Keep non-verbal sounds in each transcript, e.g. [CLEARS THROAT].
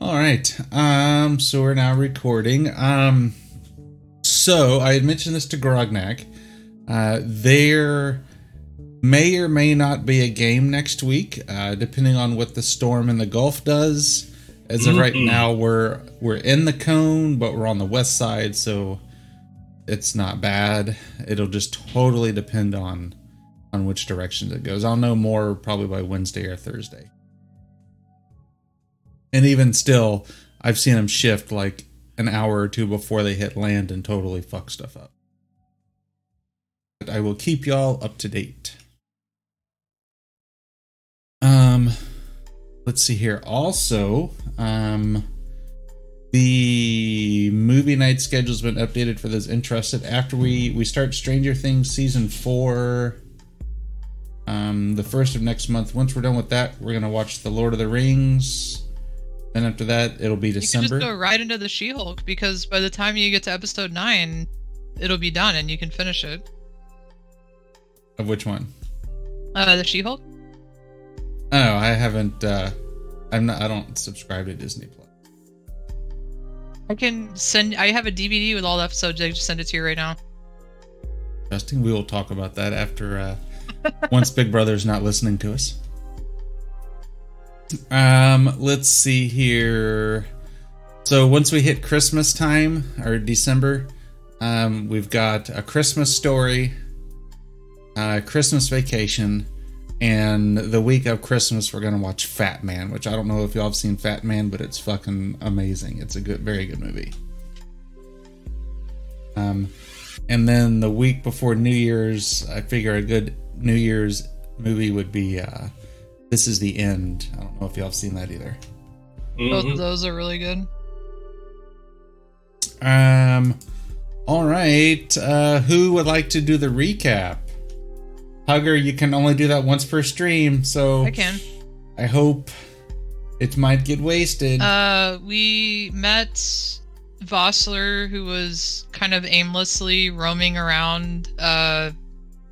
All right. Um, so we're now recording. Um, so I had mentioned this to Grognak. Uh, there may or may not be a game next week, uh, depending on what the storm in the Gulf does. As of right now, we're we're in the cone, but we're on the west side, so it's not bad. It'll just totally depend on on which directions it goes. I'll know more probably by Wednesday or Thursday. And even still, I've seen them shift like an hour or two before they hit land and totally fuck stuff up. But I will keep y'all up to date. Um, let's see here. Also, um, the movie night schedule's been updated for those interested. After we we start Stranger Things season four, um, the first of next month. Once we're done with that, we're gonna watch The Lord of the Rings. Then after that, it'll be You can December. just go right into the She-Hulk because by the time you get to episode nine, it'll be done and you can finish it. Of which one? Uh, the She-Hulk. Oh, I haven't. Uh, I'm not. I don't subscribe to Disney Plus. I can send. I have a DVD with all the episodes. I can just send it to you right now. Justin, we will talk about that after uh, once Big Brother's not listening to us. Um, let's see here. So once we hit Christmas time or December, um, we've got a Christmas story, uh, Christmas vacation, and the week of Christmas we're gonna watch Fat Man, which I don't know if y'all have seen Fat Man, but it's fucking amazing. It's a good, very good movie. Um, and then the week before New Year's, I figure a good New Year's movie would be uh, This Is the End. I don't know if y'all have seen that either. Both of Mhm. those are really good. Um, all right. Uh, who would like to do the recap? Hugger, you can only do that once per stream, so I can. I hope it might get wasted. Uh, we met Vossler, who was kind of aimlessly roaming around uh,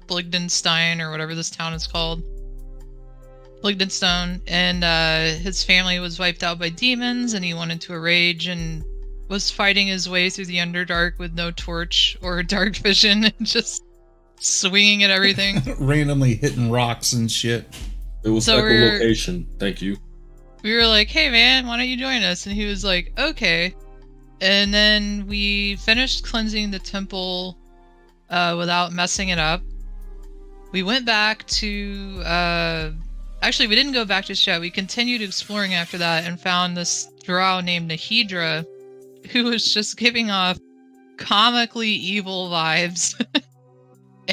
Bligdenstein or whatever this town is called. Bligdenstone, and uh, his family was wiped out by demons, and he went into a rage and was fighting his way through the Underdark with no torch or [LAUGHS] dark vision and just swinging at everything. Randomly hitting rocks and shit. It was So we're- echolocation. Thank you. we were like, hey man, why don't you join us? And he was like, okay. And then we finished cleansing the temple uh, without messing it up. We went back to. Uh, actually, we didn't go back to Shet. We continued exploring after that and found this drow named Nahedra who was just giving off comically evil vibes. [LAUGHS]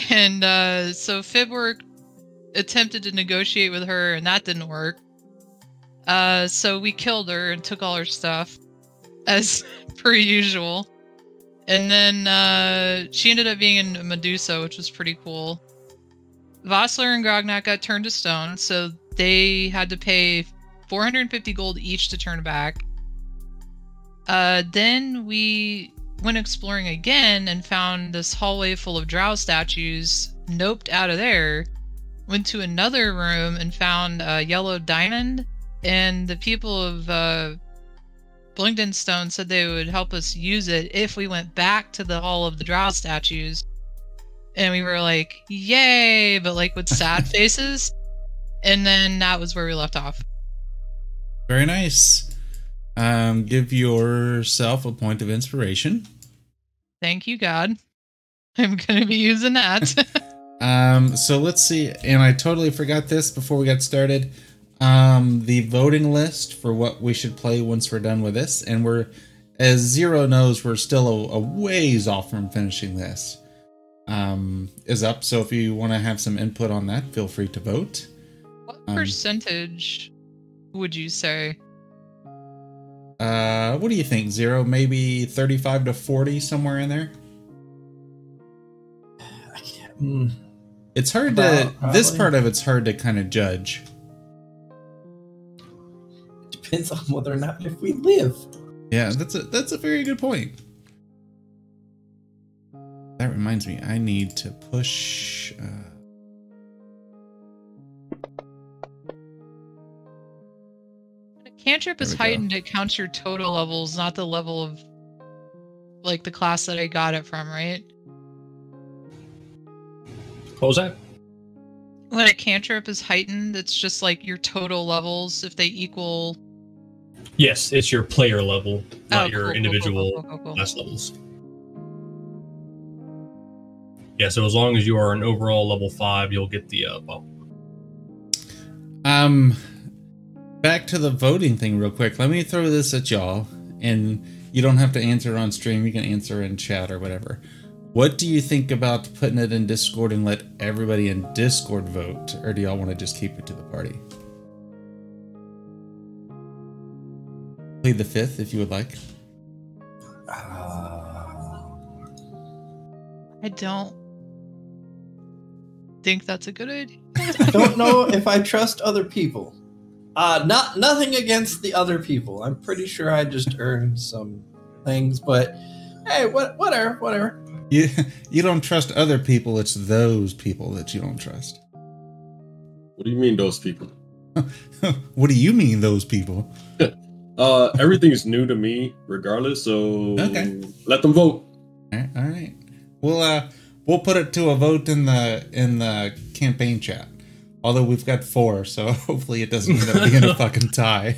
and uh, so Fibwork attempted to negotiate with her, and that didn't work. Uh, so we killed her and took all her stuff, as [LAUGHS] per usual. And then uh, she ended up being in Medusa, which was pretty cool. Vossler and Grognak got turned to stone, so they had to pay 450 gold each to turn back. Uh, then we went exploring again and found this hallway full of drow statues, noped out of there, went to another room and found a yellow diamond and the people of uh, Blingdenstone said they would help us use it if we went back to the Hall of the Drow statues. And we were like, yay, but like [LAUGHS] with sad faces. And then that was where we left off. Very nice. Um, give yourself a point of inspiration. Thank you, God. [LAUGHS] I'm going to be using that. [LAUGHS] Um, so let's see, and I totally forgot this before we got started. Um, the voting list for what we should play once we're done with this, and we're, as Zero knows, we're still a, a ways off from finishing this. Um, is up. So if you want to have some input on that, feel free to vote. what Um, percentage would you say? Uh, what do you think, Zero? Maybe thirty-five to forty, somewhere in there. I can't. mm. It's hard to. About- This probably. part of it's hard to kind of judge. Depends on whether or not if we live. Yeah, that's a that's a very good point. That reminds me, I need to push. Uh... I can cantrip There is we go. heightened. It counts your total levels, not the level of like the class that I got it from, right? What was that? When a cantrip is heightened, it's just like your total levels if they equal Yes, it's your player level, not Oh, your cool, cool, cool, individual cool, cool, cool, cool. class levels. Yeah, so as long as you are an overall level five, you'll get the uh, bump. Um, back to the voting thing, real quick. Let me throw this at y'all, and you don't have to answer on stream. You can answer in chat or whatever. What do you think about putting it in Discord and let everybody in Discord vote, or do y'all want to just keep it to the party? Plead the fifth if you would like. Uh, I don't think that's a good idea. I [LAUGHS] don't know if I trust other people. Uh, not nothing against the other people. I'm pretty sure I just earned some things, but hey, what whatever, whatever. You you don't trust other people. It's those people that you don't trust. [LAUGHS] What do you mean those people? what do you mean those people? Uh, everything is new to me, regardless. So Okay. let them vote. All right, all right. We'll uh, we'll put it to a vote in the in the campaign chat. Although we've got four, so [LAUGHS] hopefully it doesn't end up being a fucking tie.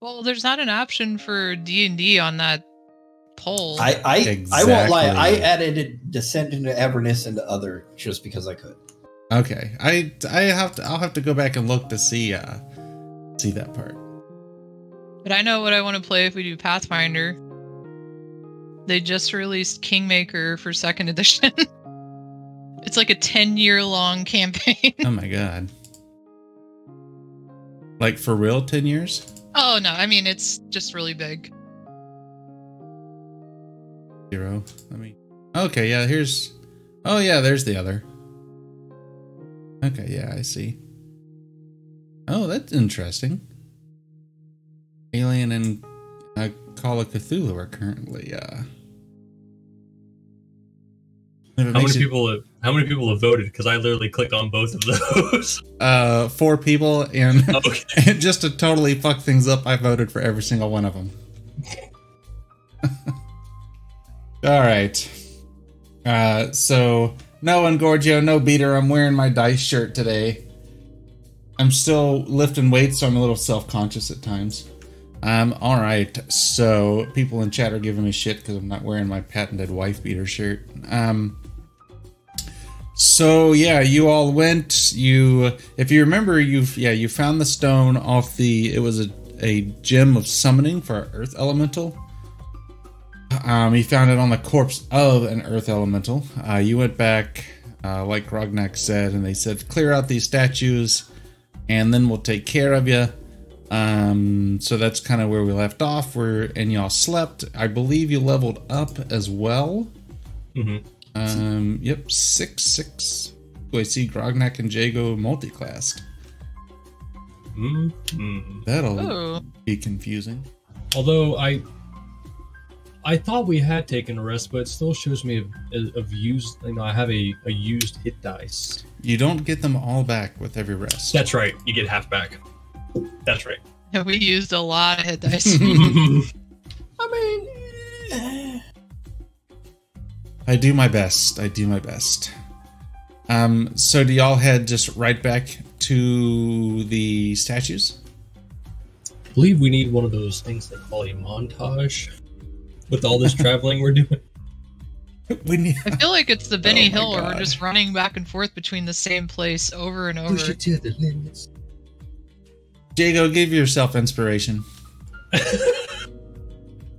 Well, there's not an option for D and D on that poll. I I, I won't lie. I Exactly. added descent into Avernus into other just because I could. Okay, I I have to I'll have to go back and look to see uh see that part. but I know what I want to play if we do Pathfinder. They just released Kingmaker for second [LAUGHS] edition. it's like a ten year long campaign. [LAUGHS] Oh my god! Like for real, ten years? oh no, I mean it's just really big. Zero. Let me. Okay, yeah. Here's. Oh yeah, there's the other. Okay, yeah, I see. Oh, that's interesting. Alien and uh, Call of Cthulhu are currently. uh if it How makes many you- people? Have, how many people have voted? Because I literally clicked on both of those. Uh, four people, and, [LAUGHS] okay. [LAUGHS] and just to totally fuck things up, I voted for every single one of them. [LAUGHS] All right. Uh, so no Engorgio, no beater. I'm wearing my dice shirt today. I'm still lifting weights, so I'm a little self-conscious at times. Um, all right. So people in chat are giving me shit because I'm not wearing my patented wife beater shirt. Um. So yeah, you all went. You, if you remember, you've yeah, you found the stone off the. It was a a gem of summoning for an earth elemental. Um, he found it on the corpse of an earth elemental. Uh, you went back, uh, like Rognak said, and they said, clear out these statues, and then we'll take care of you. Um, so that's kind of where we left off. Where and y'all slept. I believe you leveled up as well. hmm Um, yep, six six. Do I see Grognak and Jago multiclassed? mm That'll Oh, be confusing. Although I, I thought we had taken a rest, but it still shows me of, of used. You know, I have a, a used hit dice. You don't get them all back with every rest. That's right. You get half back. That's right. we used a lot of hit dice. [LAUGHS] I mean, eh, I do my best. I do my best. Um, so do y'all head just right back to the statues? [LAUGHS] believe we need one of those things they call a montage with all this traveling we're [LAUGHS] doing. We need. I feel [LAUGHS] like it's the Benny Oh my Hill where we're God. just running back and forth between the same place over and over. to the limits. Jago, give yourself inspiration.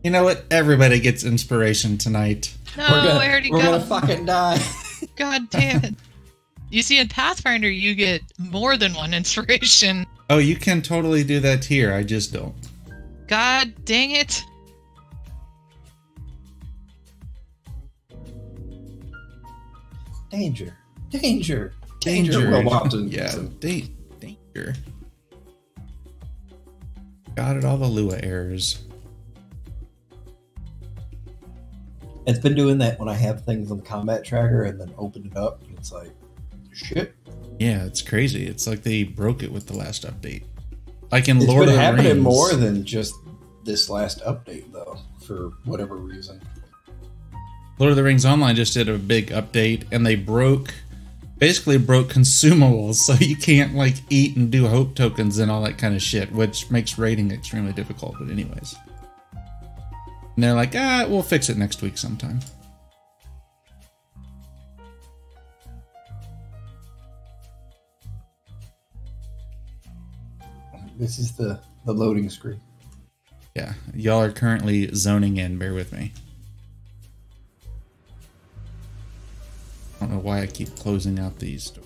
you know what? Everybody gets inspiration tonight. No, we're gonna, I already we're got gonna fucking die. God damn [LAUGHS] it. You see, in Pathfinder, you get more than one inspiration. Oh, you can totally do that here. I just don't. God dang it. Danger, danger, danger. danger. Will Watson. Yeah, da- danger. Got it all the Lua errors. It's been doing that when I have things on combat tracker and then open it up. and It's like, shit. Yeah, it's crazy. It's like they broke it with the last update. Like in It's Lord been of the happening Rings. more than just this last update, though, for whatever reason. Lord of the Rings Online just did a big update and they broke basically broke [LAUGHS] consumables so you can't like eat and do hope tokens and all that kind of shit, which makes raiding extremely difficult, but anyways. And they're like, ah, we'll fix it next week sometime. This is the the loading screen. Yeah. Y'all are currently zoning in, bear with me. I don't know why I keep closing out these doors.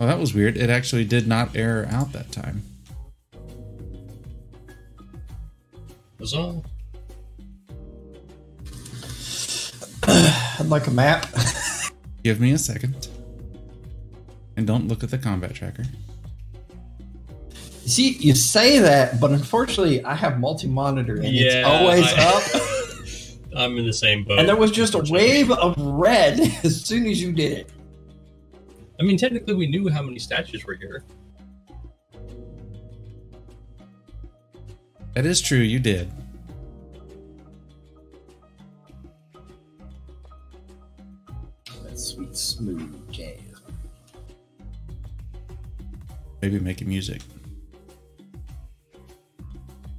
Oh, that was weird. It actually did not error out that time. Huzzah. I'd like a map. [LAUGHS] Give me a second. And don't look at the combat tracker. See, you say that, but unfortunately, I have multi-monitor and Yeah, it's always I- up. [LAUGHS] I'm in the same boat. And there was just a unfortunately. wave of red [LAUGHS] as soon as you did it. I mean, technically, we knew how many statues were here. That is true, you did. That sweet smooth jazz. maybe making music.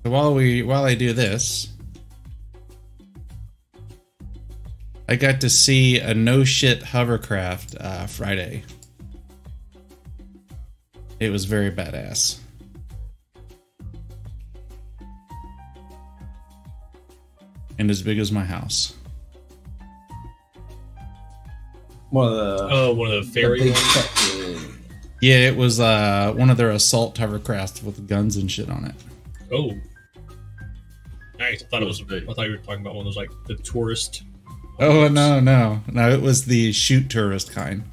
So while we while I do this, I got to see a no shit hovercraft uh, Friday. It was very badass. And as big as my house. One of the, the Oh, one of the fairy big ones. check- Yeah, it was uh, one of their assault hovercrafts with guns and shit on it. Oh. Nice. I thought it was. big. I thought you were talking about one of those like the tourist. Oh no, no, no! It was the shoot tourist kind.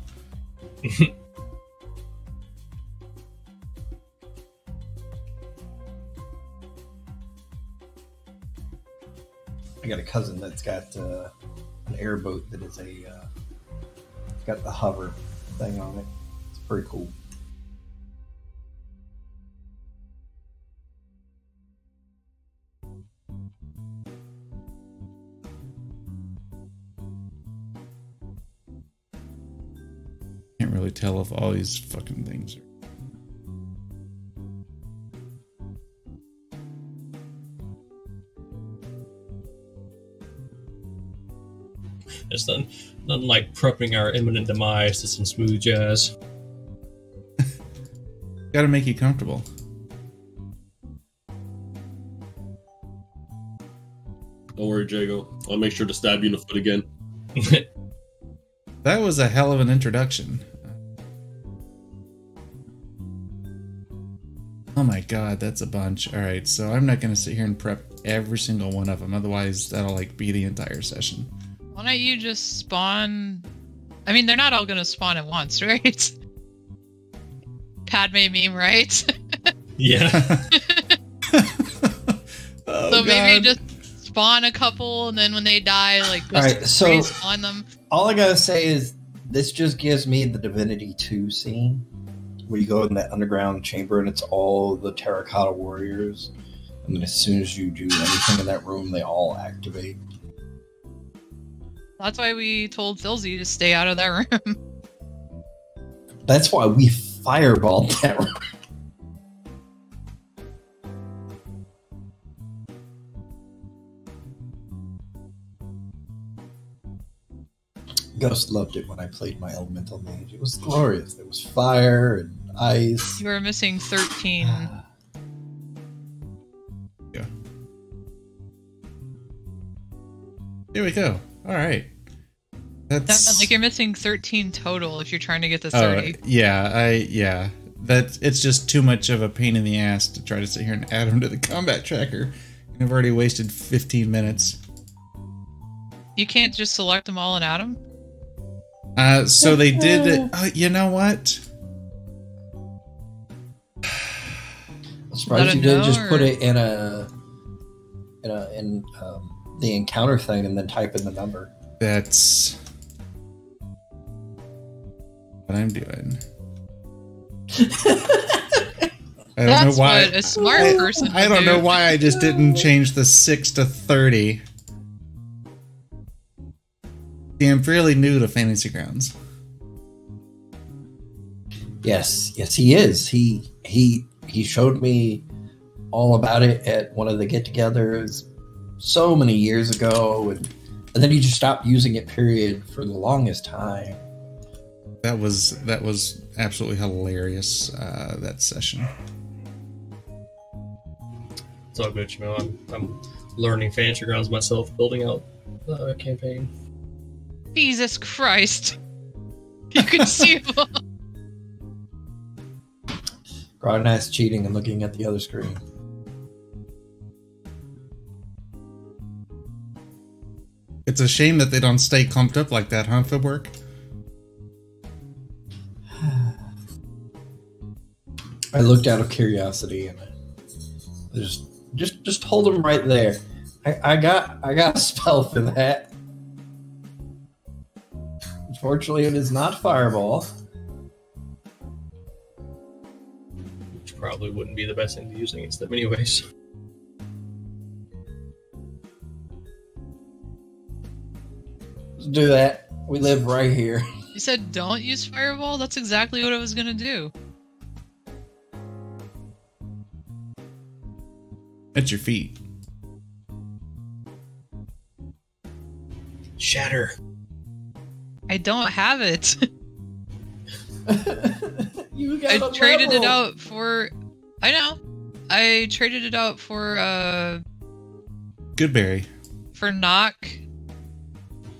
I got a cousin that's got uh, an airboat that is a uh, it's got the hover thing on it. It's pretty cool. Can't really tell if all these fucking things are. It's nothing, nothing like prepping our imminent demise to some smooth jazz. [LAUGHS] Got to make you comfortable. Don't worry, Jago. I'll make sure to stab you in the foot again. That was a hell of an introduction. Oh my god, that's a bunch. All right, so I'm not going to sit here and prep every single one of them. Otherwise, that'll like be the entire session. [LAUGHS] Why don't you just spawn? I mean, they're not all gonna spawn at once, [LAUGHS] right? Padme meme, right? so yeah. Oh, maybe God. just spawn a couple, and then when they die, like just Alright, so- respawn them. All I gotta say is this just gives me the Divinity Two scene where you go in that underground chamber and it's all the terracotta warriors, and then as soon as you do anything in that room, they all activate. That's why we told Filzy to stay out of that room. [LAUGHS] That's why we fireballed that room. Ghost loved it when I played my elemental mage. It was glorious. There was fire and ice. you were missing thirteen. [SIGHS] Ah. Here we go. All right. That meant, That's like you're missing thirteen total if you're trying to get to Oh, thirty. yeah, I yeah. That it's just too much of a pain in the ass to try to sit here and add them to the combat tracker. And I've already wasted 15 minutes. You can't just select them all and add them. Uh, so they did. [SIGHS] it- Uh, you know what? I'm surprised Let you it didn't know, just put or- it in a in a in um, the encounter thing and then type in the number. That's what I'm doing. [LAUGHS] I don't That's know why. what a smart I- person. I would don't do. know why I just [SIGHS] didn't change the six to thirty. See, I'm fairly new to Fantasy Grounds. Yes, yes, he is. He he he showed me all about it at one of the get-togethers so many years ago, and and then he just stopped using it. Period for the longest time. That was that was absolutely hilarious. Uh, that session. It's all good, you know. I'm, I'm learning fancy grounds myself, building out the campaign. Jesus Christ. [LAUGHS] You can see Grodnas cheating and looking at the other screen. It's a shame that they don't stay clumped up like that, huh, Fibwork? I looked out of curiosity and I just just just hold him right there. I, I got I got a spell for that. Unfortunately, it is not fireball. Which probably wouldn't be the best thing to use against them, anyways. Let's do that. We live right here. You said don't use fireball? That's exactly what I was gonna do. At your feet. Shatter. I don't have it. [LAUGHS] you got I a traded it level. out for I know. I traded it out for uh Goodberry. for knock.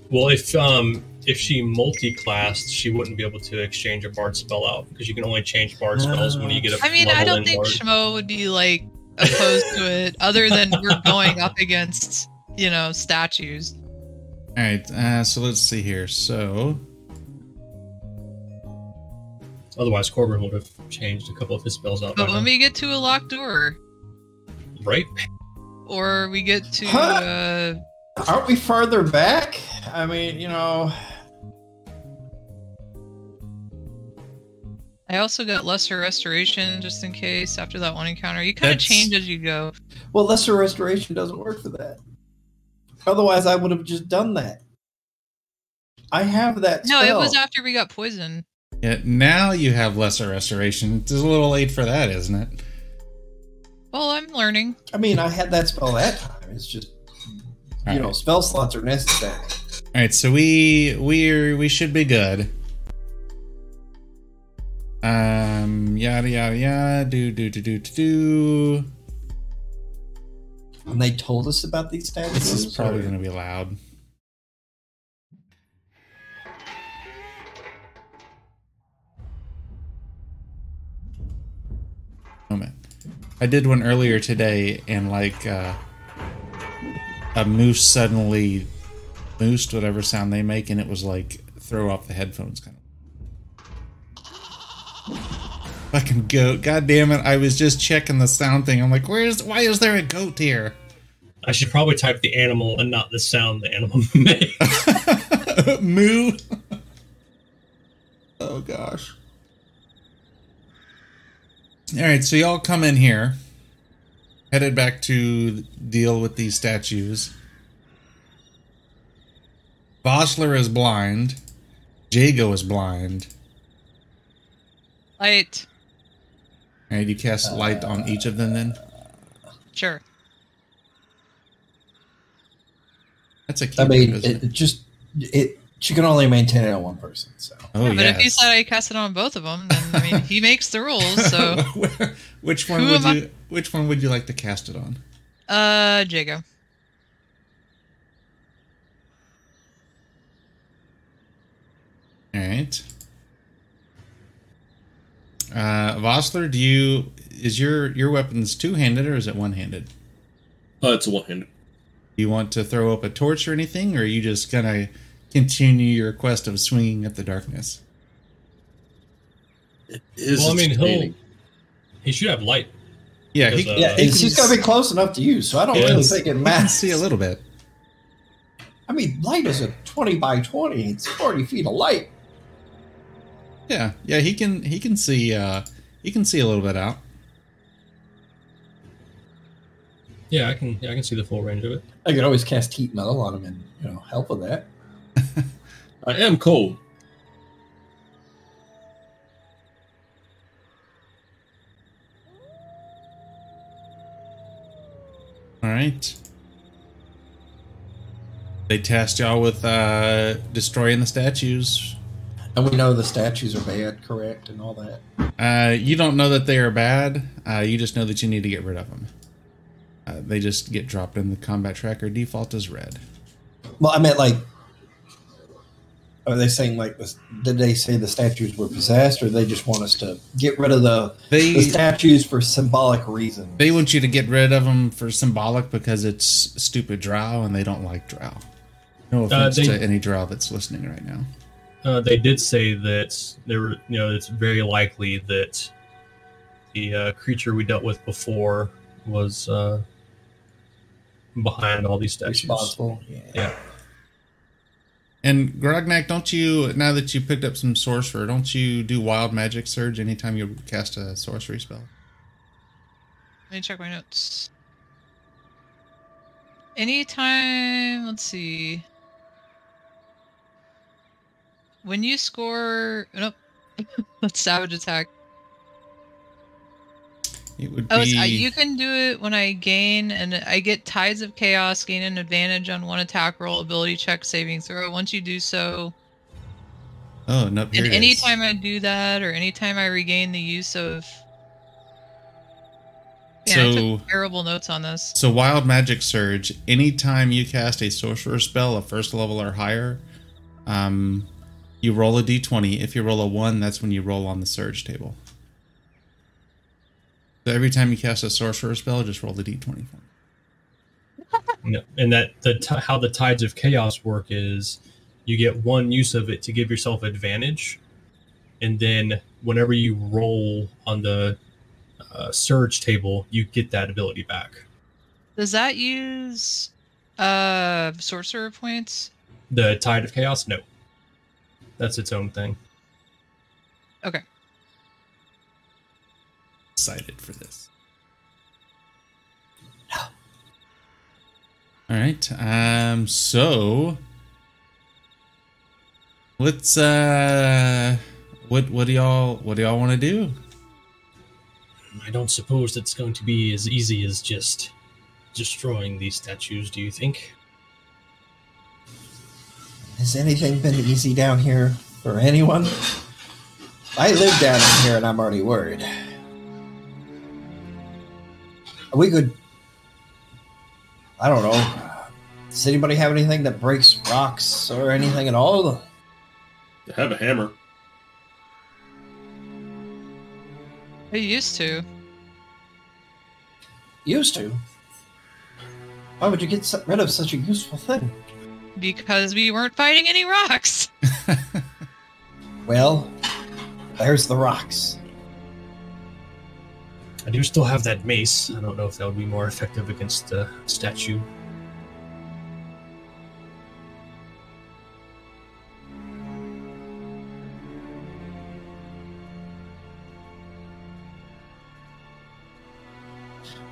Well, if um if she multi-classed, she wouldn't be able to exchange a bard spell out because you can only change bard spells when you get a I mean I level don't in think bard. Shmo would be like opposed to it, other than we're going up against, you know, statues. All right. Uh, so let's see here. So Otherwise, Corbin would have changed a couple of his spells out. by But now. when we get to a locked door Right? or we get to Huh? uh Aren't we farther back? I mean, you know, I also got lesser restoration just in case after that one encounter. You kind of That's- change as you go. well, lesser restoration doesn't work for that. Otherwise, I would have just done that. I have that. No, it was Oh. spell. after we got poisoned. yeah, now you have lesser restoration. It's a little late for that, isn't it? Well, I'm learning. I mean, I had that spell that time. It's just All you right. know, spell slots are necessary. All right, so we we we should be good. Um, yada yada yada, do do do do do do. And they told us about these statues. This is probably or- gonna be loud. Moment. I did one earlier today, and like uh, a moose suddenly moosed whatever sound they make, and it was like throw off the headphones kind of. Fucking goat! God damn it! I was just checking the sound thing. I'm like, where's why is there a goat here? I should probably type the animal and not the sound the animal [LAUGHS] [LAUGHS] made. Moo. Oh gosh. All right, so y'all come in here, headed back to deal with these statues. Boschler is blind. Jago is blind. Light. All right, you cast light on each of them. Then Sure. that's a key. I mean, isn't it, it? it just it. She can only maintain it on one person. So oh but if you yes. [LAUGHS] said I cast it on both of them, then I mean he makes the rules. [LAUGHS] So, which one Who would am I- you? Which one would you like to cast it on? uh, Jago. All right. Uh, Vossler, do you is your your weapons two handed or is it one handed? Do Uh, it's a one handed. you want to throw up a torch or anything, or are you just gonna continue your quest of swinging at the darkness? well, I mean, he'll he should have light. Yeah, he, Because, uh, he yeah, can [LAUGHS] it's, he's got to be close enough to you. So I don't really Yes. think it I can matters. see a little bit. I mean, light is a 20 by 20. It's 40 feet of light. Yeah, yeah, he can he can see uh he can see a little bit out. Yeah, I can. Yeah, I can see the full range of it. I could always cast heat metal on him and, you know, help with that. I am cold. All right. They tasked y'all with uh destroying the statues. And we know the statues are bad, correct, and all that. Uh you don't know that they are bad. Uh you just know that you need to get rid of them. Uh, they just get dropped in the combat tracker default as red. Well, I meant like, are they saying like, this, did they say the statues were possessed, or they just want us to get rid of the, the They statues for symbolic reasons? they want you to get rid of them for symbolic because it's stupid drow and they don't like drow. No offense they- to any drow that's listening right now. Uh, they did say that there were, you know, it's very likely that the uh, creature we dealt with before was uh, behind all these statues. responsible. Yeah. And Grognak, don't you now that you picked up some sorcerer, don't you do wild magic surge anytime you cast a sorcery spell? Let me check my notes. Anytime, let's see. When you score, nope, [LAUGHS] that's savage attack. It would be Oh, it's- I- you can do it when I gain and I get tides of chaos, gain an advantage on one attack roll, ability check, saving throw. Once you do so, oh no, here it and is. anytime I do that, or anytime I regain the use of, yeah, I took so terrible notes on this. so wild magic surge. Anytime you cast a sorcerer spell, a first level or higher, um, you roll a d20. If you roll a one, that's when you roll on the surge table. So every time you cast a sorcerer spell, just roll the d20 for me. No, and that the t- how the tides of chaos work is you get one use of it to give yourself advantage and then whenever you roll on the uh, surge table you get that ability back Does that use uh sorcerer points? the tide of chaos no that's its own thing excited for this. [GASPS] All right. Um. So let's. Uh. What What do y'all What do y'all want to do? i don't suppose it's going to be as easy as just destroying these statues do you think Has anything been easy down here for anyone? I live down in here and I'm already worried. We could. I don't know. Does anybody have anything that breaks rocks or anything at all? I have a hammer. I used to. Used to. Why would you get s- rid of such a useful thing? because we weren't fighting any rocks. Well, there's the rocks. i do still have that mace i don't know if that would be more effective against the statue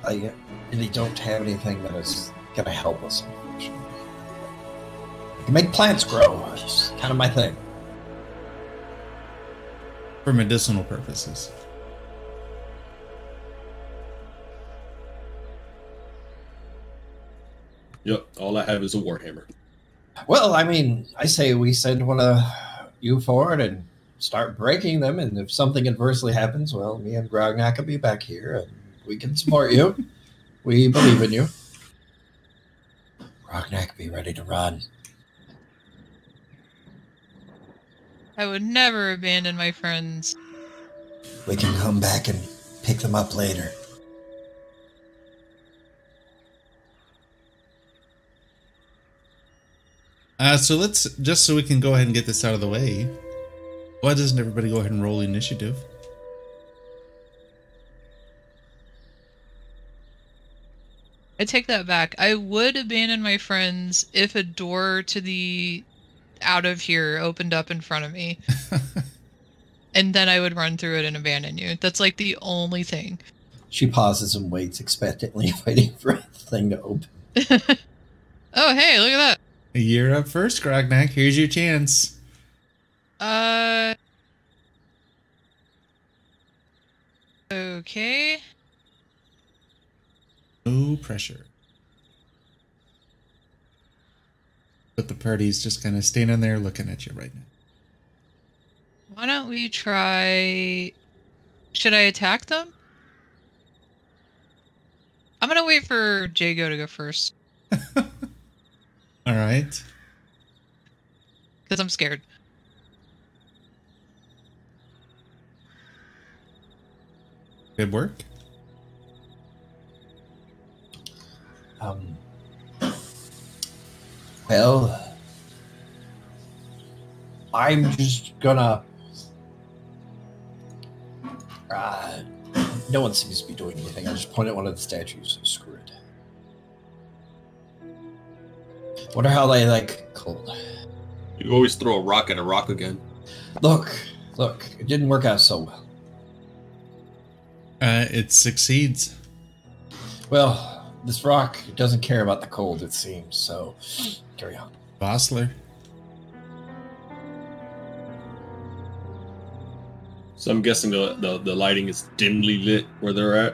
I really don't have anything that is going to help us, unfortunately. I can make plants grow. It's kind of my thing. For medicinal purposes. Yep, all I have is a warhammer. Well, I mean, I say we send one of you forward and start breaking them, and if something adversely happens, well, me and Grognak will be back here, and we can support you. We believe in you. Grognak, be ready to run. I would never abandon my friends. We can come back and pick them up later. Uh. So let's just so we can go ahead and get this out of the way. Why doesn't everybody go ahead and roll initiative? I take that back. I would abandon my friends if a door to the out of here opened up in front of me. and then I would run through it and abandon you. That's like the only thing. She pauses and waits expectantly, [LAUGHS] waiting for the thing to open. oh, hey, look at You're up first, Grognak. Here's your chance. that. Uh. Okay. No pressure. But the party's just kind of standing there looking at you right now. Why don't we try. Should I attack them? I'm gonna wait for Jago to go first All right. because I'm scared. Good work. Um, well, I'm just gonna. Uh, no one seems to be doing anything. I just point at one of the statues. Screw it. Wonder how they like cold. You always throw a rock at a rock again. Look, look. It didn't work out so well. Uh, it succeeds. Well, this rock doesn't care about the cold, it seems. So, carry on. Bossler. So I'm guessing the, the, the lighting is dimly lit where they're at.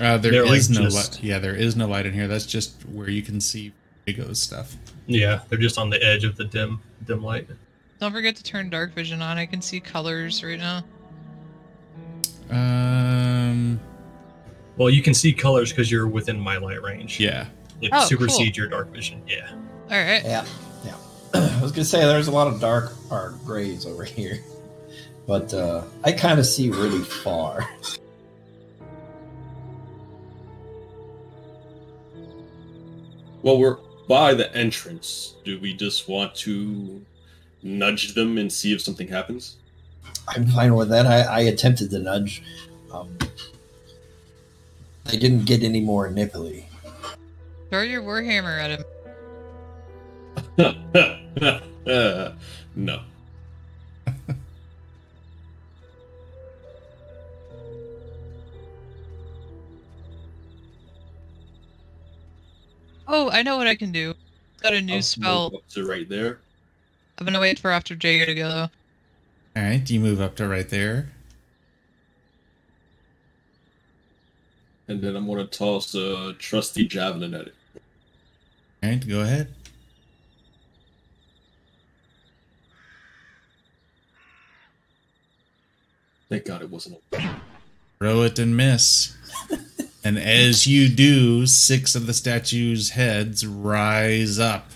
Uh, there They're, like, is no just- light. Yeah, there is no light in here. That's just where you can see Jago's stuff. Yeah, they're just on the edge of the dim dim light. Don't forget to turn dark vision on. I can see colors right now. Um. Well, you can see colors because you're within my light range. Yeah. It Oh, supersedes your dark vision. Yeah. All right. Yeah, yeah. [CLEARS THROAT] I was gonna say there's a lot of dark or grays over here, but uh, I kind of see really far. [LAUGHS] Well, we're by the entrance. Do we just want to nudge them and see if something happens? [LAUGHS] I'm fine with that. I, I attempted to nudge. Um, they didn't get any more nipply. Throw your warhammer at him. [LAUGHS] no. Oh, I know what I can do. Got a new I'll spell. move up to right there. I'm gonna wait for after Jago to go though. All right. You move up to right there. And then I'm going to toss a trusty javelin at it. All right. Go ahead. Thank God it wasn't a Throw it and miss. and as you do, six of the statue's heads rise up.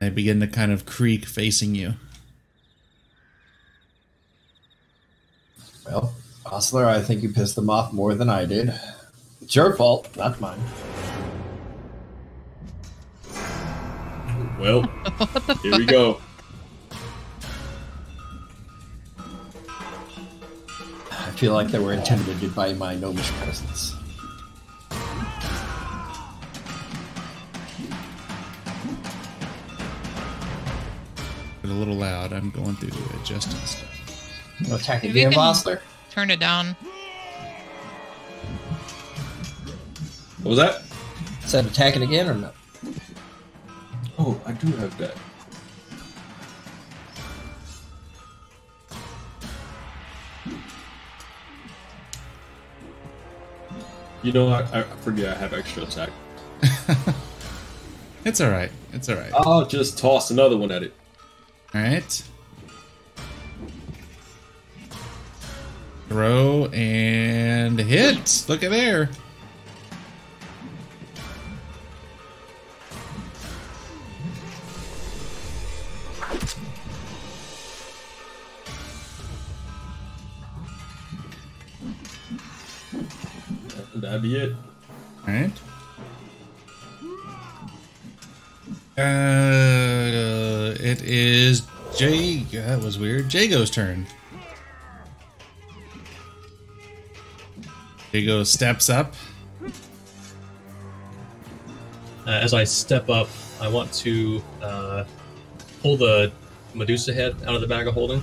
They begin to kind of creak facing you. Well, Osler, I think you pissed them off more than I did. It's your fault, not mine. [LAUGHS] Well, here we go. I feel like they were intimidated by my gnomish presence. It's a little loud. I'm going through to adjust and stuff. No attack Maybe again, we can- Osler. Turn it down. What was that? Is that attacking again or no? Oh, I do have that. You know, I, I forget I have extra attack. It's all right. It's all right. All I'll just toss another one at it. right. Throw and hit. Look at there. That'd be it. All right. Uh, it is Jay. That was weird. Jago's turn. Jago steps up Uh, as I step up, I want to uh, pull the Medusa head out of the bag of holding,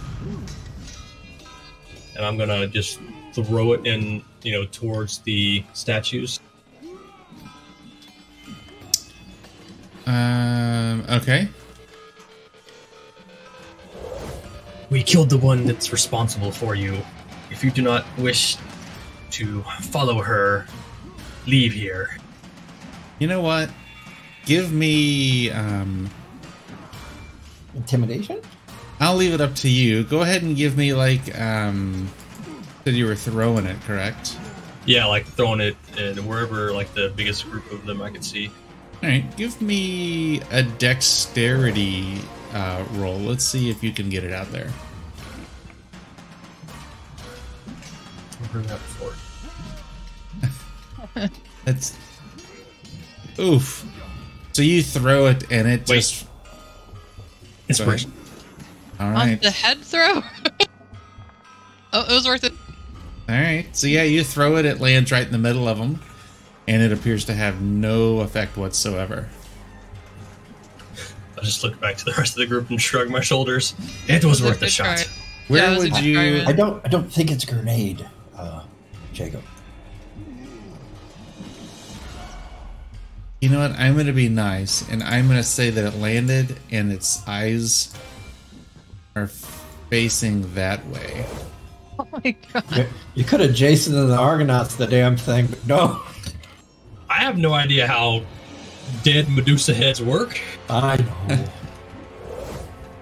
and I'm gonna just throw it in, you know, towards the statues. Um, okay. We killed the one that's responsible for you. If you do not wish to follow her, leave here. You know what? Give me. Um, Intimidation? I'll leave it up to you. Go ahead and give me like. Um, said you were throwing it, correct? Yeah, like throwing it in wherever, like the biggest group of them I could see. All right. Give me a dexterity uh, roll. Let's see if you can get it out there. I've heard that before. That's. Oof. So you throw it and it Wait. just. Inspiration. All On right. the head throw? [LAUGHS] oh, it was worth it. All right. So yeah, you throw it, it lands right in the middle of them, and it appears to have no effect whatsoever. I just look back to the rest of the group and shrug my shoulders. It was worth Good the shot. try. Where Yeah, it was a would good you? try, man. I don't I don't think it's a grenade, uh, Jacob. You know what? I'm gonna be nice, and I'm gonna say that it landed, and its eyes are facing that way. [LAUGHS] Oh my god. You, you could have Jason and the Argonauts the damn thing, but no. I have no idea how dead Medusa heads work. [LAUGHS] I know.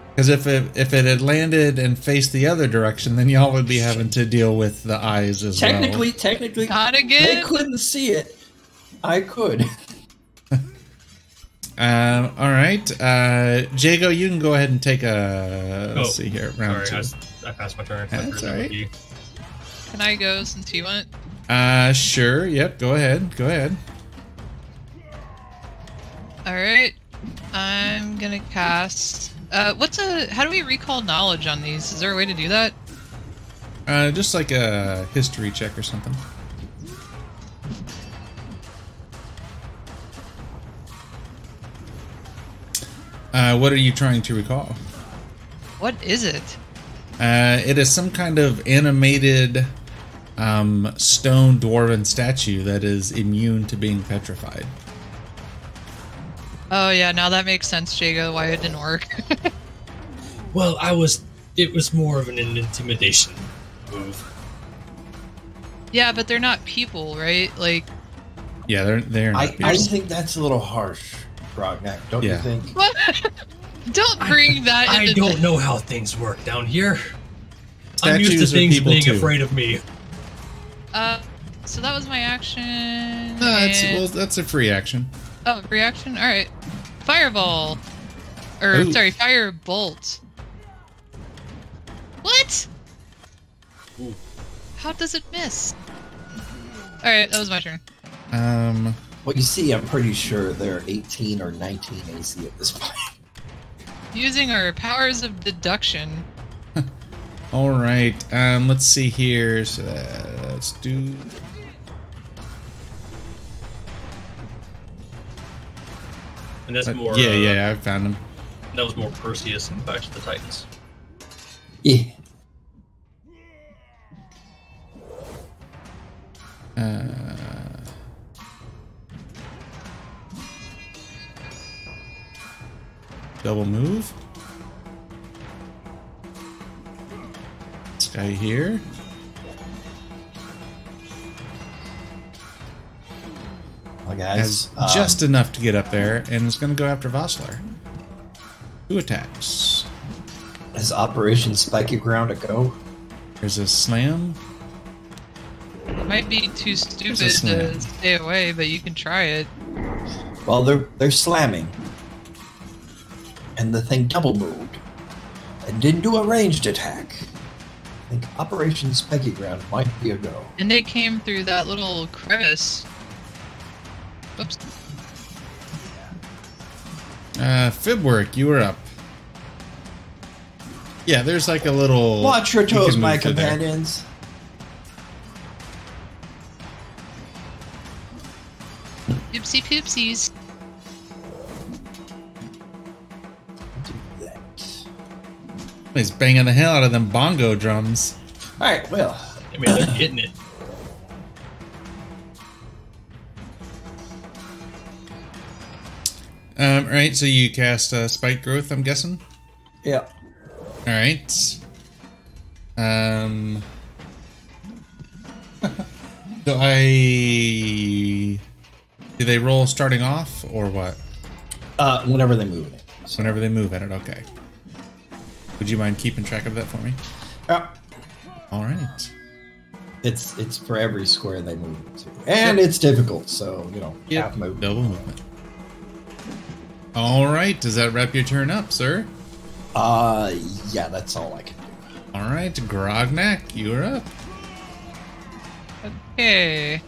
Because if it if it had landed and faced the other direction, then y'all would be having to deal with the eyes as technically, well. technically, Not they again. couldn't see it. I could. Um, all right, uh, Jago, you can go ahead and take a. Let's Oh, see here, Sorry, I, round two. s- I passed my turn. That's Really all right. lucky. Can I go since you went? Uh, sure. Yep. Go ahead. Go ahead. Alright. I'm gonna cast. Uh, what's a. How do we recall knowledge on these? Is there a way to do that? Uh, just like a history check or something. Uh, what are you trying to recall? What is it? Uh, it is some kind of animated um, stone dwarven statue that is immune to being petrified. Oh, yeah, now that makes sense, Jago, why it didn't work. [LAUGHS] Well, I was. It was more of an, an intimidation move. yeah, but they're not people, right? Like, Yeah, they're they're not I, I pierced. think that's a little harsh, Rognak. Don't Yeah. you think? what? [LAUGHS] don't bring that I into don't thi- know how things work down here. I'm used to Statues are things people being too. afraid of me. Uh, so that was my action. No, it's, and- well, that's a free action. Oh, reaction? Alright. Fireball. Or, Ooh. sorry, firebolt. What? Ooh. How does it miss? Alright, that was my turn. Um, Well, you see, I'm pretty sure they're 18 or 19 AC at this point. Using our powers of deduction. All right. Um, let's see here. So, uh, let's do. And that's uh, more. yeah, uh, yeah. I found him. That was more Perseus and Back to the Titans. Yeah. Uh, double move. This guy here. Well, Has guys, um, just enough to get up there and is going to go after Vossler. Two attacks. is um, Operation Spiky Ground a go? There's a slam. It might be too stupid There's a slam. to stay away, but you can try it. Well, they're they're slamming, and the thing double moved, and didn't do a ranged attack. I think Operation Spiky Ground might be a go. And they came through that little crevice. Whoops. Uh, Fibwork, you were up. Yeah, there's like a little. Watch your you can toes, move my through there. companions. Oopsie poopsies. He's banging the hell out of them bongo drums. All right, well, I mean, [COUGHS] they're getting it. Um, all right, so you cast uh, Spike Growth, I'm guessing. yeah. All right. Um. [LAUGHS] so I. Do they roll starting off or what? Uh, whenever they move it. So, Whenever they move at it, okay. Would you mind keeping track of that for me? yeah, All right. it's it's for every square they move it to, and it's difficult. So you know, Yep. half move. Double movement. All right. Does that wrap your turn up, sir? Uh, yeah, that's all I can do. All right, Grognak, you're up. Okay.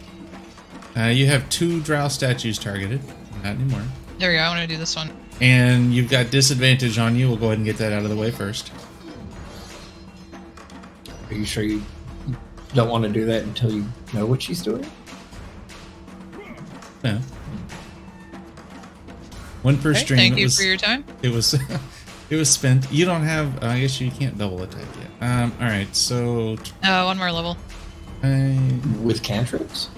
Uh, you have two drow statues targeted. Not anymore. There we go. I want to do this one. And you've got disadvantage on you. We'll go ahead and get that out of the way first. Are you sure you don't want to do that until you know what she's doing? No. One per Okay, stream. thank it you was, for your time. It was. [LAUGHS] it was spent. You don't have. uh, I guess you can't double attack yet. Um. All right. So. Uh, one more level. I, With cantrips?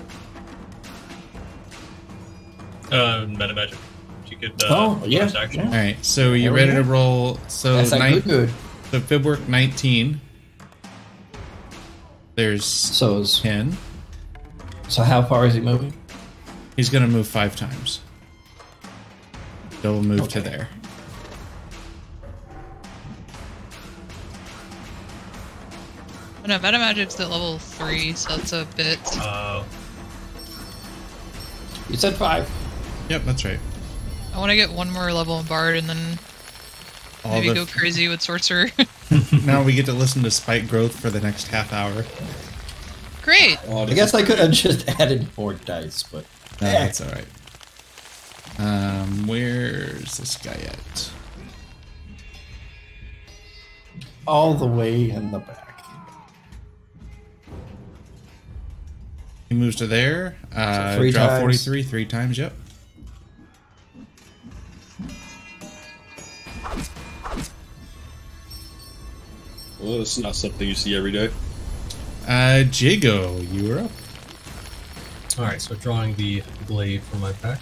Uh, meta magic. You could. Uh, Oh, yeah, bonus action. all right. So you There we ready go. to roll? So That's not nine, good, good. the Fibwork nineteen. There's So, is, ten. so how far is he moving? He's gonna move five times. Double move to Okay. there. Oh, no, Meta Magic's at level three, so that's a bit. Uh, You said five. Yep, that's right. I want to get one more level in Bard and then All maybe the- go crazy with Sorcerer. [LAUGHS] now we get to listen to Spike Growth for the next half [LAUGHS] hour. Great. Oh, I guess I could have just [LAUGHS] added more dice, but No, Eh, that's all right. Um, where's this guy at? all the way in the back. He moves to there. Uh, So three draw times. 43 three times. Yep. Well, that's not something you see every day. Uh, Jago, you were up. all right, so drawing the blade from my pack.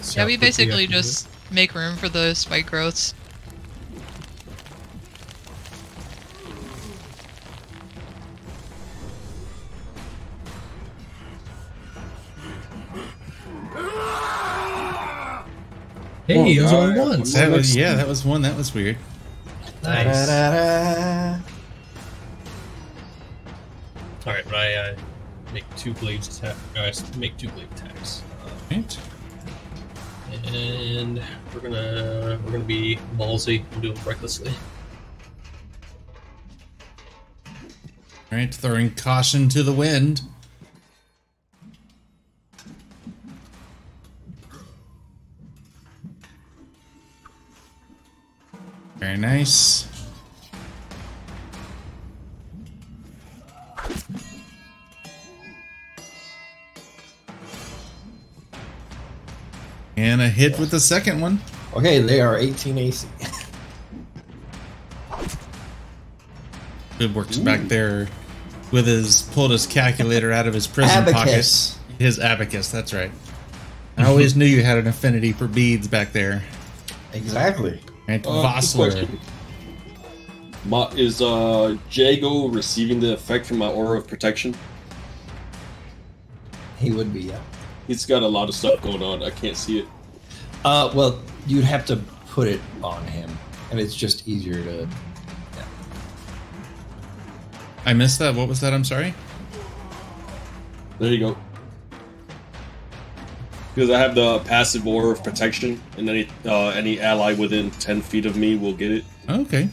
See Yeah, how we quickly I basically can do it. just make room for the spike growths. Hey, it was Oh, on yeah. once. That was, yeah, that was one. That was weird. Nice. Da-da-da-da. All right, I uh, make two blades attack. Guys, make two blade attacks, Uh, Right? and we're gonna we're gonna be ballsy and do it recklessly. All right, throwing caution to the wind. Very nice. And a hit with the second one. Okay, they are 18 [LAUGHS] AC. Good works back there with his pulled his calculator out of his prison pocket. Abacus. His abacus, that's right. I always knew you had an affinity for beads back there. Exactly. Right? Uh, good Vossler. question. Ma- is uh Jago receiving the effect from my aura of protection? He would be, yeah. He's got a lot of stuff going on. I can't see it. Uh, well, you'd have to put it on him, and it's just easier to. I missed that. What was that? I'm sorry. There you go. Because I have the passive aura of protection, and any uh, any ally within ten feet of me will get it. Okay.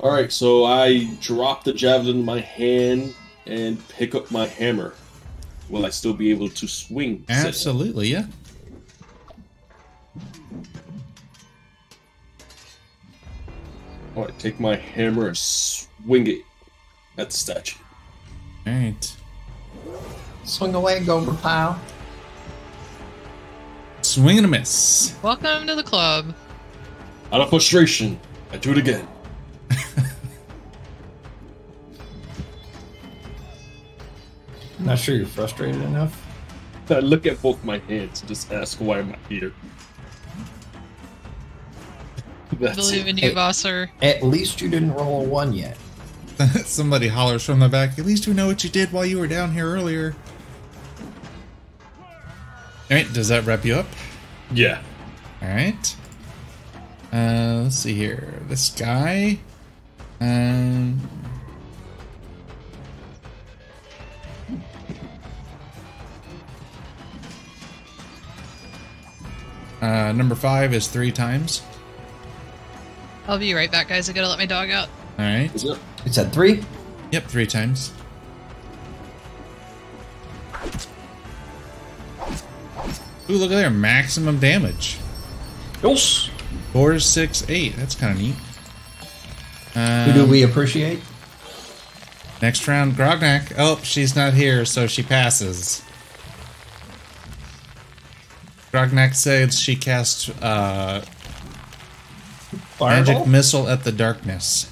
All right, so I drop the javelin in my hand and pick up my hammer. Will I still be able to swing? said- Absolutely, yeah. All right, Oh, take my hammer and swing it at the statue. Alright. Swing away, Gomer Pile. Swing and a miss. [LAUGHS] Welcome to the club. Out of frustration, I do it again. Not sure you're frustrated enough. I look at both my hands and just ask why am I here. [LAUGHS] That's Believe it. in you, Hey. Bosser. At least you didn't roll a one yet. Somebody hollers from the back. At least we know what you did while you were down here earlier. All right, does that wrap you up? Yeah. All right. Uh, let's see here. This guy. Um. Uh, number five is three times. I'll be right back, guys. I gotta let my dog out. All right. Is it? It's at three. Yep, three times. Ooh, look at there. Maximum damage. Yes. Four, six, eight. That's kind of neat. Um, Who do we appreciate? Next round, Grognak. Oh, she's not here, so she passes. Grognak says she casts uh, magic missile at the darkness.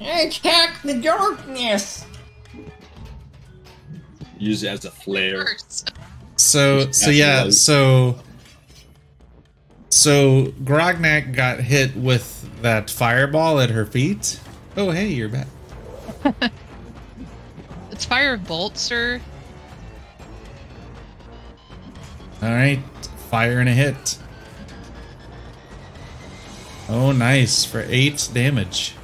Attack the darkness. Use it as a flare. First. So so yeah, so Absolutely. so Grognak got hit with that fireball at her feet. Oh hey, you're back. It's fire bolt, sir. All right, fire and a hit. Oh, nice for eight damage.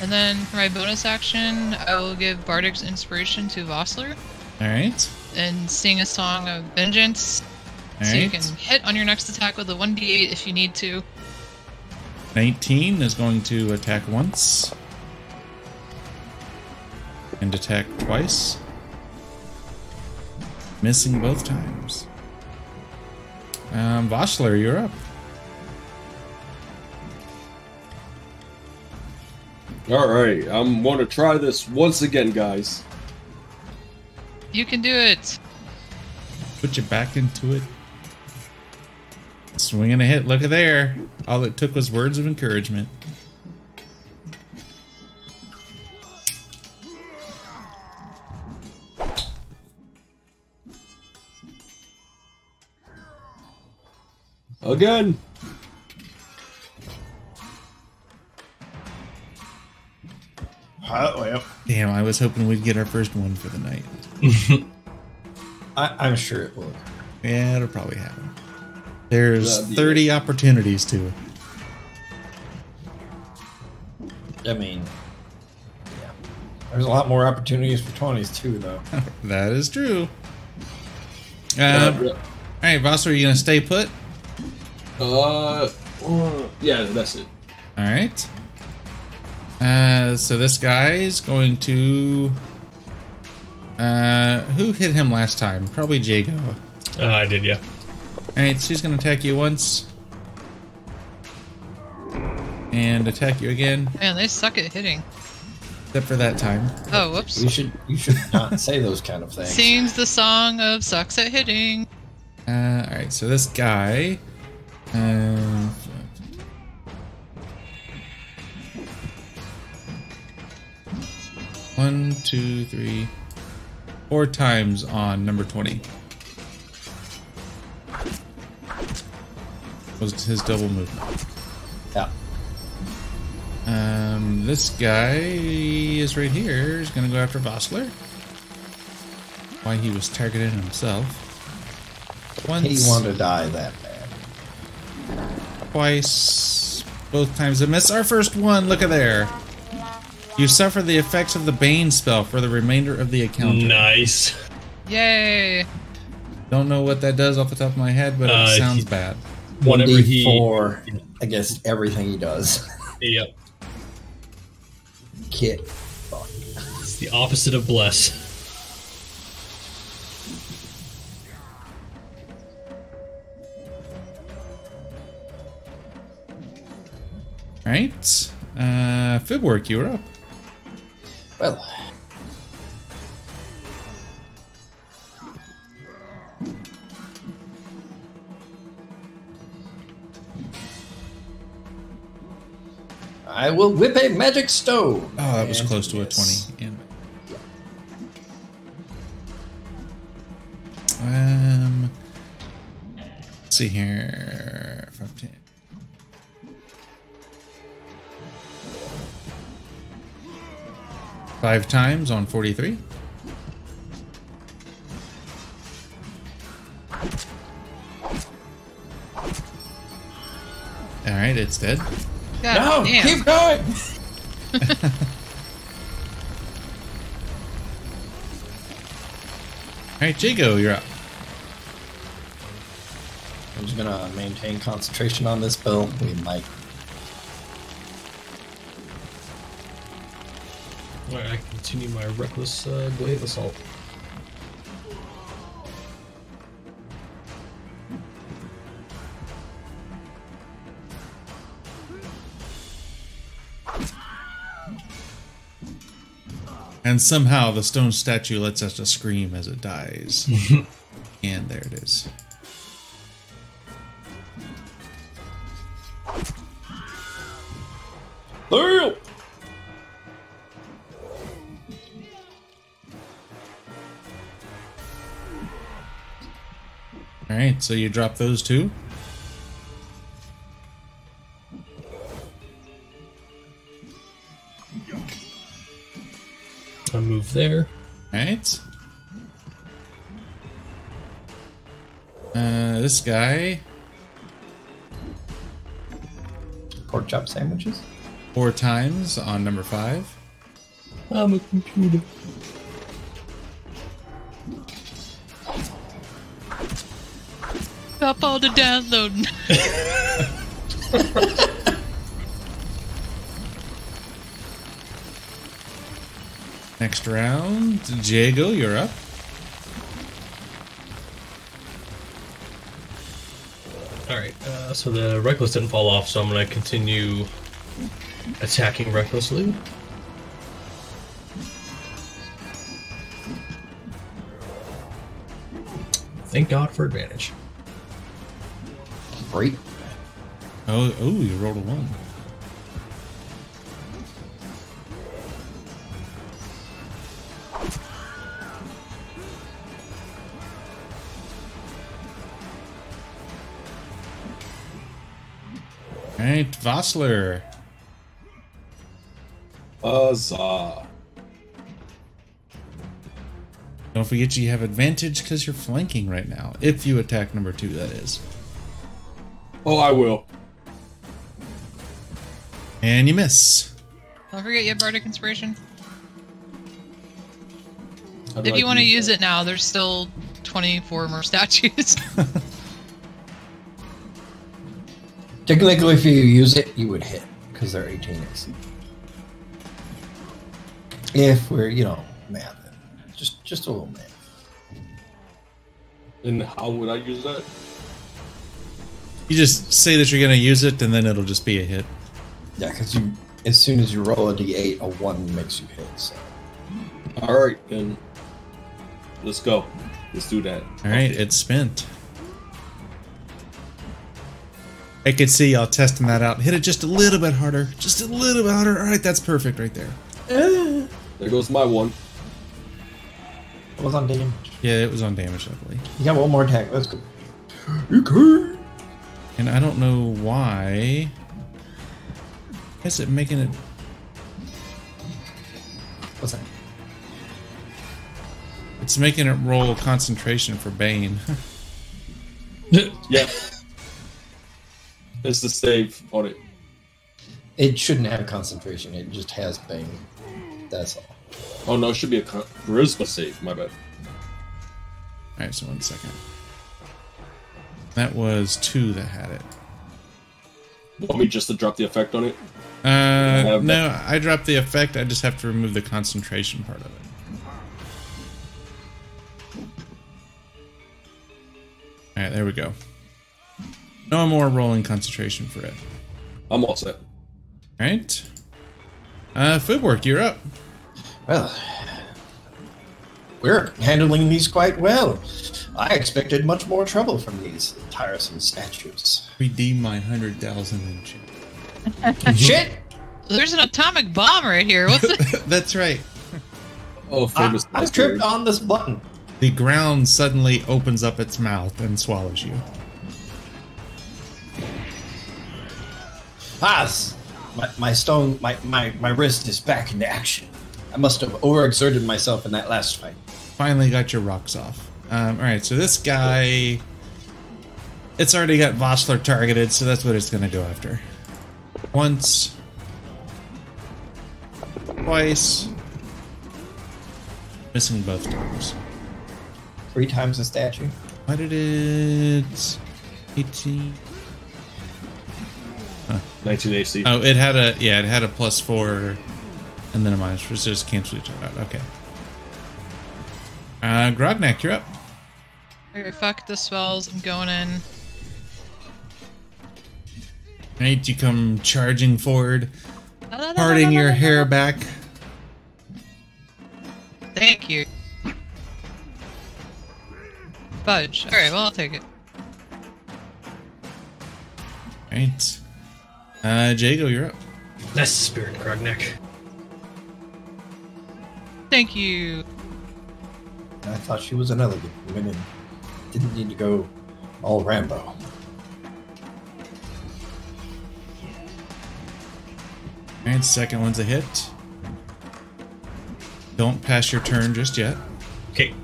And then for my bonus action, I will give Bardic's inspiration to Vossler All right, and sing a song of vengeance. all so you right. can hit on your next attack with a 1d8 if you need to. 19 is going to attack once and attack twice, missing both times. Um, Voshler, you're up. All right, I'm gonna try this once again, guys. You can do it. Put your back into it. Swing and a hit. Look at there. All it took was words of encouragement. Again. Damn, I was hoping we'd get our first one for the night. I, I'm sure it will. Yeah, it'll probably happen. There's That'd be 30 opportunities to it. [LAUGHS] I mean, yeah. There's a lot more opportunities for twenties too, though. That is true. Um, All right, Voss, are you gonna stay put? Uh, uh, yeah, that's it. All right. Uh, so this guy is going to. Uh, who hit him last time? Probably Jago. All Uh, I did, yeah. right, she's gonna attack you once, and attack you again, Man, they suck at hitting. except for that time. Oh, whoops. You should you should [LAUGHS] not say those kind of things. Sings the song of sucks at hitting. Uh, all right, so this guy. Uh, one, two, three, four times on number 20. Was his double movement. Yeah. Um, this guy is right here. He's gonna go after Vossler. Why he was targeting himself. Once. He wanted to die that bad. twice. Both times a miss. Our first one. Look at there. You suffer the effects of the Bane spell for the remainder of the encounter. Nice. Yay. Don't know what that does off the top of my head, but it Uh, sounds he- bad. Whenever he, four against everything he does. [LAUGHS] yep, Kit. it's the opposite of bless. All right. Uh, Fibwork, you were up. Well. I will whip a magic stone. Oh, that was And close to a miss. 20. Again. Um, let's see here. 15. Five times on 43. All right, it's dead. God No, damn. keep going. All right, Jago, you're up. I'm just gonna maintain concentration on this bill. We might. All right, I continue my reckless uh, glaive assault. And somehow the stone statue lets out a scream as it dies. and there it is. Lurl! All right, so you drop those two. I move there. All right. Uh, this guy Pork chop sandwiches. four times on number five. I'm a Ah, computer. Stop all the downloading. Next round, Jago, you're up. All right. Uh, so the reckless didn't fall off, so I'm gonna continue attacking recklessly. Thank God for advantage. Great. Oh, oh, you rolled a one. All right, Vossler. Huzzah. Don't forget you have advantage because you're flanking right now. If you attack number two, that is. Oh, I will. And you miss. Don't forget you have Bardic Inspiration. How do If I you want to do use that? it now, there's still 24 more [LAUGHS] statues. Technically, if you use it, you would hit because they're 18s. If we're, you know, math, just just a little math. And how would I use that? You just say that you're going to use it, and then it'll just be a hit. Yeah, because you, as soon as you roll a d8, a one makes you hit. So All right, then. Let's go. Let's do that. All right, it's spent. I could see y'all testing that out. Hit it just a little bit harder. Just a little bit harder. All right, that's perfect right there. There goes my one. what was on damage? Yeah, it was on damage, luckily. You got one more attack. Let's go. Okay. And I don't know why. Why is it making it. What's that? It's making it roll concentration for Bane. [LAUGHS] [LAUGHS] Yeah. it's the save on it. It shouldn't have concentration. It just has bane. That's all. Oh no, it should be a con- charisma save. My bad. All right, so one second. That was two that had it. Want me just to drop the effect on it? Uh, have no, I dropped the effect. I just have to remove the concentration part of it. All right, there we go. No more rolling concentration for it. I'm all set. All right. Uh, Foodwork, you're up. Well, we're handling these quite well. I expected much more trouble from these tiresome statues. Redeem my hundred thousand in chip. Shit! There's an atomic bomb right here. What's the [LAUGHS] That's right. Oh, I, [LAUGHS] famous. Ah, I last tripped words. on this button. The ground suddenly opens up its mouth and swallows you. Ah, s- my, my stone, my, my, my wrist is back into action. I must have overexerted myself in that last fight. Finally got your rocks off. Um, all right, so this guy, it's already got Vossler targeted, so that's what it's going to go after. Once, twice, missing both times. Three times the statue. Why did it? 18. 19 AC. Oh, it had a yeah, it had a plus four, and then a minus four. So just cancel each other out. Okay. Uh, Grognak, you're up. Alright, fuck the swells. I'm going in. Right, you come charging forward, parting your hair back. Thank you. Fudge. Alright, well, I'll take it. Right. Uh, Jago, you're up. That's the spirit, Krognek. Thank you. And I thought she was an elegant woman. Didn't need to go all Rambo. Alright, second one's a hit. Don't pass your turn just yet, Okay.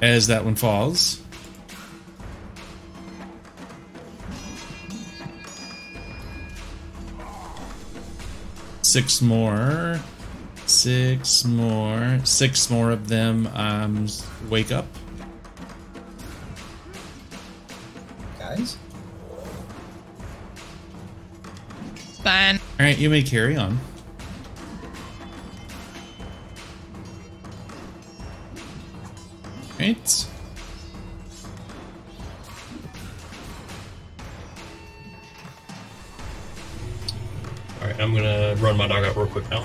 as that one falls. Six more. Six more. Six more of them um, wake up. Guys? It's fine. Alright, you may carry on. Alright. All right, I'm gonna run my dog out real quick now.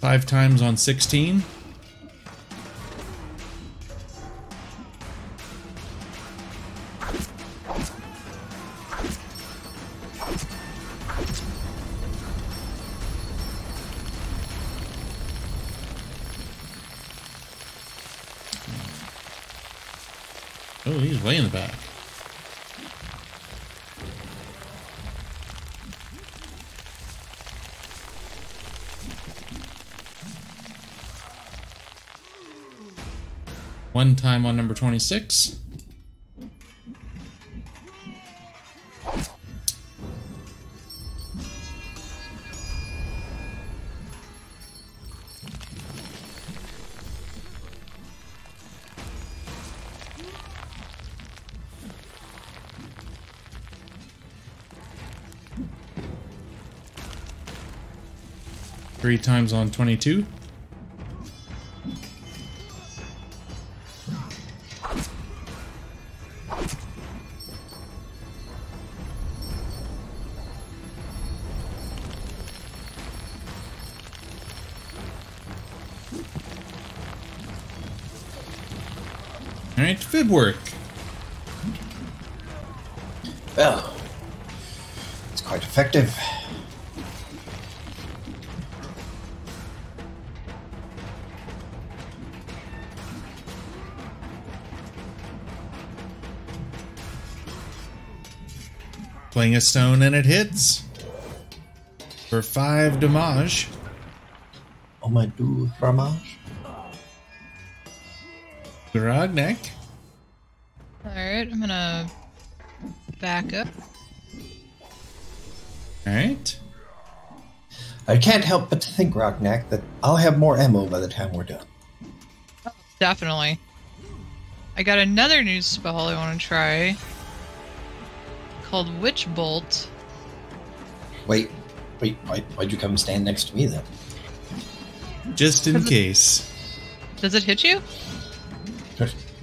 Five times on 16. Oh, he's way in the back. One time on number 26. Three times on 22. Alright, Fibwork. Well, it's quite effective. Playing a stone and it hits. For five damage. Oh my do fromage? Grognak. Alright, I'm gonna back up. Alright. I can't help but to think, Rocknack, that I'll have more ammo by the time we're done. Definitely. I got another new spell I want to try called Witch Bolt. Wait, wait, why, why'd you come stand next to me then? Just in case. Does it hit you?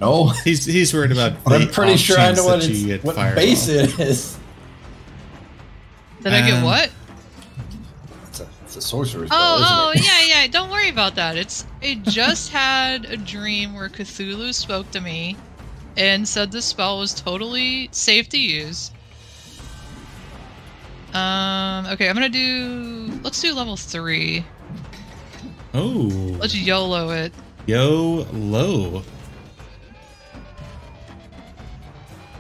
No, [LAUGHS] He's he's worried about but the I'm pretty off sure I chance know what, that you get it's, what fired base off. it is. [LAUGHS] Did I get Um, what? It's a, it's the sorcerer's bell, isn't Oh, oh, it? [LAUGHS] yeah, yeah. Don't worry about that. It's I just had a dream where Cthulhu spoke to me and said the spell was totally safe to use. Um, okay, I'm gonna do let's do level three. Oh, Let's YOLO it. [LAUGHS] yo low.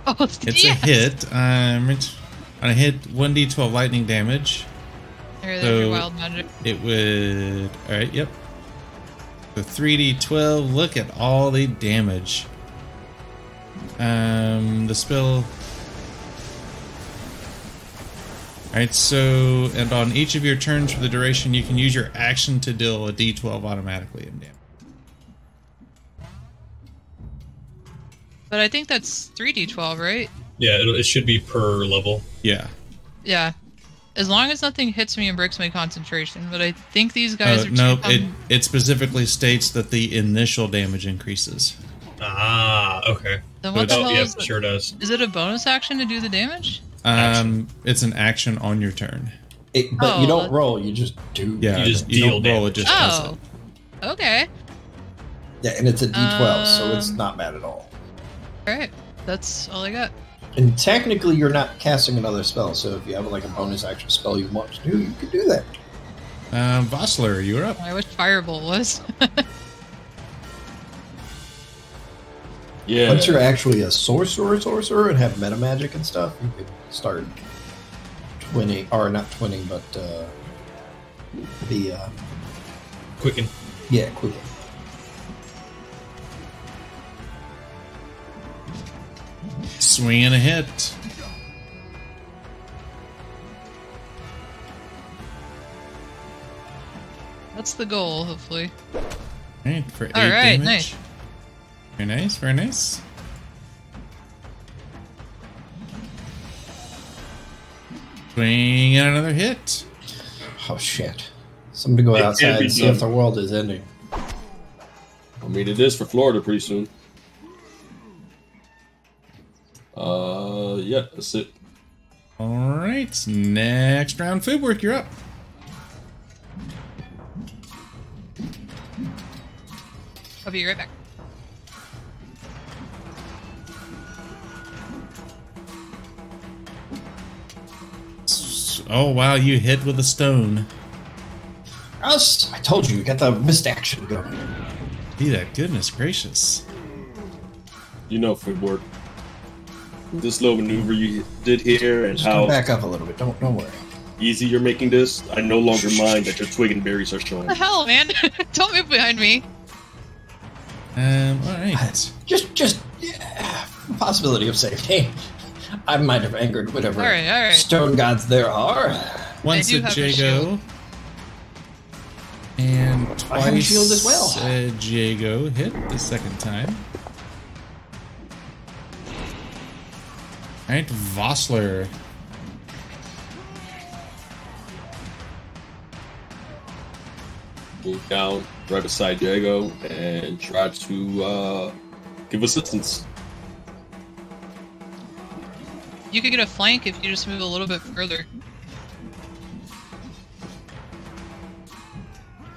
Oh It's yes. a hit. Um, it's on a hit, 1d12 lightning damage. There, there's So- your wild magic. It would. All right. Yep. The 3d12. Look at all the damage. Um, the spell. All right. So, and on each of your turns for the duration, you can use your action to deal a d12 automatically in damage. But I think that's 3d12, right? Yeah, it, it should be per level. Yeah. Yeah. As long as nothing hits me and breaks my concentration, but I think these guys Uh, are no, too it it specifically states that the initial damage increases. Ah, okay. then what the oh, hell yeah, is it? sure does. Is it a bonus action to do the damage? Um, it's an action on your turn. It- But you Oh. don't roll, you just do. Yeah. You just don't deal roll, it just does it. Oh. Okay. Yeah, and it's a d12, so it's Um, not bad at all. Alright. That's all I got. And technically, you're not casting another spell, so if you have like a bonus action spell you want to do, you could do that. Um, Vossler, you're up. I wish Firebolt was. [LAUGHS] Yeah. Once you're actually a sorcerer, sorcerer, and have meta magic and stuff, you could start twenty or not twenty, but uh, the uh, Quicken. yeah, quick. Swing and a hit. That's the goal, hopefully. All right, for eight All right, damage. nice. Very nice, very nice. Swing and another hit. Oh shit! Somebody go It can't outside be and see if the done. world is ending. I mean, it is for Florida pretty soon. Uh, yeah, that's it. All right, next round. Food work, you're up. I'll be right back. S- Oh wow, you hit with a stone. Us! I told you, you got the missed action going. See that? Goodness gracious. You know, food work. This little maneuver you did here and Just how come back up a little bit. Don't don't worry. easy you're making this, I no longer mind that your twig and berries are showing. What the hell, man? [LAUGHS] Don't move behind me. Um. All right. Just just yeah, possibility of safety. [LAUGHS] I might have angered whatever Alright, alright. stone gods there are. Once do a have a Jago. shield. And I have a twice shield as well. a Jago hit the second time. Alright, Vossler. Move down right beside Diego and try to uh, give assistance. You could get a flank if you just move a little bit further.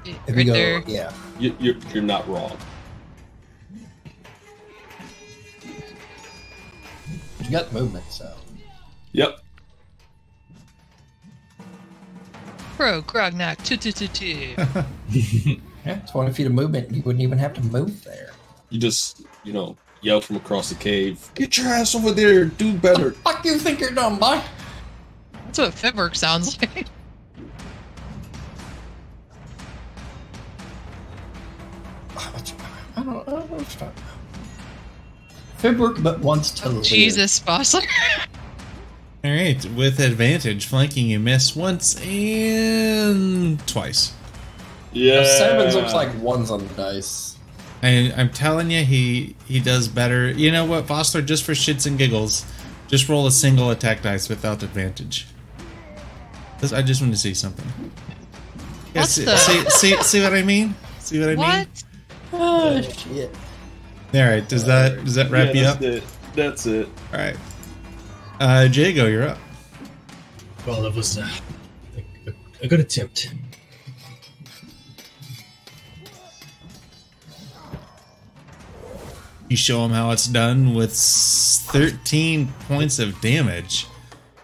If Right you go, there. yeah. You, you're, you're not wrong. You got movement, so Yep. Pro Grognak. tu, tu, tu, tu. yeah, twenty feet of movement. and You wouldn't even have to move there. You just, you know, yell from across the cave, get your ass over there, do better. Fuck you, think you're dumb, boy. That's what Fitwork sounds [LAUGHS] like. I don't, I don't know what you're talking about. Fibrook, but wants to leave. Oh, Jesus, Fossler. Alright, with advantage, flanking you miss once and twice. Yeah. The sevens looks like ones on the dice. And I'm telling you, he he does better. You know what, Vossler, just for shits and giggles, just roll a single attack dice without advantage. This- I just want to see something. Yeah, What see, the- see, see, see what I mean? See what I mean? What? Oh shit! All right. Does that does that wrap Yeah, you up? that's it. That's it. All right. Uh, Jago, you're up. Well, that was uh, a- a good attempt. You show him how it's done with s- 13 points of damage.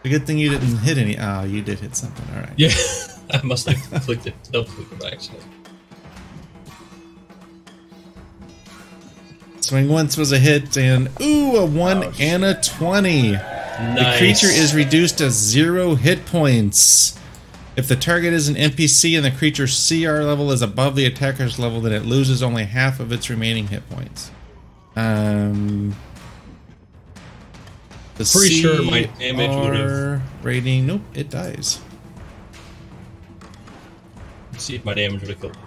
The good thing you didn't hit any. Oh, you did hit something. All right. Yeah, [LAUGHS] I must have clicked it. Double clicked it by accident. Swing once was a hit, and ooh, a one Oh, and a 20. The Nice. creature is reduced to zero hit points. If the target is an NPC and the creature's CR level is above the attacker's level, then it loses only half of its remaining hit points. Um, the Pretty sure my damage would've- CR rating. Nope, it dies. Let's see if my damage would have killed.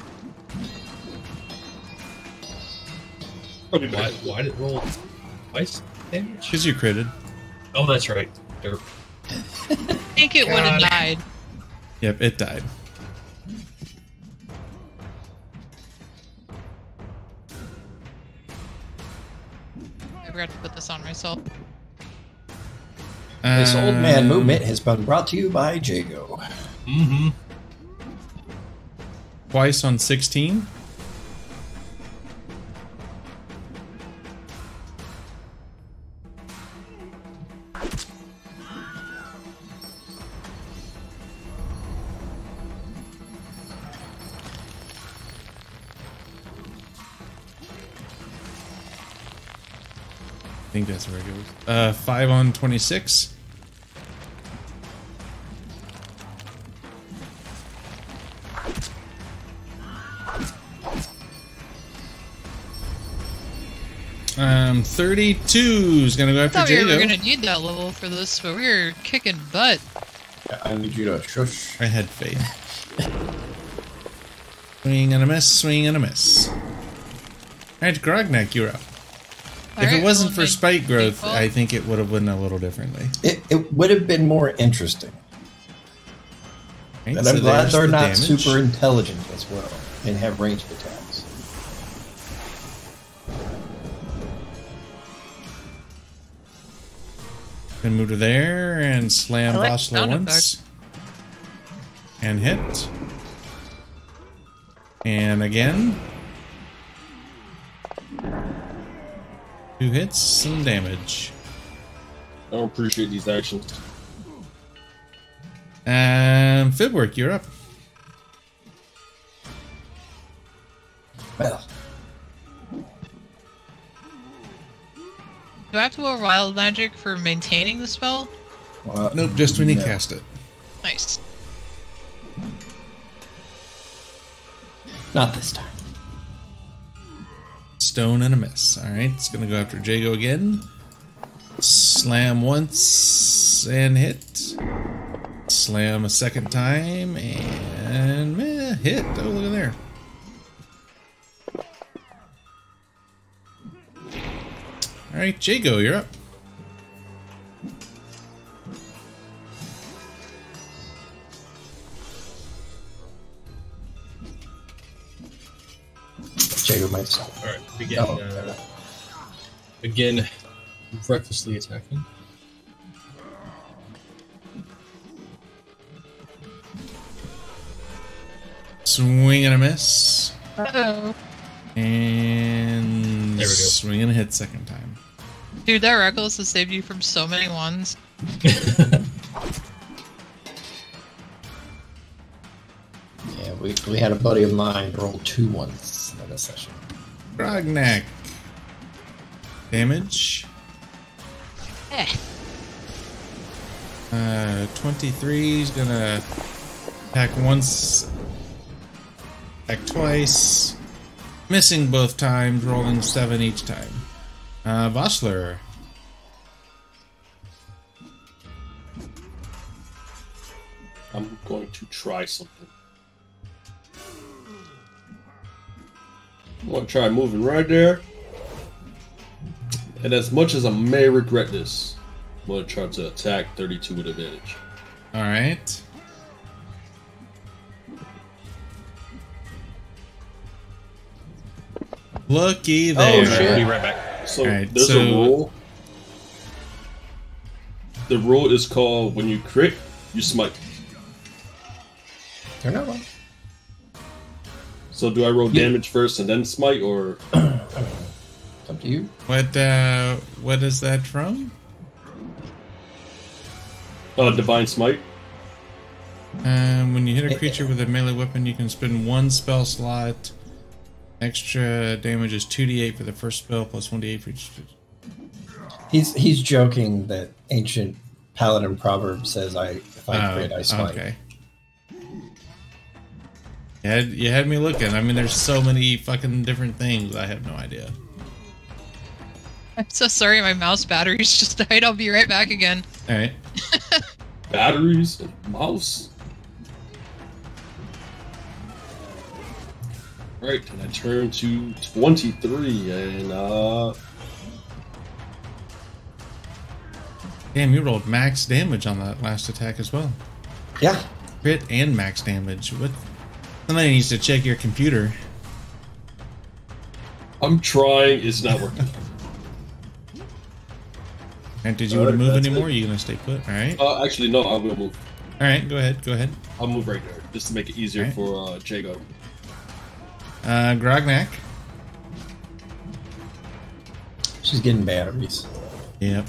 Probably Why, better. why did it roll twice damage? Because you critted. Oh, that's right. Derp. I think it would have died. Yep, it died. I forgot to put this on myself. This old man Um, movement has been brought to you by Jago. Mm-hmm. Twice on 16. I think that's where it goes. Uh, five on 26. Um, 32 is gonna go I after thought we Jago. were gonna need that level for this, but we were kicking butt. I need you to shush. I had faith. swing and a miss, swing and a miss. Alright, Grognak, you're up. if Alright, it wasn't well, for then- spike growth, well, I think it would have went a little differently. It, it would have been more interesting. Right, And so I'm glad there's they're the not damage. super intelligent as well and have ranged attacks. Then move to there and slam I like Bossler sound once. And hit. And again. Two hits, some damage. I don't appreciate these actions. Um, Fibwork, you're up. Well, Do I have to roll wild magic for maintaining the spell? well, Nope, just when you no. cast it. Nice. Not this time. Stone and a miss. All right, it's gonna go after Jago again. Slam once and hit. Slam a second time and meh, hit. Oh, look at there. All right, Jago, you're up. Jago Oh, myself. All right, begin. No, Oh. Uh, again, recklessly attacking. Oh, Swing and a miss, Uh-oh. and There we go. swing and a hit second time. Dude, that reckless has saved you from so many ones. yeah, we, we had a buddy of mine roll two ones in a session. Grognak. Damage. Eh. Uh, 23 is gonna attack once, attack twice, missing both times, rolling seven each time. Uh, Vossler. I'm going to try something. I'm going to try moving right there. And as much as I may regret this, I'm going to try to attack 32 with advantage. All right. Looky there. Oh, All right, shit. Be right back. So Alright, there's so- a rule. The rule is called when you crit, you smite. They're not like So do I roll damage first and then smite, or It's up to you. What uh what is that from? Uh, Divine Smite. Um when you hit a creature with a melee weapon you can spend one spell slot. Extra damage is two D eight for the first spell plus one D eight for each He's he's joking that ancient paladin proverb says, "I if I create, I smite." Oh, okay. You had, you had me looking. I mean, there's so many fucking different things. I have no idea. I'm so sorry, my mouse batteries [LAUGHS] just died. I'll be right back again. All right. Batteries and mouse. Right, and I turn to 23, and uh, Damn, you rolled max damage on that last attack as well. Yeah, Crit and max damage. What? Somebody needs to check your computer. I'm trying, it's not working. And did you want to Alright, move that's anymore? it. Are you gonna stay put? All right. All uh, actually, no, I'm gonna move. right. Go ahead. Go ahead. I'll move right there, just to make it easier Alright. for uh, Jago. Uh, Grognak. she's getting batteries. Yep.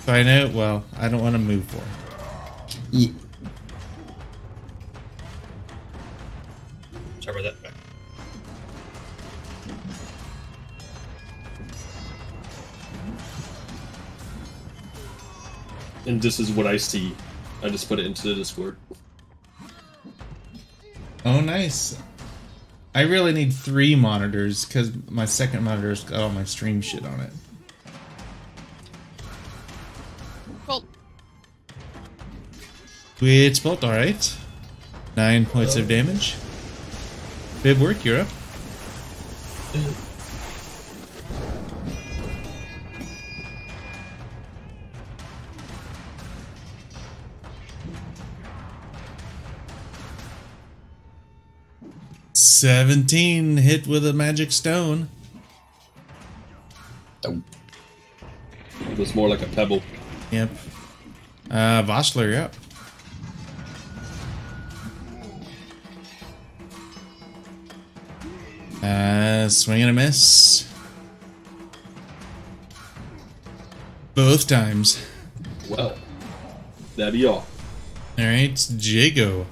So I know. Well, I don't want to move for. her. Yeah. Sorry about that. And this is what I see. I just put it into the Discord. Oh, nice. I really need three monitors because my second monitor's got all my stream shit on it. Well, It's bolt, all right. Nine points of damage. Bib work, you're up. Seventeen hit with a magic stone. So, It was more like a pebble. Yep. Uh, Vossler, you're up. Uh, swing and a miss. Both times. Well, that E be all. All right, Jago.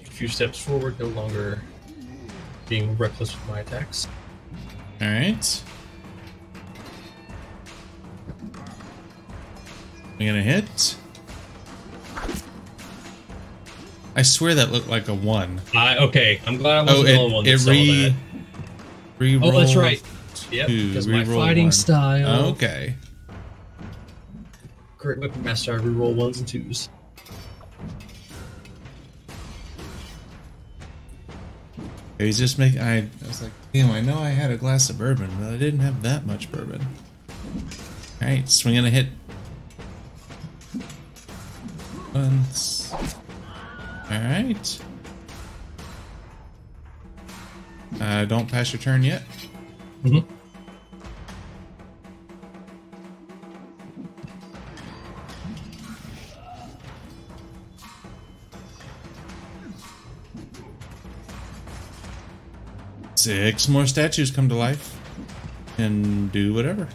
A few steps forward, no longer being reckless with my attacks. All right. I'm gonna hit. I swear that looked like a one. I okay. I'm glad I Oh, wasn't the only one it, that it saw re, that. re Oh, that's right. Yep, two, because my reroll fighting one. style. Okay. Great Weapon Master, I reroll ones and twos. He's just making. I, I was like, damn, I know I had a glass of bourbon, but I didn't have that much bourbon. All right, swinging a hit. Once. All right. Uh, don't pass your turn yet. Mhm. Six more statues come to life and do whatever.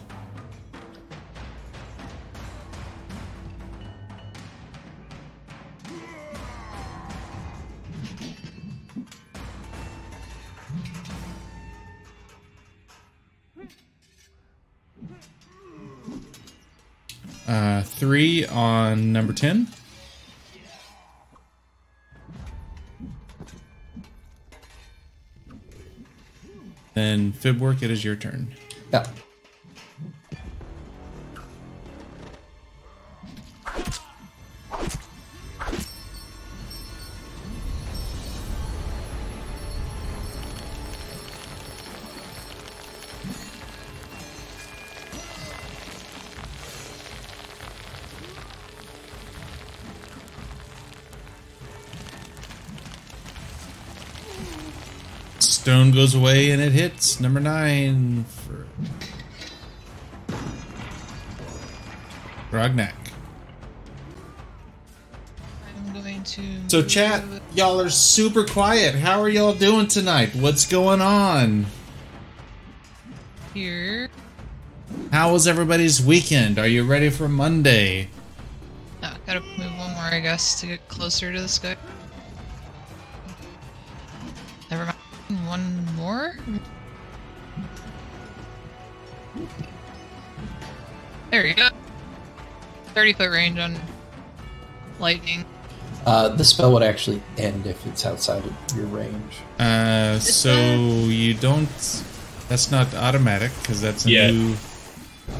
Uh, three on number 10. Then Fibwork, it is your turn. yeah. Stone goes away and it hits number nine for Grognak. I'm going to. So, chat, y'all are super quiet. How are y'all doing tonight? What's going on? here. How was everybody's weekend? Are you ready for Monday? Oh, gotta move one more, I guess, to get closer to this guy. Never mind. One more? There we go. 30 foot range on lightning. Uh, the spell would actually end if it's outside of your range. Uh, so that- you don't. That's not automatic because that's a Yeah. new,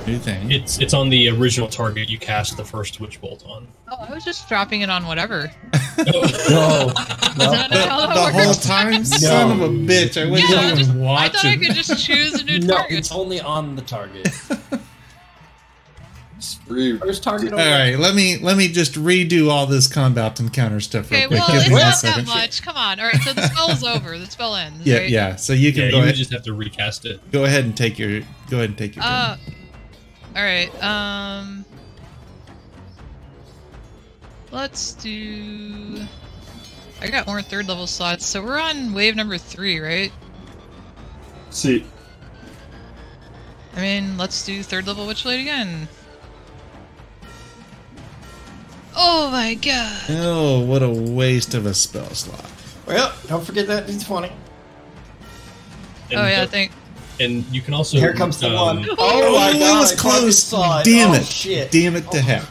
new thing. It's it's on the original target you cast the first witch bolt on. Oh, I was just dropping it on whatever. [LAUGHS] No, Is no, that not how the that whole works? time, son of a bitch! I wasn't Yeah, I even just- I watching. thought I could just choose [LAUGHS] a new no, target. it's only on the target. Spree. First target. all right, let me let me just redo all this combat encounter stuff. Okay, real quick. well, Give it's me a not that second. much. Come on. All right, so the spell is over. The spell ends. Yeah, right? yeah. So you can Yeah, go you would ahead. just have to recast it. Oh, Go ahead and take your. Go ahead and take your. turn. Uh, all right. Um, let's do. I got more third level slots, so we're on wave number three, right? See, I mean, let's do third level witch blade again. Oh my god! oh, what a waste of a spell slot. Well, don't forget that it's funny. And Oh yeah, the- thank. and you can also Here comes the one. um, Oh, it was I fucking close. saw it. Damn Oh, it. shit. Damn it to heck.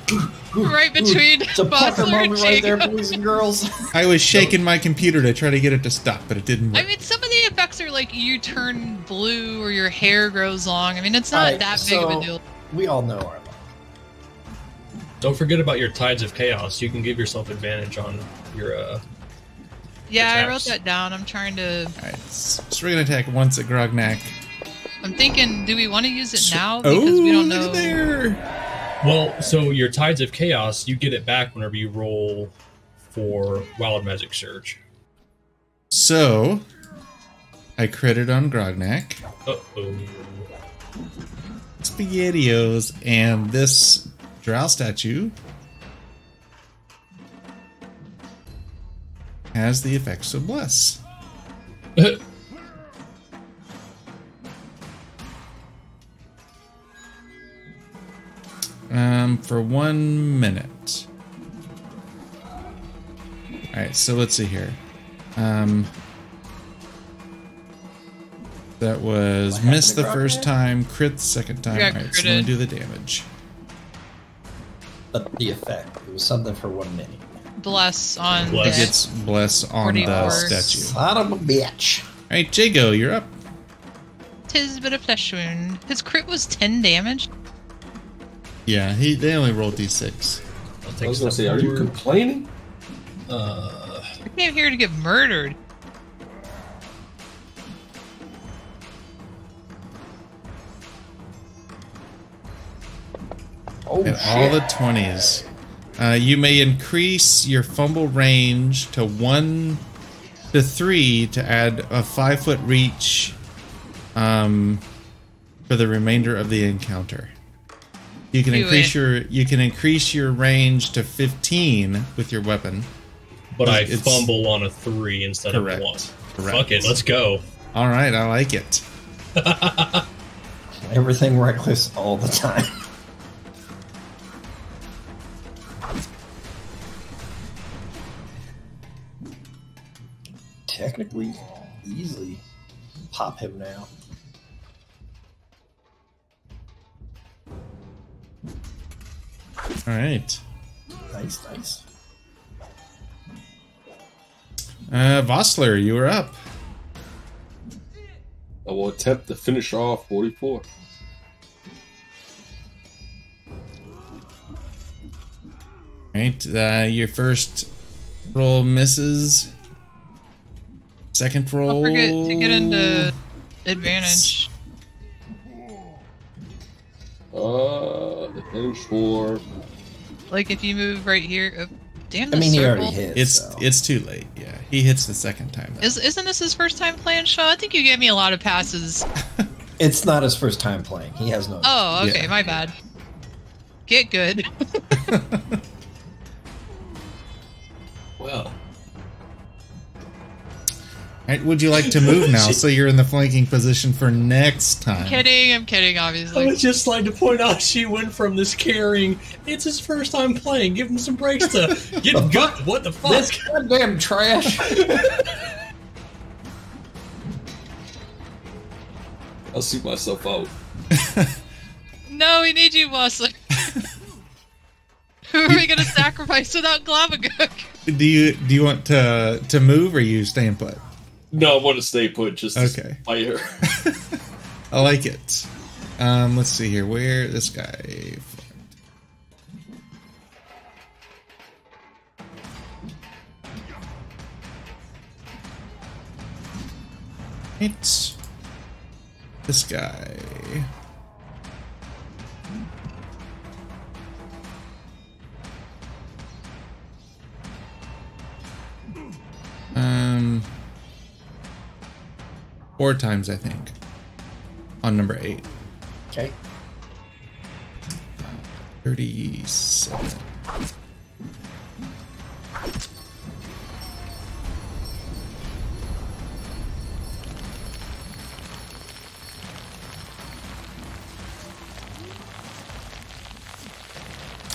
Right between [LAUGHS] It's a Bosler pucker and moment right there, Jacob. boys and girls. I [LAUGHS] was shaking my computer to try to get it to stop, but it didn't work. I mean, some of the effects are like you turn blue or your hair grows long. I mean, it's not Alright, that big of so- a deal. We all know our luck. Don't forget about your tides of chaos. You can give yourself advantage on your. Uh, Yeah, I wrote attacks. that down. I'm trying to All right, so we're gonna attack once at Grognak. Oh, I'm thinking, do we want to use it now because we oh, don't know? look at there! well, so your tides of chaos, you get it back whenever you roll for wild magic surge. So, I critted on Grognak, Uh [LAUGHS] oh. Spaghettios, and this Drow statue has the effects of Bless. um, for one minute. All right, so let's see here. Um, that was happened miss to the Grog first there? time, crit second time. Yeah, All right, so let me critted. do the damage. But the effect. It was something for one minute. Bless on Bless. the- It's bless on the 44. statue. All Son of a bitch. right, Jago, you're up. Tis but a flesh wound. His crit was 10 damage. Yeah, he they only rolled d6. I'll take I was a step gonna say, are you forward. complaining? uh, I came here to get murdered. Oh, and shit. all the 20s. Uh, you may increase your fumble range to one to three to add a five foot reach um, for the remainder of the encounter. You can Do increase it. your you can increase your range to fifteen with your weapon. but I It's- fumble on a three instead Correct. of one. Correct. Fuck it, let's go. All right, I like it. Everything reckless all the time. Technically, easily pop him now. All right, Nice, nice. uh, Vossler, you are up. I will attempt to finish off 44. All right, uh, your first roll misses. Second roll. Don't forget to get into Oh. advantage. Uh, the finish for Like if you move right here. Oh, damn, I this mean, he circle. already hit. It's so. it's too late. Yeah, he hits the second time. though. Is, isn't this his first time playing Shaw? I think you gave me a lot of passes. It's not his first time playing. He has no. Oh, okay, Yeah. my bad. [LAUGHS] Get good. well, Right, would you like to move now so you're in the flanking position for next time? I'm kidding. I'm kidding. Obviously. I Oh, would just like to point out she went from this caring, it's his first time playing, give him some breaks to get [LAUGHS] gut. What the fuck? This [LAUGHS] goddamn trash. I'll see myself out. No, we need you, Wesley. [LAUGHS] Who are we gonna sacrifice without Glavagook? [LAUGHS] Do you do you want to to move or you stay and put? No, I want to stay put. Just Okay. by her. I like it. Um, let's see here. Where this guy? It's this guy. Um, four times I think on number eight. Okay. 37.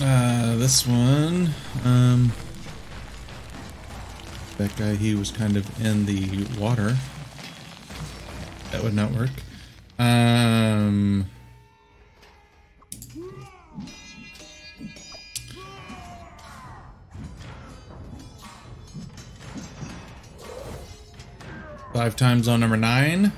Uh, this one, um, that guy, he was kind of in the water. That would not work. Um, Five times on number nine.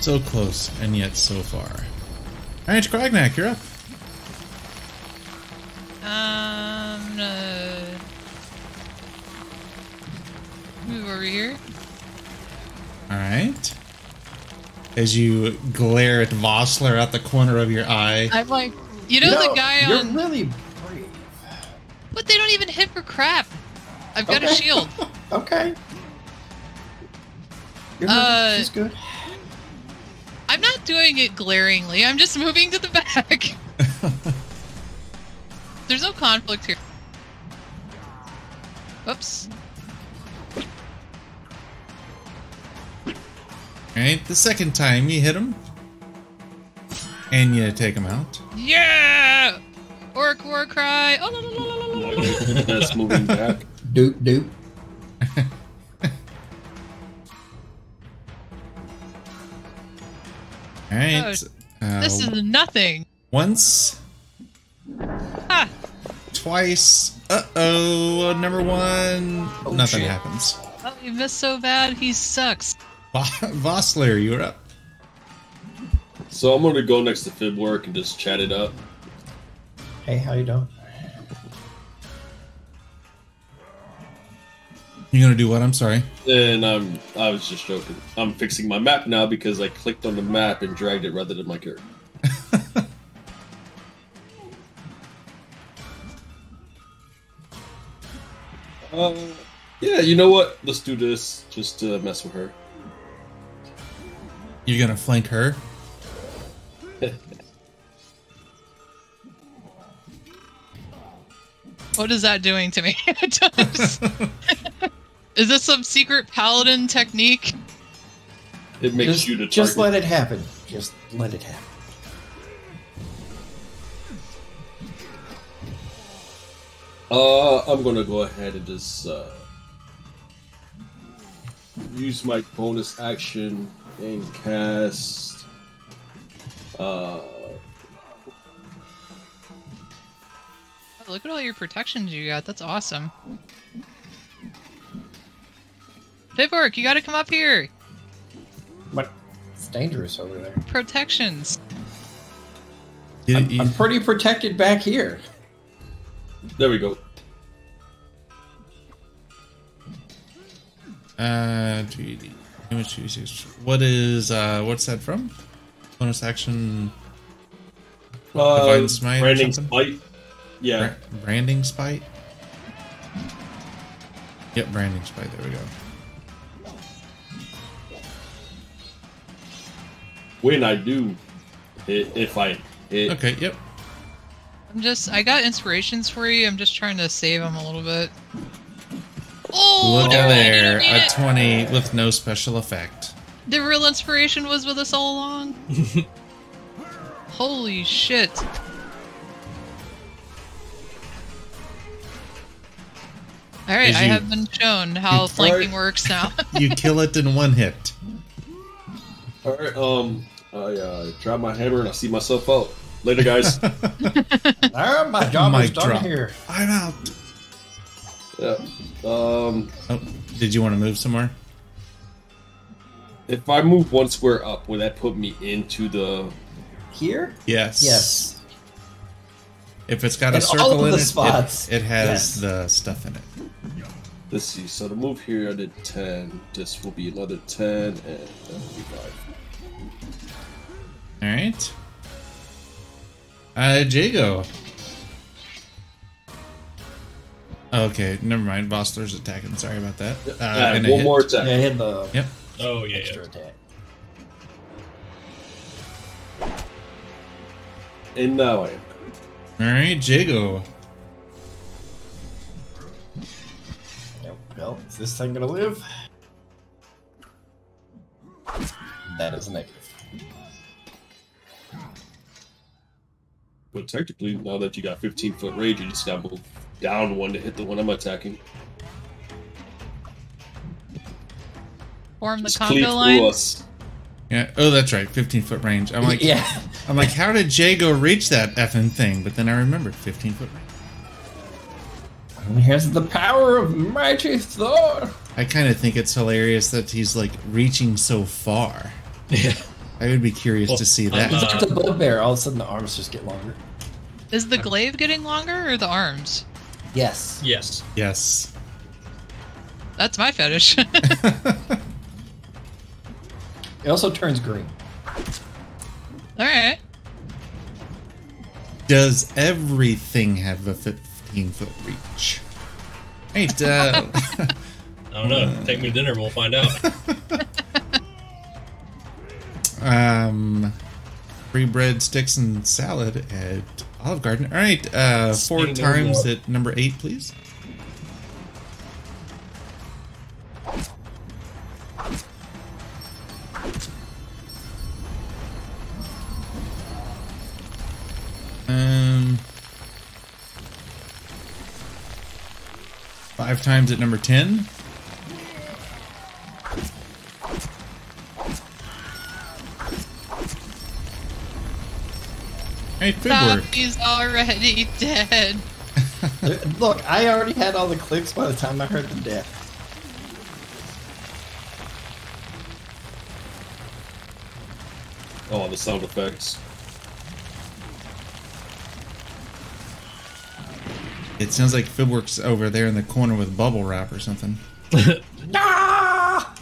So close, and yet so far. All right, Krognak, you're up. Um, no. Move over here. All right. As you glare at Vossler out the corner of your eye, I'm like, you know the guy you're on. really brave. But they don't even hit for crap. I've got a Okay. shield. Okay. You're Uh, she's good. I'm not doing it glaringly. I'm just moving to the back. There's no conflict here. Whoops. all right, the second time you hit him, and you take him out. Yeah! Orc war cry. Oh, la, la, la, la, la, la, la. [LAUGHS] That's moving back. Duke, Duke. All right. uh, Oh, This is nothing. once Ha! twice. Uh oh, number one. Nothing happens. Oh, he missed so bad. He sucks. Va- Vossler, you're up. So I'm gonna go next to Fibwork and just chat it up. Hey, how you doing? You're gonna do what? I'm sorry. And I'm I was just joking. I'm fixing my map now because I clicked on the map and dragged it rather than [LAUGHS] my character. uh, yeah, you know what? Let's do this just to mess with her. You're gonna flank her. What is that doing to me? [LAUGHS] I don't understand. is this some secret paladin technique? It makes just, you the target. just let it happen. Just let it happen. Uh, I'm gonna go ahead and just uh, use my bonus action and cast. Uh, Oh, Look at all your protections you got. That's awesome. Pivork, you gotta come up here. But it's dangerous over there. Protections. You- I'm, you- I'm pretty protected back here. there we go. uh, GD. How much is this? What is uh, what's that from? Bonus action Uh, Divine Smite or branding something? Smite. Yeah, bra- branding spite. Yep, branding spite. There we go. when I do I- If I hit, Okay, yep. I'm just. I got inspirations for you. I'm just trying to save them a little bit. Oh, Look no, I there, didn't need a it. 20 with no special effect. The real inspiration was with us all along. Holy shit. Alright, Did I you- have been shown how you flanking fart? [LAUGHS] works now. [LAUGHS] You kill it in one hit. all right. Um, I uh, drop my hammer and I see myself out. [LAUGHS] Later, guys. All right, Ah, my job Mic is done drop. here. I'm out. yeah. Um, Oh, did you want to move somewhere? if I move one square up, would that put me into the? Here? Yes. Yes. If it's got a In all circle of in the it, it- spots. it, has Yes. the stuff in it. Let's see. So to move here, I did ten. This will be another ten, and that will be five. All right. Uh, Jago. Okay, never mind. Vossler's attacking. Sorry about that. Uh, Uh, and a one hit. more Yeah, I attack. hit the Yep. Oh yeah, extra yeah. attack. And now I am. All right, Jago. Yep. Well, is this thing gonna live? That is negative. But technically, now that you got 15 foot range, you just got to move down one to hit the one I'm attacking. Form the Just cleave Congo through line. us. Yeah. Oh, that's right. 15 foot range. I'm like, [LAUGHS] yeah. I'm like, how did Jago reach that effing thing? But then I remembered 15 foot range. Here's the power of mighty Thor. I kind of think it's hilarious that he's like reaching so far. I would be curious Well, to see I'm, that. uh, It's like the bugbear. All of a sudden, the arms just get longer. Is the glaive getting longer or the arms? Yes. Yes. yes. That's my fetish. [LAUGHS] It also turns green. Alright. Does everything have a 15 foot reach? [LAUGHS] Right. Uh, [LAUGHS] I don't know. Take me to dinner. We'll find out. um, free bread, sticks, and salad at Olive Garden. All right. Uh, four Speaking of times what- at number eight, please. Um, five times at number 10. Hey, good work. He's already [LAUGHS] dead. Look, I already had all the clicks by the time I heard the death. Oh, the sound effects. It sounds like Fibwork's over there in the corner with bubble wrap or [LAUGHS] something. [LAUGHS] Ah!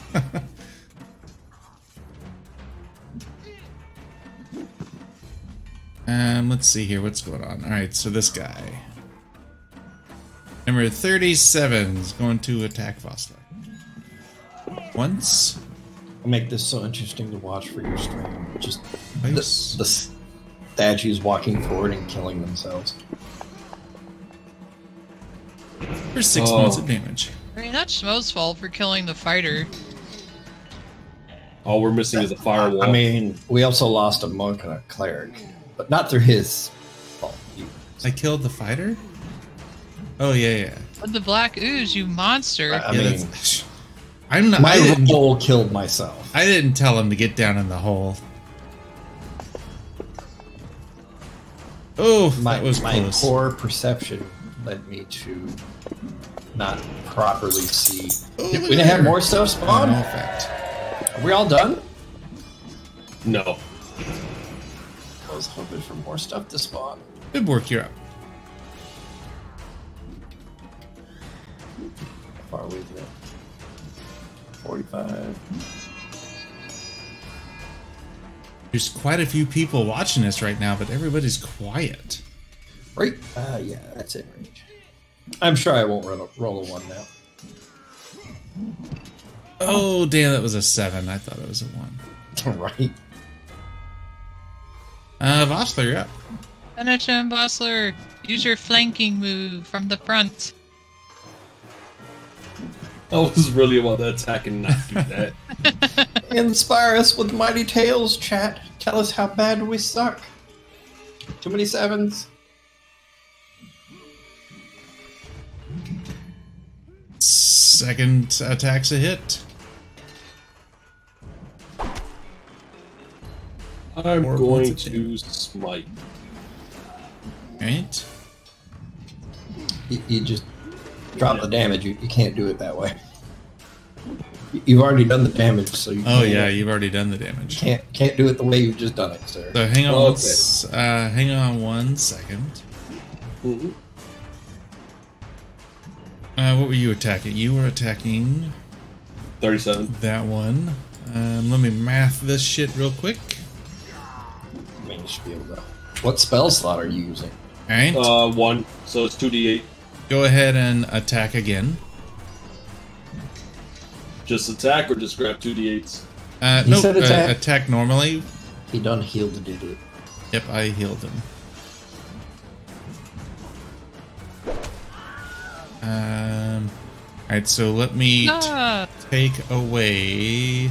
Um, let's see here. What's going on? All right, so this guy. Number 37 is going to attack Vostok. Once. I'll make this so interesting to watch for your stream. Just the, the Twice. statues walking forward and killing themselves. For six Oh. points of damage. I mean, that's Schmo's fault for killing the fighter. All we're missing is a firewall. I mean, we also lost a monk and a cleric, but not through his fault. I killed the fighter? Oh, yeah, yeah. With the black ooze, you monster. I yeah mean, that's, [LAUGHS] I'm not. I my didn't, role killed myself. I didn't tell him to get down in the hole. Oh, My, that was my close. poor perception led me to not properly see. Oh, we look didn't have there. more stuff spawn. No effect. Are we all done? no. I was hoping for more stuff to spawn. Good work, you're up. How far away is it? 45. There's quite a few people watching this right now, but everybody's quiet. Right? Uh, yeah, that's in range. I'm sure I won't roll a, roll a one now. [LAUGHS] Oh, damn, that was a seven. I thought it was a one. right? Uh, Vossler, yeah. Finish him, Bustler. Use your flanking move from the front. I was really about to attack and not do [LAUGHS] that. Inspire us with mighty tales, chat. Tell us how bad we suck. Too many sevens. Second attack's a hit. I'm Four going points of to smite. Right? You, you just drop the damage. You, you can't do it that way. You- You've already done the damage, so you Oh can't- yeah, you've already done the damage. can't can't do it the way you've just done it, sir. So hang on, Okay. one s- uh, hang on one second. Mhm. Uh, what were you attacking? You were attacking 37. that one. Um, let me math this shit real quick. I mean, you should be able to. What spell slot are you using? All right, Uh, 1. So it's 2d8. go ahead and attack again. Just attack or just grab 2d8s? Uh, He no, said uh, attack. attack normally. He done healed the dude. Yep, I healed him. Um. All right, so let me Ah, take away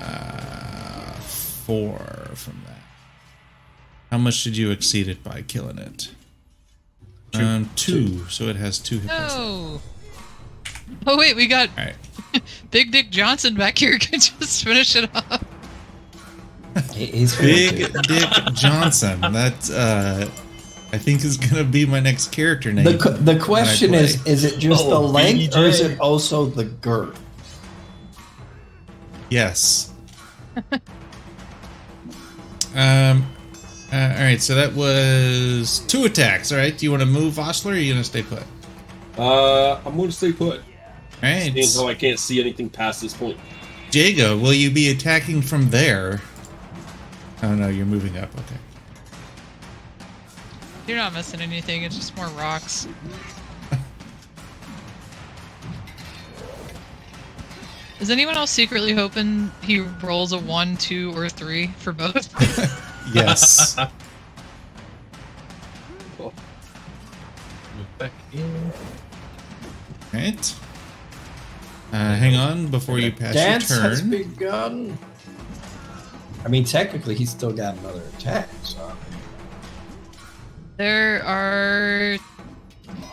uh, four from that. How much did you exceed it by killing it? Two. Um, two, So it has two hit points. no. Oh wait, we got All right. Big Dick Johnson back here. [LAUGHS] Can just finish it off. He, he's Big Dick Johnson. That uh, I think is gonna be my next character name. The, qu- the question when I is: Is it just Oh, the length, or is BJ. it also the girth? yes. um. Uh, all right, so that was two attacks. All right, do you want to move Vossler? Or are you gonna stay put? All Uh, I'm going to stay put. right, Seeing how I can't see anything past this point. Jago, will you be attacking from there? Oh no, you're moving up. Okay. You're not missing anything. It's just more rocks. Is anyone else secretly hoping he rolls a one, two, or three for both? [LAUGHS] Yes. Oh, Move back in. right. Uh, hang on before you pass Dance your has turn. begun. I mean, technically, he's still got another attack. So There are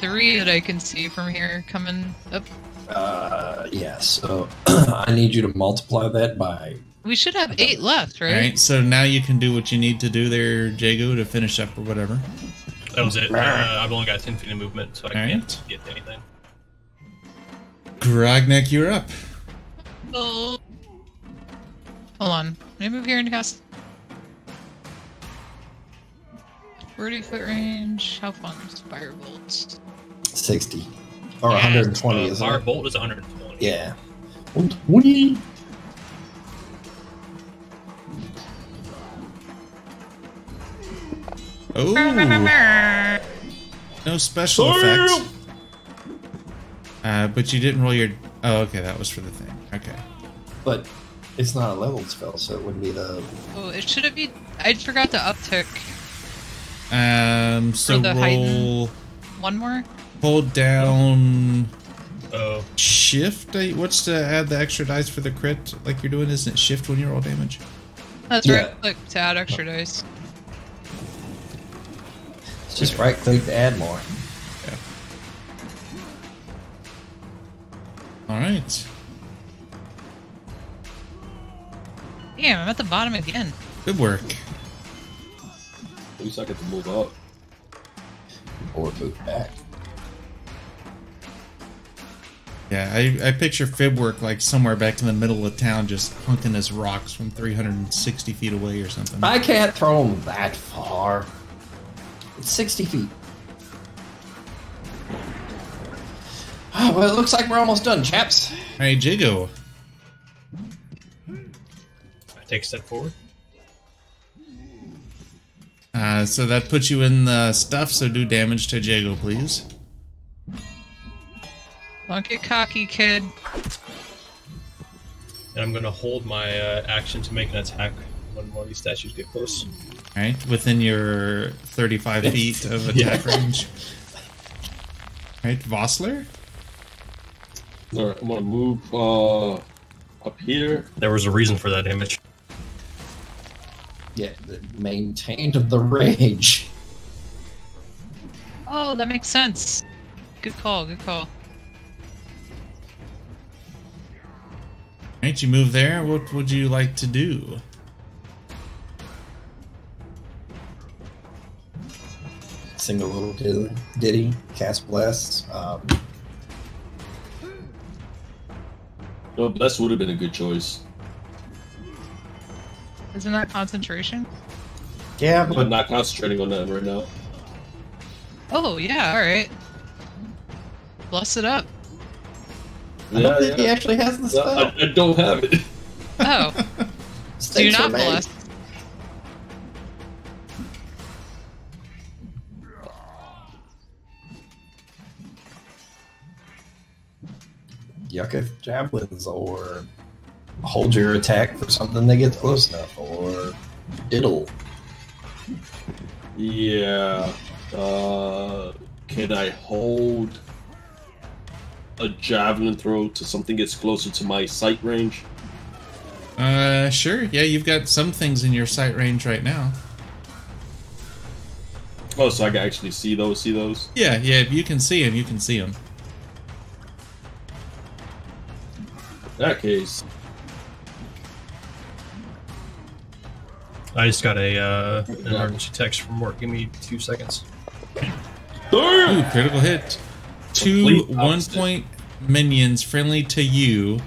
three that I can see from here coming up. Uh, yeah, so [CLEARS THROAT] I need you to multiply that by. We should have eight left, All right? right. So now you can do what you need to do there, Jago, to finish up or whatever. That was it. Uh, I've only got 10 feet of movement, so I can't Alright. get anything. Grognek, you're up. Oh. Hold on. Can I move here and cast? 30 foot range. How fun is Firebolt? 60. Or Yeah, 120, uh, isn't Fire it? bolt is 120. Yeah. 120. Oh, no special effect. Uh, but you didn't roll your. Oh, okay. That was for the thing. Okay. But it's not a leveled spell, so it would be the. Oh, it should have been. I forgot to uptick. Um. So For the heightened- roll. One more? Hold down. Oh, shift I- what's to add the extra dice for the crit like you're doing isn't it shift when you roll damage That's Yeah. right. Click to add extra dice. It's just right click to add more. all right Damn, I'm at the bottom again. good work At least I get to move up. Or move back. yeah i, I picture fib work like somewhere back in the middle of town just hunking his rocks from 360 feet away or something I can't throw him that far. It's 60 feet. Ah, well, it looks like we're almost done, chaps. hey jigo I take a step forward. uh, so that puts you in the stuff so do damage to jigo please Don't get cocky, kid. And I'm going to hold my uh, action to make an attack when one of these statues get close. right? Within your 35 feet of attack range. Right, Vossler? All right, I'm gonna move uh, up here. There was a reason for that image. Yeah, the- maintained the [LAUGHS] range. Oh, that makes sense. Good call. Good call. Right, you move there. What would you like to do? Sing a little dill- ditty, cast bless. Um, No, bless would have been a good choice. Isn't that concentration? yeah, I'm but not concentrating on that right now. Oh yeah. All right. Bless it up. I don't think he yeah. actually has the No, spell. I, I don't have it. Oh, do Mistakes not were made. bless. Yucca javelins, or hold your attack for something that gets close enough, or diddle. Yeah. Uh, can I hold a javelin throw to something gets closer to my sight range? Uh, sure. Yeah, you've got some things in your sight range right now. Oh, so I can actually see those. See those. Yeah, yeah. If you can see him, you can see him. In that case, I just got a uh, an emergency text from work. Give me two seconds. Ooh, Damn! critical hit. Two Complete one opposite. point minions friendly to you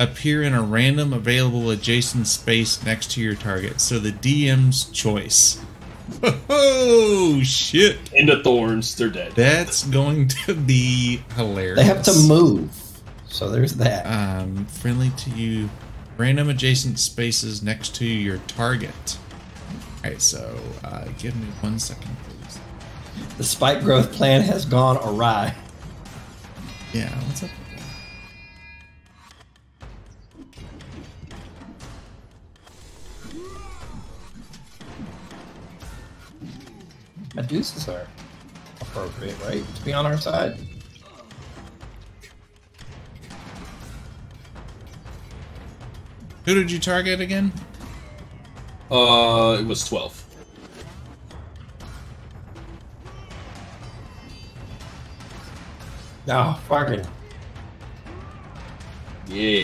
appear in a random available adjacent space next to your target. So the DM's choice. Oh shit! in the thorns, they're dead. That's going to be hilarious. They have to move, so there's that. Um, friendly to you. Random adjacent spaces next to your target. All right, so uh, give me one second, please. The spike growth plan has gone awry. Yeah, what's up? with Medusas are appropriate, right? To be on our side. that? Who did you target again? Uh, it was twelve. No, fucking. Yeah.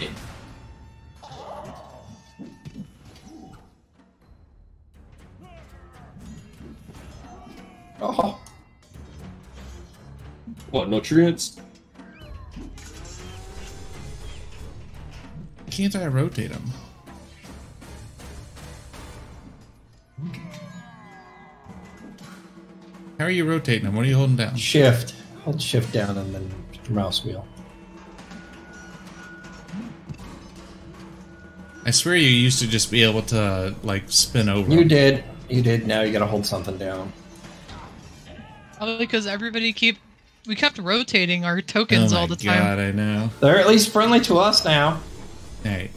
Oh, What? No tree hits? Can't I rotate him? How are you rotating him? What are you holding down? shift. Hold shift down and then your mouse wheel. I swear you used to just be able to like spin over. You him. did. You did. Now you gotta hold something down. Probably because everybody keep we kept rotating our tokens oh my all the time. God, I know. They're at least friendly to us now. All right.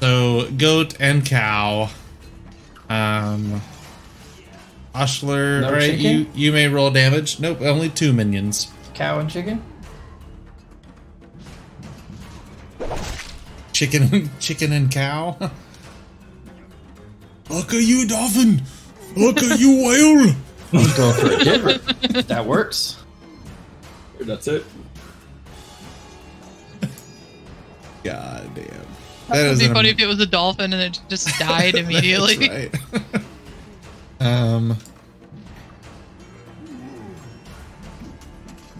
So goat and cow. Um. Oshler, No all right, chicken? you you may roll damage. Nope, only two minions. Cow and [LAUGHS] chicken. Chicken, [LAUGHS] chicken and cow. [LAUGHS] Look at you, dolphin. Look at [LAUGHS] you, whale. He's going for a different. that works. That's it. God damn. It would be an funny am- if it was a dolphin and it [LAUGHS] just died immediately. That's right. um,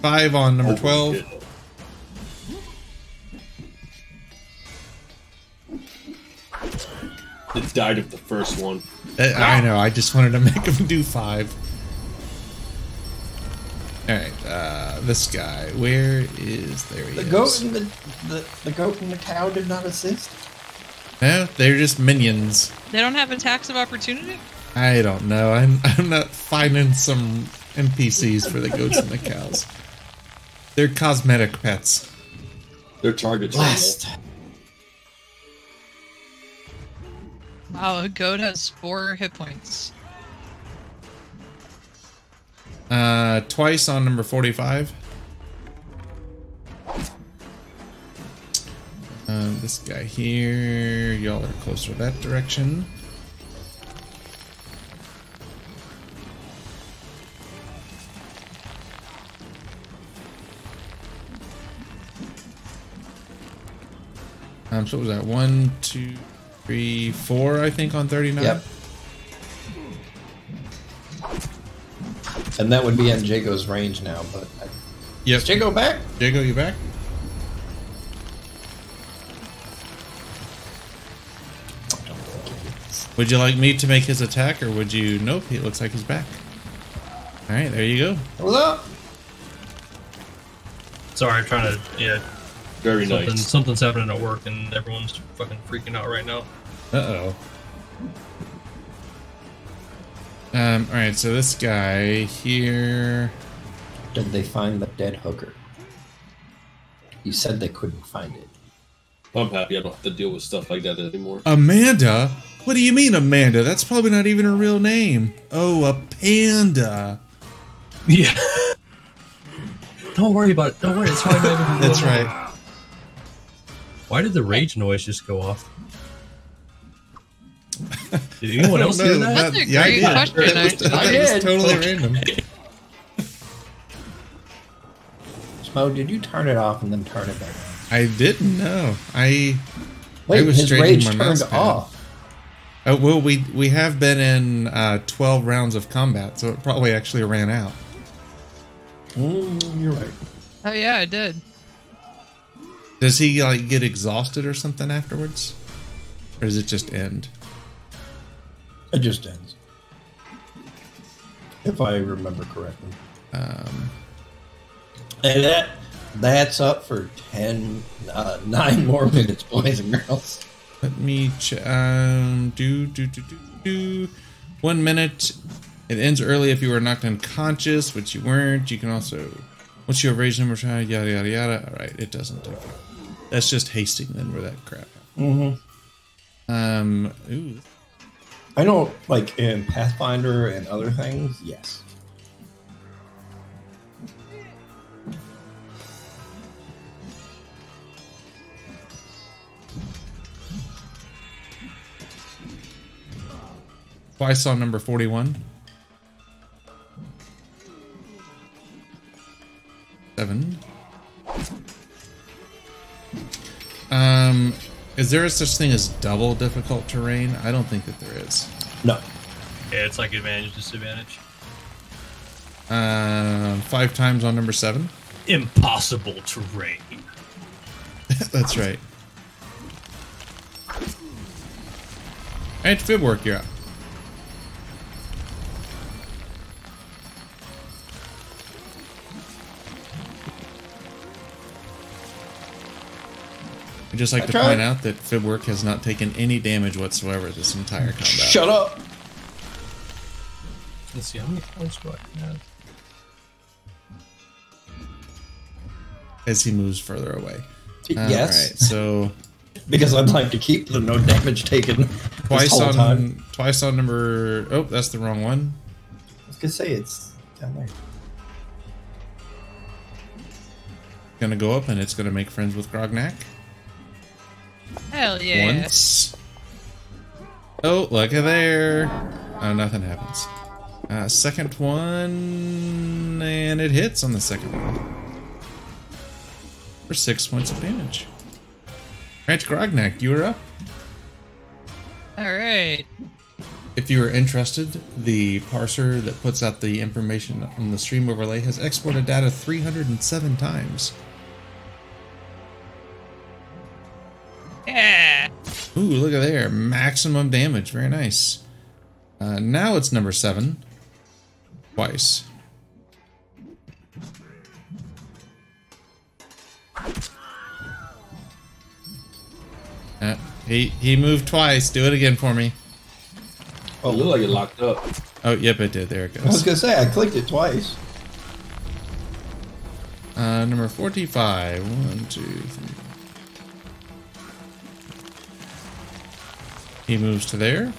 five on number Holy twelve. shit. It died of the first one. Uh, I know. I just wanted to [LAUGHS] make him do five. All right, uh, this guy. Where is there? He The is. goat and the, the the goat and the cow did not assist. No, they're just minions. They don't have attacks of opportunity. I don't know. I'm [LAUGHS] I'm not finding some NPCs for the goats and the cows. They're cosmetic pets. Their targets are Blast. Wow, a goat has four hit points. Uh, twice on number 45. Um, this guy here. Y'all are closer that direction. Um, so what was that? One, two, three, four, I think, on 39? Yep. And that would be in Jago's range now, but I, Yep. is Jago back? Jago, you back? Would you like me to make his attack, or would you? Nope, he looks like he's back. All right, there you go. What's up? Sorry, I'm trying to. Yeah, Very something, nice. something's happening at work, and everyone's fucking freaking out right now. Uh oh. Um. All right, so this guy here. Did they find the dead hooker? You said they couldn't find it. I'm happy I don't have to deal with stuff like that anymore. Amanda? What do you mean, Amanda? That's probably not even her real name. Oh, a panda. Yeah. [LAUGHS] Don't worry about it. Don't worry. It's fine. baby. That's right. Why did the rage noise just go off? Did anyone else hear that? That's a great I did. question, That was- actually. that I was did. totally random. Smo, did you turn it off and then turn it back on? I didn't know. I Wait, was his straightening rage my turned mouse pad. off. uh, well, we we have been in uh, twelve rounds of combat, so it probably actually ran out. Mm, you're right. Oh yeah, I did. Does he like get exhausted or something afterwards, or does it just end? It just ends. If I remember correctly. Um, And that that's up for ten, uh, [LAUGHS] nine more minutes, boys and girls. let me ch- um do do do do do. One minute. It ends early if you were knocked unconscious, which you weren't. You can also once you have raised number time, yada yada yada. All right, it doesn't take. That's just hasting then where that crap. Mm-hmm. Um, ooh, I know, like in Pathfinder and other things. Yes. I saw number forty-one. Seven. Um, is there a such thing as double difficult terrain? I don't think that there is. No. Yeah, it's like advantage, disadvantage. Um, five times on number seven. Impossible terrain. That's right. And fib work, you're up. I'd just like I to tried. point out that fib work has not taken any damage whatsoever this entire combat. Shut up. Let's see how many points do I have. As he moves further away. yes, Alright, [LAUGHS] so because I'd like to keep the no damage taken this twice whole on time. twice on number oh, that's the wrong one. I was gonna say it's down there. Gonna go up and it's gonna make friends with Grognak. Hell yeah. once. Oh, look at there. Oh, nothing happens. Uh, second one, and it hits on the second one for six points of damage. Ranch Grognak, you are up. All right. If you are interested, the parser that puts out the information on the stream overlay has exported data 307 times. Yeah. Ooh, look at there. Maximum damage. Very nice. Uh, now it's number seven. Twice. Uh, he he moved twice. Do it again for me. Oh, look like it locked up. Oh, yep, it did. There it I was goes. gonna say I clicked it twice. Uh, number 45. One, two, three. He moves to there.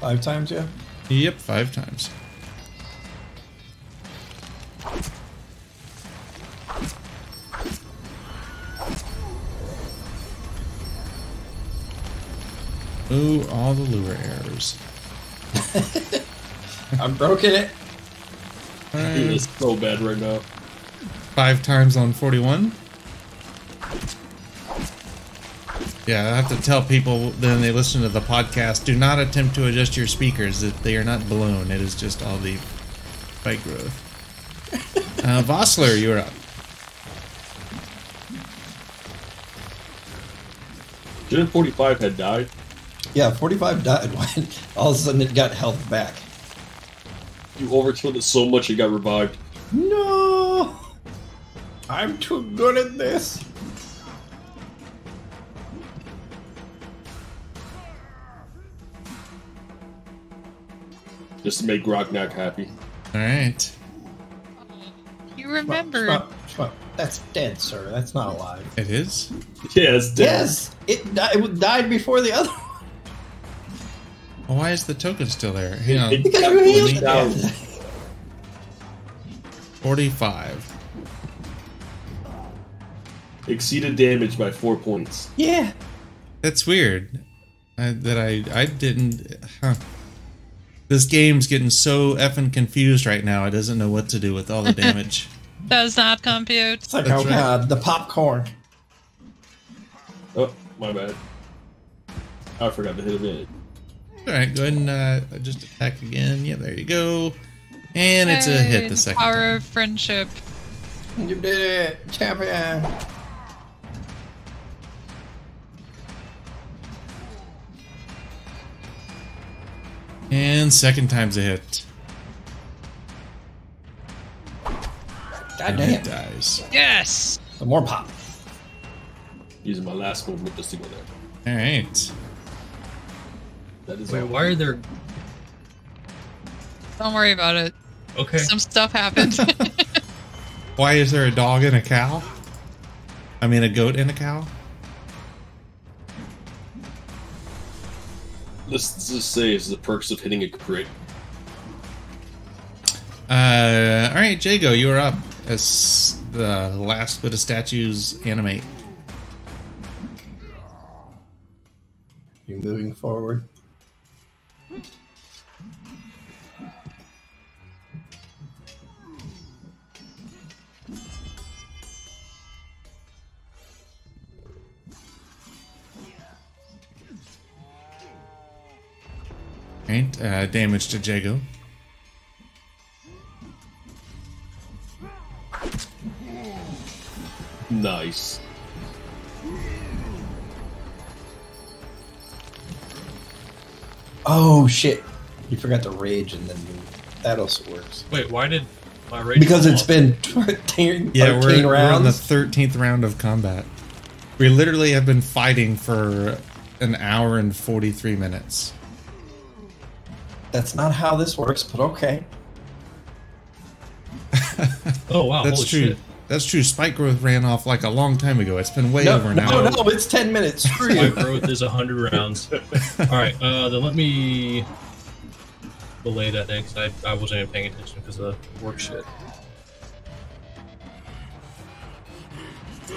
Five times, yeah. Yep, five times. Ooh, all the lure errors. [LAUGHS] I'm broken it. It is so bad right now. Five times on 41. Yeah, I have to tell people then they listen to the podcast do not attempt to adjust your speakers, that they are not blown. It is just all the bite growth. Uh, Vossler, you're up. Gen 45 had died. Yeah, 45 died [LAUGHS] when all of a sudden it got health back. You overkilled it so much it got revived. No! I'm too good at this. Just to make Grognak happy. [LAUGHS] All right. You Shmup, remember. shmup, shmup. That's dead, sir. That's not alive. It is. Yeah, it's dead. Yes, it, di- it died before the other one [LAUGHS] Well, why is the token still there? Hang on. It because got you healed bullied it. out. after 45. Exceeded damage by four points. that. [LAUGHS] Yeah. That's weird. I, that I I didn't. Huh. This game's getting so effing confused right now. It doesn't know what to do with all the damage. Does not compute. It's like, That's oh right. god, the popcorn. Oh, my bad. I forgot to hit advantage. all right, go ahead and uh, just attack again. Yeah, there you go. And it's a Hey, hit the second Power time. of friendship. You did it, champion. And second time's a hit. God And it damn. dies. Yes! Some more pop. Using my last movement just to go there. All right. That is Wait, all. why are there? Don't worry about it. Okay, Some stuff happened. [LAUGHS] Why is there a dog and a cow? I mean, a goat and a cow. Let's just say it's the perks of hitting a crit. Uh, all right, Jago, you are up as the last bit of statues animate. You're moving forward. Right, uh, damage to Jago. Nice. Oh shit. You forgot to rage and then move. That also works. wait, why did my rage? Because fall it's off? been [LAUGHS] 13, Yeah, 13 we're, we're on the rounds. thirteenth round of combat. We literally have been fighting for an hour and forty-three minutes. That's not how this works, but okay. Oh wow, That's holy true. shit. That's true. Spike growth ran off like a long time ago. It's been way no, over an no, hour. no, it's 10 minutes. Screw My [LAUGHS] you. growth is 100 rounds. All right, uh, then let me belay that thing 'cause I, I wasn't even paying attention because of work shit.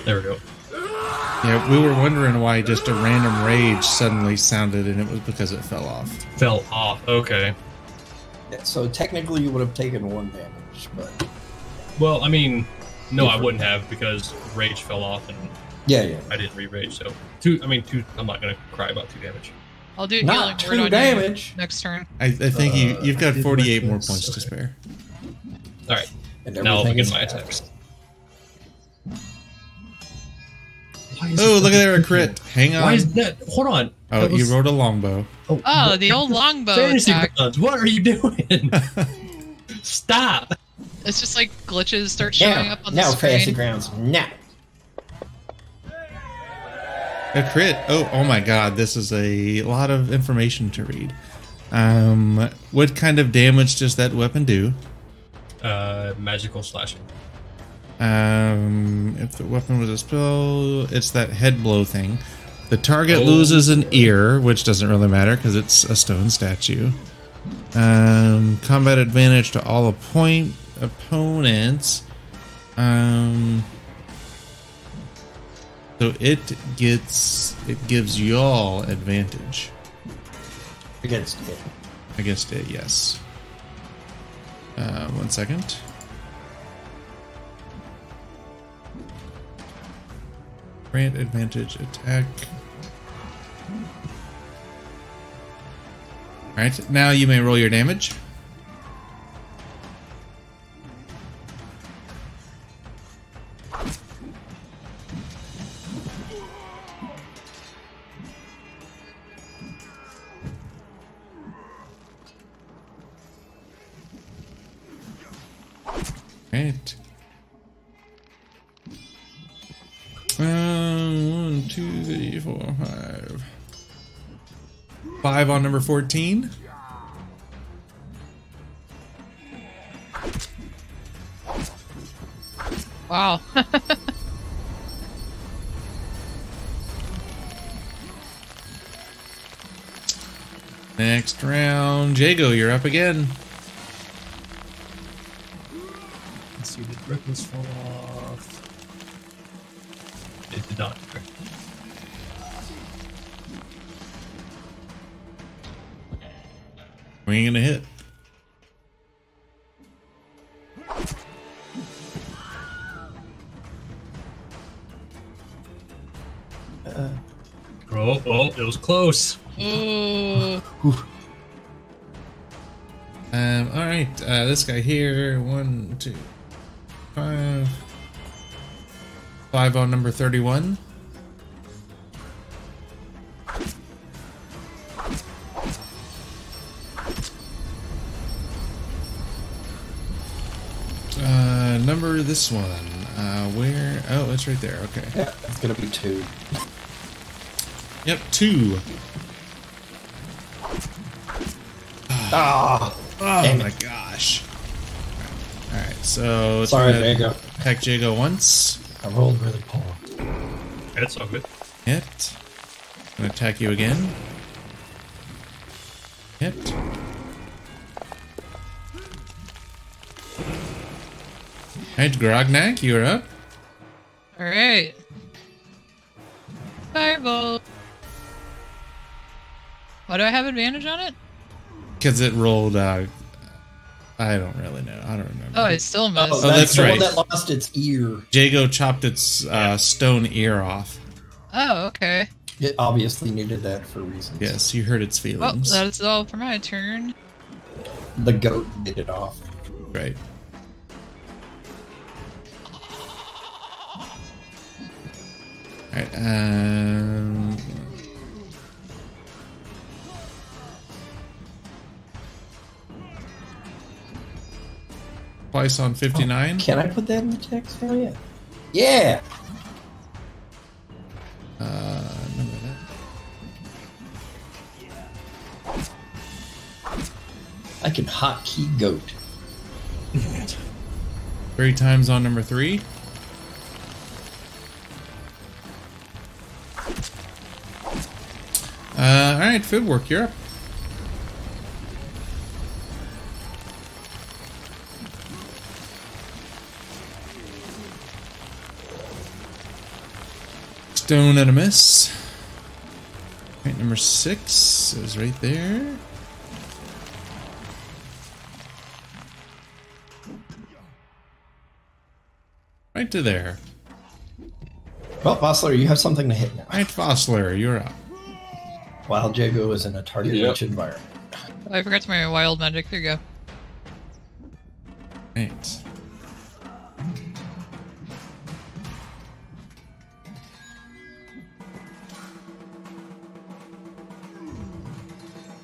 There we go. Yeah, we were wondering why just a random rage suddenly sounded, and it was because it fell off. Fell off. Okay. Yeah, so technically, you would have taken one damage, but Well, I mean, no, I wouldn't have because rage fell off and yeah, yeah. I didn't re-rage. So two. I mean, two. I'm not gonna cry about two damage. I'll do healing Not word two on you damage, next turn. I, I think you, Uh, you've got I did forty-eight my more things. points to Okay. spare. All right, and now I'll everything begin is my back. attacks. Why is Oh, it look at fucking- there a crit! Hang on. Why is that? Hold on. oh, That was- you rolled a longbow. Oh, the old longbow Fantasy attack. grounds. What are you doing? [LAUGHS] Stop. It's just like glitches start showing Now, up on the now, screen. fancy grounds. Now, A crit. Oh, oh my god, this is a lot of information to read. Um, what kind of damage does that weapon do? Uh, magical slashing. Um, if the weapon was a spell, it's that head blow thing. The target Oh. loses an ear, which doesn't really matter because it's a stone statue. Um, combat advantage to all appoint opponents. Um, so it gets it gives y'all advantage. Against it. Against it, yes. Uh, one second. Grant advantage attack. Alright, now you may roll your damage. Right. Um, one, two, three, four, five. Five on number 14. Wow. [LAUGHS] Next round. Jago, you're up again. Let's see, did Reckless fall off? It did not. Okay. We ain't gonna hit. Oh, oh, it was close. Ooh. Um, all right, uh, this guy here, one, two, five, five on number thirty-one. Uh, number this one. Uh, where? Oh, it's right there. Okay. Yeah, it's gonna be two. Yep, two. Ah, Oh Damn it. my gosh. All right, so it's sorry, gonna Vega. Attack Jago once. I rolled really poor. That's all good. Hit. Gonna attack you again. Hit. Alright, Grognak, you're up. All right. Fireball. Why do I have advantage on it? Because it rolled, uh, I don't really know. I don't remember. Oh, I still missed. Oh, that's the right. One that lost its ear. Jago chopped its uh, stone ear off. Oh, okay. It obviously needed that for reasons. Yes, you hurt its Well, feelings. that's all for my turn. The goat bit it off. Right. Alright, um. Twice on 59. Can I put that in the text? Hell yeah. Yeah. Uh, remember that. I can hotkey goat. Three times on number three. Uh, all right, food work, you're up. Stone and a miss. Right, number six is right there. Right to there. Well, Bossler, you have something to hit now. All right, Fossler, you're up. While Jago is in a target Yep. rich environment. Oh, I forgot to my wild magic. There you go. Right.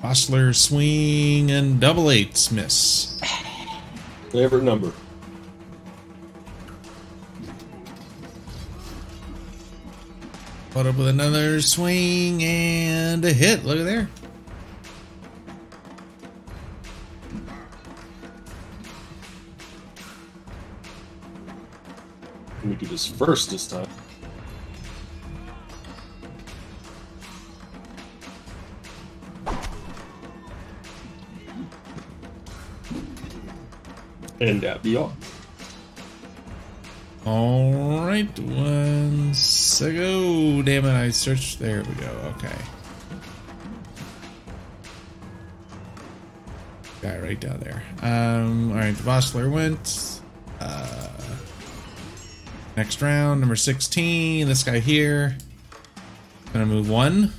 Bostler swing and double eights miss. Favorite number. Put up with another swing and a hit. Look at there. Let me do this first this time. And that be all. All right, one second. Oh, damn it! I searched. There we go. Okay. guy right down there. Um, all right, the boss slayer went. Uh, next round, number 16. This guy here. Gonna move one.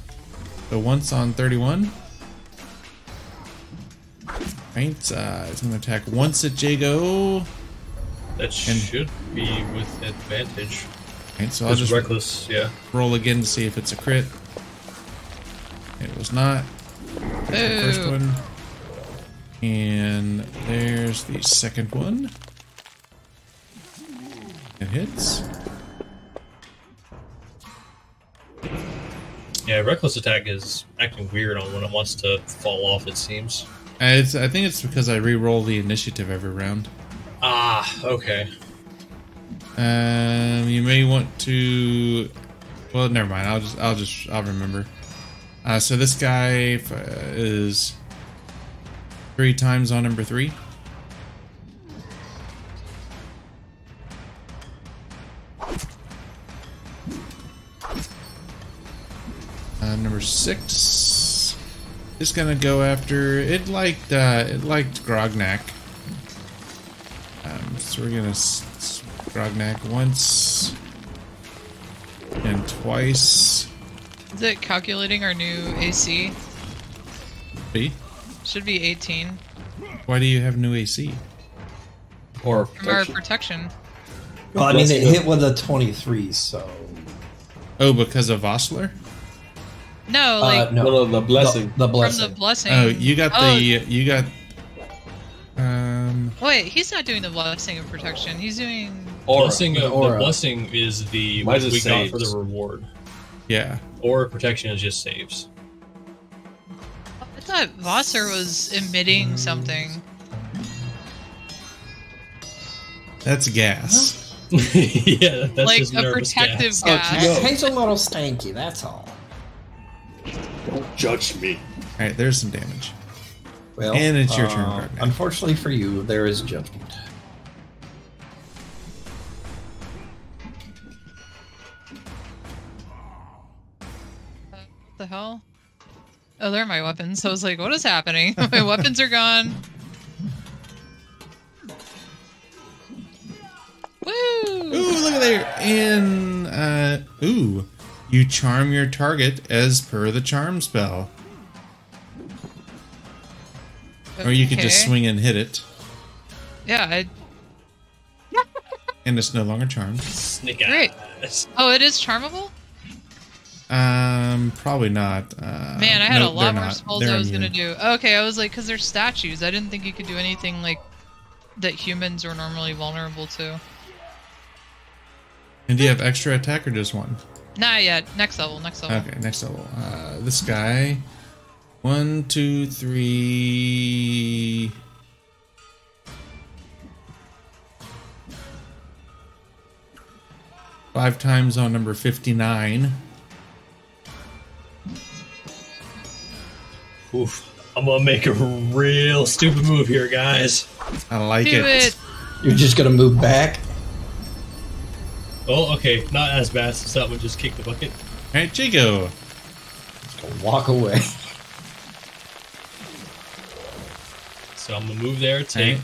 So once on 31. Right, uh, it's gonna attack once at Jago. That should be with advantage. Right, so I'll That's just reckless, yeah. roll again to see if it's a crit. It was not. the first Ooh. one. And there's the second one. It hits. Yeah, reckless attack is acting weird on when it wants to fall off. It seems. I, it's, I think it's because I re-roll the initiative every round. Ah, okay. Um, you may want to. Well, never mind. I'll just. I'll just. I'll remember. Uh, so this guy f- is three times on number three. Uh, number six is gonna go after it. Liked uh, it liked Grognak. Um, so we're gonna s- s- Grognak once and twice. Is it calculating our new AC? B. Should be 18 Why do you have new AC? Or from our protection. Well, I mean, Bless it you. hit with a 23, so. Oh, because of Vossler? No, like uh, no. No, no, the blessing. The, the from blessing. the blessing. Oh, you got Oh, the you got. Um. Wait, he's not doing the blessing of protection. He's doing. Aura. Blessing of, the Aura. blessing is the Mine what is we got for saves. the reward. Yeah. Aura protection is just saves. I thought Vosser was emitting something. Mm, That's gas. yeah, that's like just a nervous protective Oh, gas. gas. It tastes a little stanky, that's all. Don't judge me. All right. There's some damage. Well, And it's your turn, uh, Grognak. Unfortunately for you, there is judgment. What the hell? Oh, they're my weapons. I was like, what is happening? [LAUGHS] my weapons are gone. Ooh, Woo! look at there. And uh, ooh, you charm your target as per the charm spell, or you could just Okay. swing and hit it, Yeah. I, and it's no longer charmed. Snick Great. ass. oh, it is charmable? Um, probably not. Uh, Man, I had no, a lot they're more not. spells They're I was going to immune. do. Oh, Okay, I was like, because they're statues. I didn't think you could do anything like that humans are normally vulnerable to. And do you have extra attack or just one? Not yet. Next level, next level. Okay, next level. Uh, this guy. One, two, three. Five times on number 59. Oof. I'm gonna make a real stupid move here, guys. I like Do it. You're just gonna move back? Oh, okay, not as fast. So that one just kicked the bucket. All right, Jago. Walk away. [LAUGHS] So I'm gonna move there, take Alright.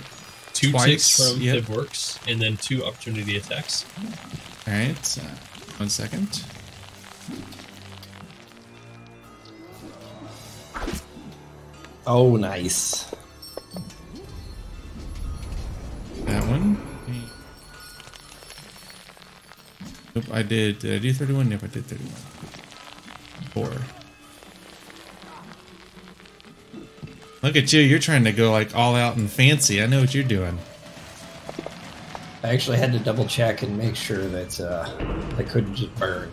two Twice, ticks from yep. the works, and then two opportunity attacks. All right, uh, one second. Oh, nice. That one. Nope, I did. Did I do 31? Nope, I did 31. Four. Look at you. You're trying to go like all out and fancy. I know what you're doing. I actually had to double check and make sure that uh, I couldn't just burn.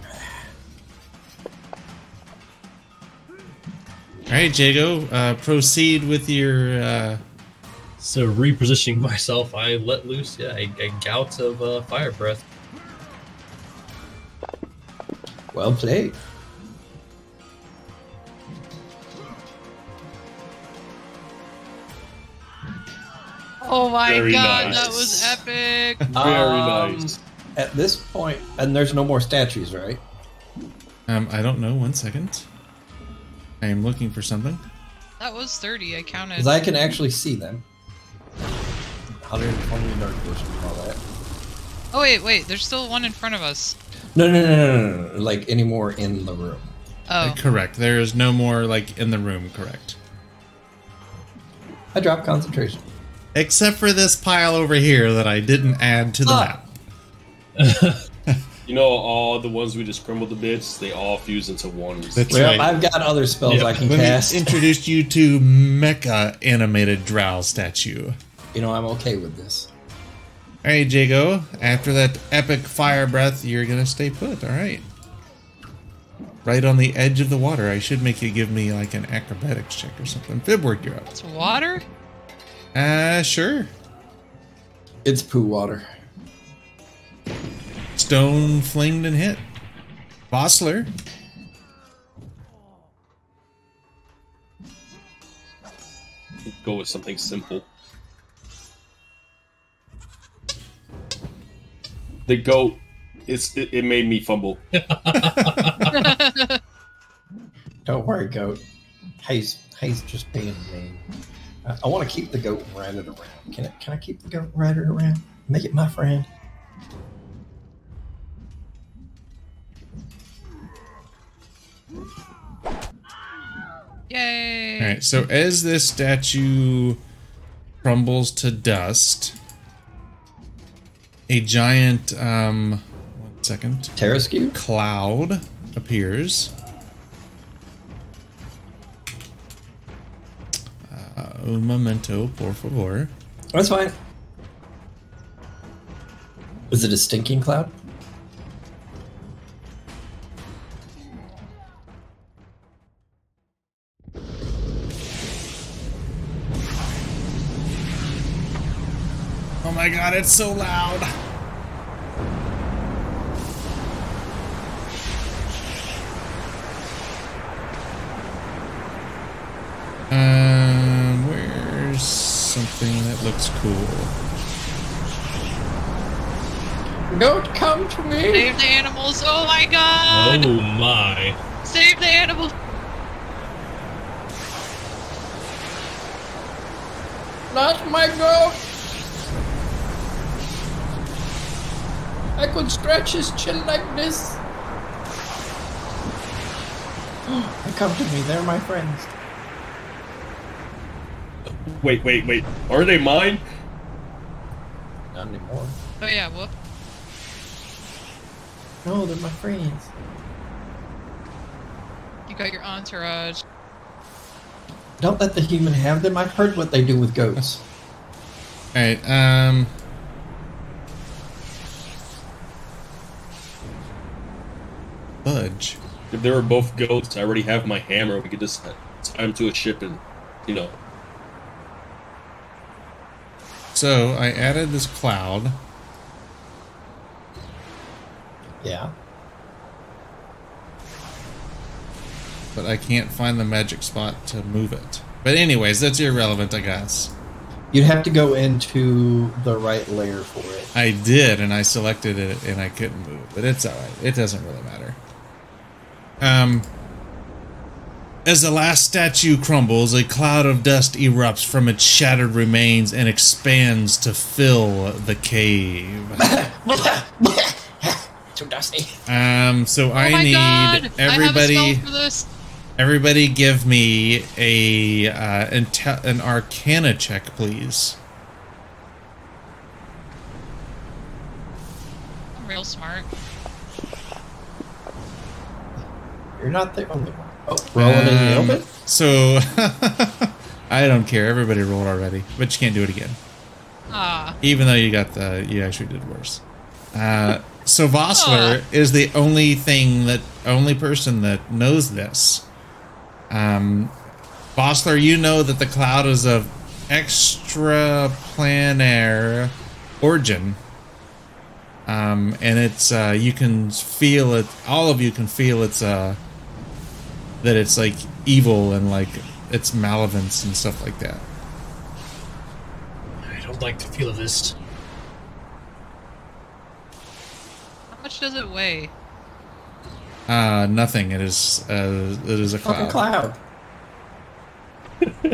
All right, Jago, uh, proceed with your. Uh, So repositioning [LAUGHS] myself, I let loose, yeah, a, a gout of uh, fire breath. Well played. Oh my Very god, nice. that was epic. Very Um, nice. At this point, and there's no more statues, right? um, I don't know. One second. I am looking for something. That was 30. I counted. Because I can actually see them. 120 dark vision and all that. Oh, wait, wait. There's still one in front of us. No, no, no, no, no, no, no. Like anymore in the room. Oh, Correct. There is no more like in the room. Correct. I dropped concentration. Except for this pile over here that I didn't add to the Oh. map. You know, all the ones we just scrambled the bits, they all fuse into one. That's Well, right. I've got other spells Yeah. I can Let cast. me introduce you to Mecha animated drow statue. you know, I'm okay with this. All right, Jago. After that epic fire breath, you're gonna stay put. All right. Right on the edge of the water. I should make you give me like an acrobatics check or something. Fibward, you're up. it's water? Uh, sure. It's poo water. Stone flamed and hit. Bossler. Go with something simple. The goat. It's it, it made me fumble. Don't worry, goat. Hayes, Hayes just being mean. I, I want to keep the goat and ride it around. Can I, can I keep the goat and ride it around? Make it my friend. Yay. All right. So as this statue crumbles to dust, a giant um, one second Terraskew? cloud appears. Uh, un momento, por favor. That's fine. Is it a stinking cloud? Oh my god, it's so loud! Um, where's something that looks cool? Goat, come to me! Save the animals. Oh my Oh god. my! Save the animals. Not my goat! I could scratch his chin like this. Come to me, they're my friends. Wait, wait, wait. Are they mine? Not anymore. Oh, yeah. Whoop. No, they're my friends. You got your entourage. Don't let the human have them. I've heard what they do with goats. Alright, um. Budge. If they were both goats, I already have my hammer. We could just tie him to a ship and, you know, So I added this cloud. Yeah. but I can't find the magic spot to move it. But anyways, that's irrelevant, I guess. You'd have to go into the right layer for it. I did, and I selected it, and I couldn't move it. But it's all right. It doesn't really matter. Um, as the last statue crumbles, a cloud of dust erupts from its shattered remains and expands to fill the cave. Too dusty. Um, so Oh I my need god. everybody. I have a spell for this. Everybody, give me a uh, inte- an Arcana check, please. I'm real smart. You're not the only one. Oh, rolling in the Um, open? So [LAUGHS] I don't care. Everybody rolled already, but you can't do it again. Ah. Even though you got the, you actually did worse. Uh, so Vossler is the only thing that, only person that knows this. Um, Vossler, you know that the cloud is of extraplanar origin. Um, and it's uh, you can feel it. All of you can feel it's uh, that it's like evil and like it's malevolence and stuff like that. I don't like the feel of this. How much does it weigh? Uh, nothing. It is. Uh, it is a Fucking cloud. cloud.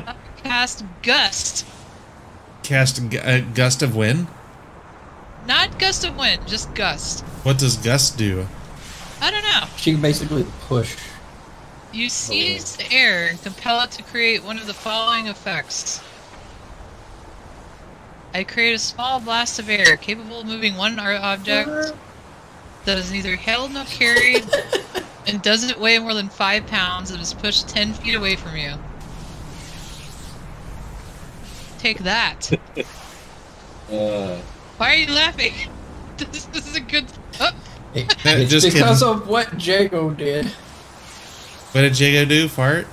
Uh, Cast gust, Cast a gu- a gust of wind. not gust of wind, just gust. What does gust do? I don't know. She can basically push. You seize the air and compel it to create one of the following effects. I create a small blast of air capable of moving one ar- object that is neither held nor carried and doesn't weigh more than five pounds and is pushed ten feet away from you. Take that. Uh, Why are you laughing? [LAUGHS] This, this is a good. Oh, [LAUGHS] It's just because kidding. of what Jago did. What did Jago do? Fart?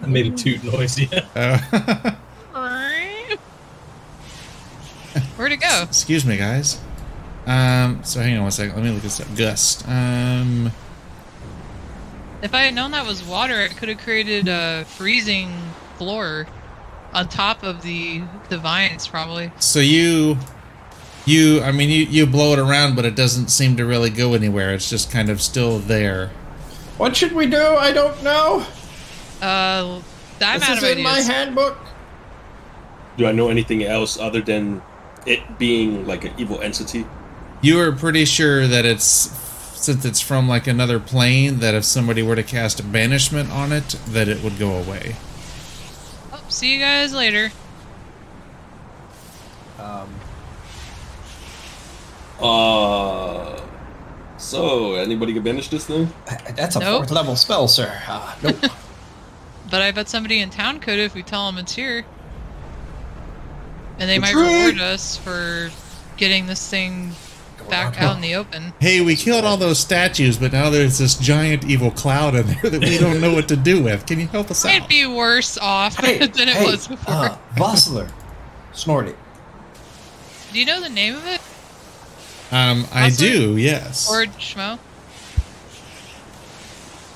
I made a toot noise. Yeah. Oh. [LAUGHS] where'd it go? Excuse me, guys. Um, so hang on one second. Let me look this up. Gust. Um, If I had known that was water, it could have created a freezing floor on top of the the vines, probably. so you, you, I mean, you, you blow it around, but it doesn't seem to really go anywhere. It's just kind of still there. What should we do? I don't know. Uh, I'm this out is of in my ideas. handbook. do I know anything else other than it being like an evil entity? You are pretty sure that it's, since it's from like another plane, that if somebody were to cast a banishment on it, that it would go away. Oh, see you guys later. Um, Uh, so anybody can banish this thing? that's a Nope. fourth level spell, sir. Uh, [LAUGHS] nope. But I bet somebody in town could if we tell them it's here, and they might Retreat! reward us for getting this thing back out in the open. Hey, we killed all those statues, but now there's this giant evil cloud in there that we don't know what to do with. Can you help us It'd out? be worse off [LAUGHS] than it was before. Uh, Vossler snorted. Do you know the name of it? Um, I Awesome. do, yes. Or Schmo?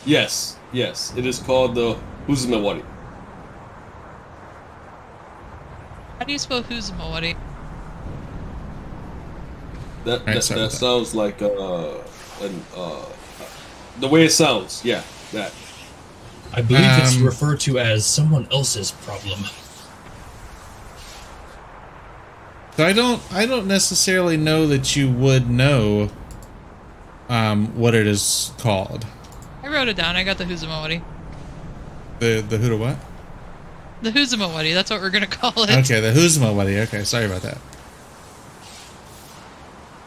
Yes, yes. It is called the Uzumawari. How do you spell who's Mawadi? That Right, that, sorry that about that. sounds like uh, an, uh, the way it sounds. Yeah, that. I believe it's Um, referred to as someone else's problem. So I don't I don't necessarily know that you would know um what it is called. I wrote it down. I got the who's Mawadi. The the who to what? The who's Mawadi. That's what we're gonna [LAUGHS] call it. Okay, the who's my buddy. Okay, sorry about that.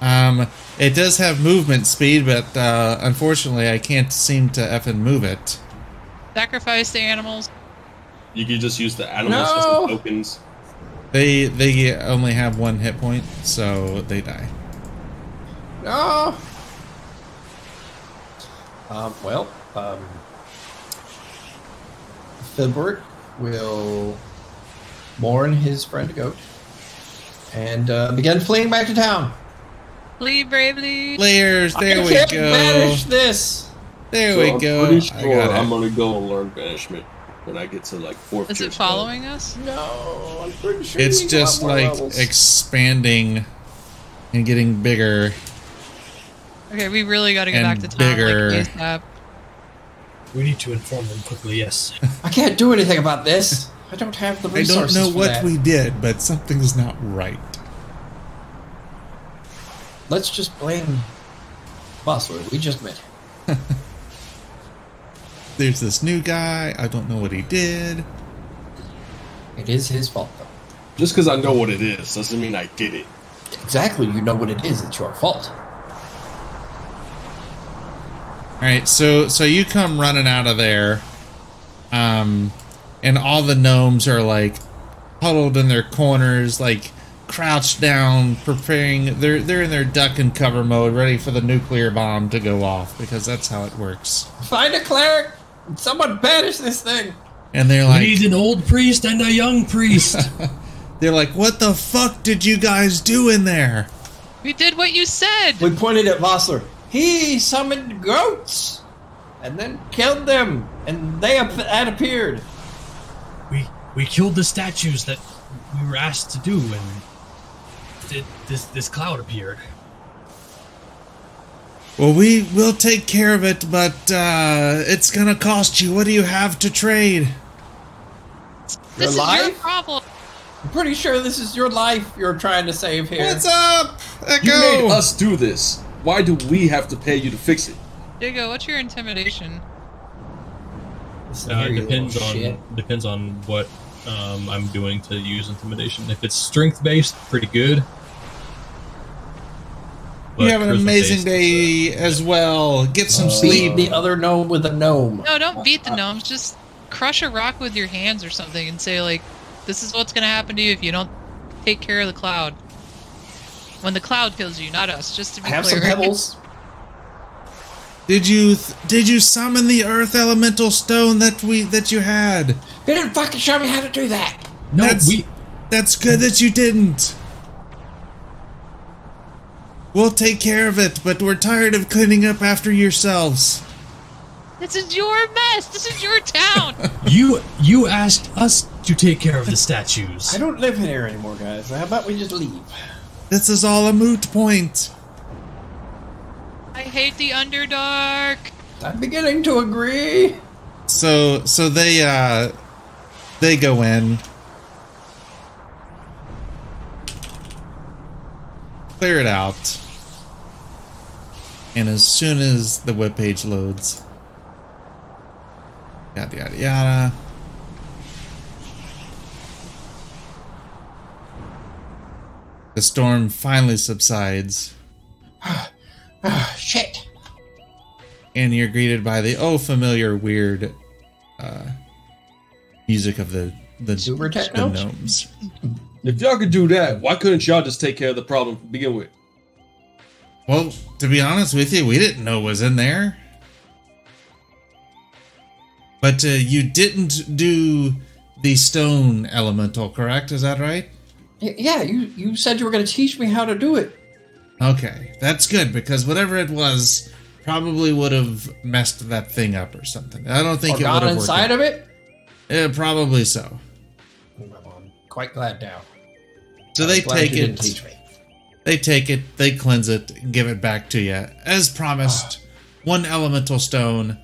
Um it does have movement speed, but uh unfortunately I can't seem to effing move it. Sacrifice the animals. You can just use the animals as No! the tokens. They they only have one hit point, so they die. No. Um, well, um, Filbert will mourn his friend goat and uh, begin fleeing back to town. Flee bravely. Players, there I we can't go. banish this. There So we I'm go. Pretty I sure got it. I'm gonna go and learn banishment when I get to like fourth. Is tier it spell. following us? No, I'm pretty sure it's we got just more like levels. expanding and getting bigger. Okay, we really got to get And back to town. bigger. Like, ASAP. We need to inform them quickly. [LAUGHS] Yes. I can't do anything about this. I don't have the I don't resources. know for what that. we did, but something's not right. Let's just blame Bossler. We just met. There's this new guy. I don't know what he did. It is his fault, though. Just because I know what it is doesn't mean I did it. Exactly. You know what it is. It's your fault. All right, so so you come running out of there, um, and all the gnomes are like huddled in their corners, like crouched down, preparing. They're they're in their duck and cover mode, ready for the nuclear bomb to go off because that's how it works. Find a cleric. Someone banish this thing. And they're We like, need an old priest and a young priest. [LAUGHS] They're like, "What the fuck did you guys do in there?" We did what you said. We pointed at Vossler. He summoned goats and then killed them, and they ap- had appeared. we we killed the statues that we were asked to do, and th- this this cloud appeared. Well, we will take care of it, but uh, it's gonna cost you. What do you have to trade? This Your is your life? problem. I'm pretty sure this is your life you're trying to save here. What's up? You made Echo. us do this. Why do we have to pay you to fix it? Digo, what's your intimidation? Listen Uh, here, it you depends little on shit. depends on what um, I'm doing to use intimidation. If it's strength based, pretty good. You But have an charisma amazing based, day as well. Get some Oh. Uh, sleep. Beat the other gnome with a gnome. No, don't beat the gnomes. Just crush a rock with your hands or something and say, like, this is what's going to happen to you if you don't take care of the cloud. When the cloud kills you, not us, just to be Have clear. some pebbles. Did you th- did you summon the earth elemental stone that we that you had? They didn't fucking show me how to do that. No, That's- we That's good that you didn't. We'll take care of it, but we're tired of cleaning up after yourselves. [LAUGHS] This is your mess. This is your town. [LAUGHS] you you asked us to take care of the statues. I don't live here anymore, guys. How about we just leave? This is all a moot point. I hate the Underdark. I'm beginning to agree. So so they uh they go in. Clear it out. And as soon as the webpage loads, yada yada yada. The storm finally subsides, Ah, shit. and you're greeted by the oh familiar weird uh, music of the the, Super the techno? gnomes. If y'all could do that, why couldn't y'all just take care of the problem to begin with? Well, to be honest with you, we didn't know was in there. But uh, you didn't do the stone elemental, correct? Is that right? Y- yeah, you you said you were going to teach me how to do it. Okay, that's good because whatever it was probably would have messed that thing up or something. I don't think Or it would gone have Oh, inside worked. of it. Yeah, probably so. I'm quite glad now. So they I'm glad take you didn't it. teach me. They take it, they cleanse it, give it back to you. As promised, one elemental stone,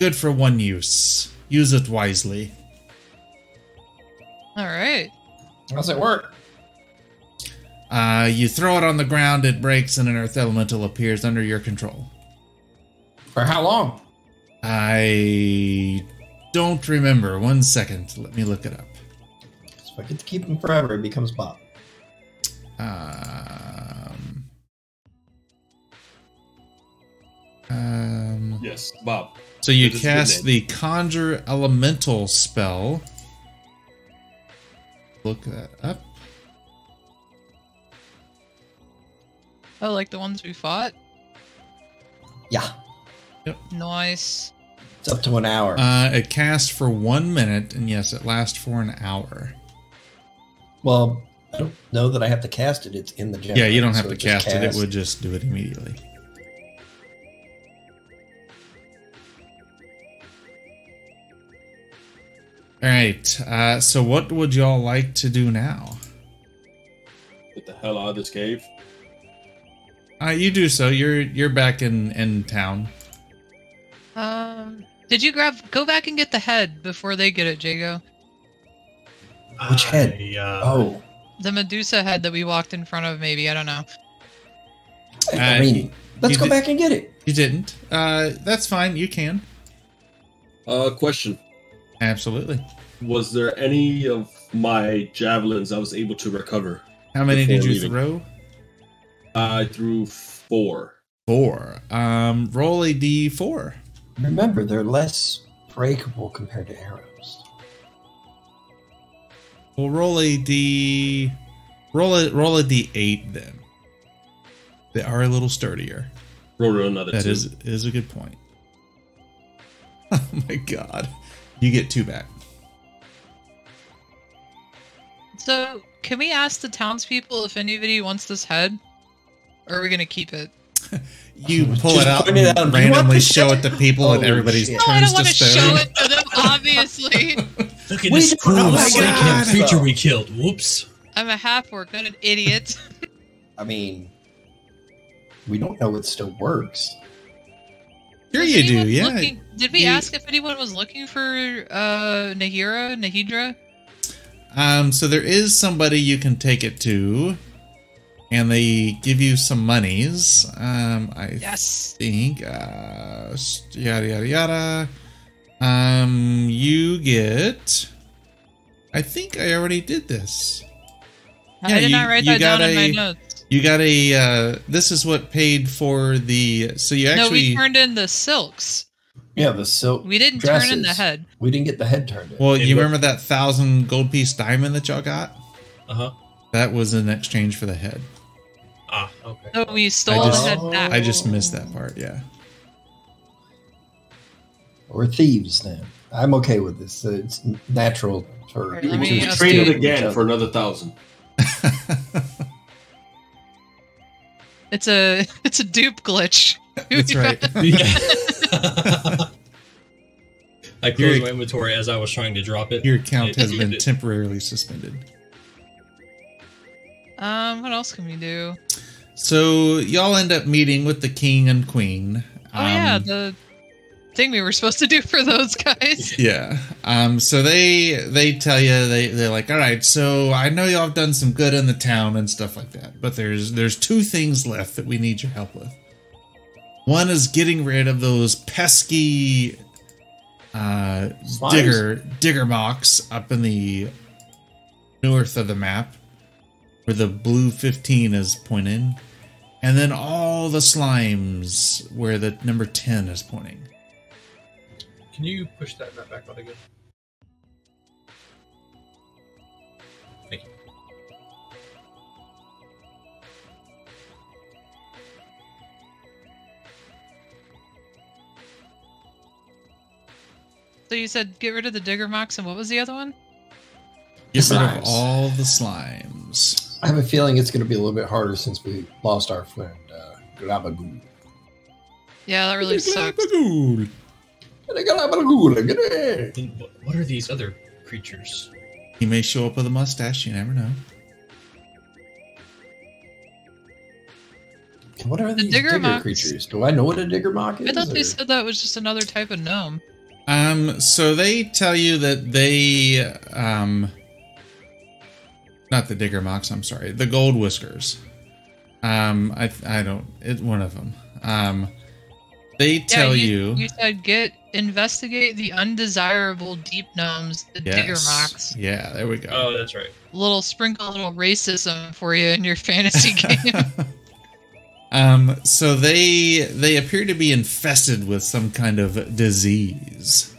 good for one use. Use it wisely. All right. How's it work? Uh, you throw it on the ground, it breaks, and an earth elemental appears under your control. For how long? I don't remember. One second. Let me look it up. So I get to keep him forever. It becomes Bob. Um, um, Yes, Bob. so you That is a good cast name. the Conjure Elemental spell. Look that up. Oh, like the ones we fought? Yeah, Nice. it's up to an hour. Uh, it casts for one minute, and yes, it lasts for an hour. well, I don't know that I have to cast it. It's in the gem. Yeah, you don't have so to just cast, it. It would just do it immediately. All right. Uh, so, what would y'all like to do now? Get the hell out of this cave. Uh, you do so. You're you're back in in town. Um, did you grab? Go back and get the head before they get it, Jago. Which head? I, uh, Oh, The Medusa head that we walked in front of, maybe. I don't know. Uh, I mean, let's you go did- back and get it. You didn't. Uh, that's fine. You can Uh, question: absolutely. Was there any of my javelins I was able to recover? How many Before did you leaving. throw? I threw four. Four. Um, roll a d four. Remember, they're less breakable compared to arrows. Well, roll a d, roll a roll a d eight then. They are a little sturdier. Rolled another That two. is is a good point. [LAUGHS] Oh my god, you get two back. So, can we ask the townspeople if anybody wants this head, or are we gonna keep it? [LAUGHS] You pull Just it out point and it out. You want randomly this show shit? it to people, and Oh, everybody's shit. No, I turns to don't want to show stone. it to them. Obviously, [LAUGHS] Look at We this don't- cruel, oh my stinking God. creature we killed. Whoops. I'm a half orc, not an idiot. I mean, we don't know it still works. [LAUGHS] Sure Was you do, anyone yeah. looking- did we You- ask if anyone was looking for uh Nahira, Nahidra? Um, so there is somebody you can take it to, and they give you some monies. Um, I Yes. think uh, st- yada yada yada. Um, you get. I think I already did this. Yeah, I did you- not write you that down got in my a- notes. You got a. Uh, this is what paid for the. So you no, we actually. turned in the silks. Yeah, the silk. We didn't turn in the Dresses. head. We didn't get the head turned in. well, you It wa- remember that thousand gold piece diamond that y'all got? Uh huh. That was in exchange for the head. Ah, okay. No, we Oh, stole just- the head back. I just missed Oh. that part. [LAUGHS] Yeah. We're thieves now. I'm okay with this. It's natural term. Alright, We let me can ask trade you- it again for another thousand. It's a [LAUGHS] it's a dupe glitch. [LAUGHS] That's right. [LAUGHS] Yeah. I closed You're- my inventory as I was trying to drop it. Your account has It- been [LAUGHS] it- temporarily suspended. [LAUGHS] Um, what else can we do? So y'all end up meeting with the king and queen. Oh yeah, Um, the thing we were supposed to do for [LAUGHS] those guys. yeah. Um, so they they tell you they they're like, all right. So I know y'all have done some good in the town and stuff like that, but there's there's two things left that we need your help with. One is getting rid of those pesky uh, Slimes? digger digger mocks up in the north of the map, where the blue fifteen is pointing, and then all the slimes where the number ten is pointing. Can you push that map back out again? Thank you. So you said get rid of the digger mocks, and what was the other one? Get rid Slimes. of all the slimes. I have a feeling it's going to be a little bit harder since we lost our friend uh, Grabagool. Yeah, that [LAUGHS] really sucks. Gabagool. Grabagool, get it. Then wh- what are these other creatures? He may show up with a mustache, you never know. What are The these digger digger, mocks. creatures? Do I know what a digger mock is? I thought they or- said that was just another type of gnome. Um, so they tell you that they um not the digger mocks, I'm sorry, the gold whiskers. Um, I I don't it one of them. Um they Yeah, tell you, you, said get investigate the undesirable deep gnomes, the digger Yes. mocks. Yeah, there we go. Oh, that's right. Little sprinkle, a little racism for you in [LAUGHS] your fantasy game. um, so they they appear to be infested with some kind of disease.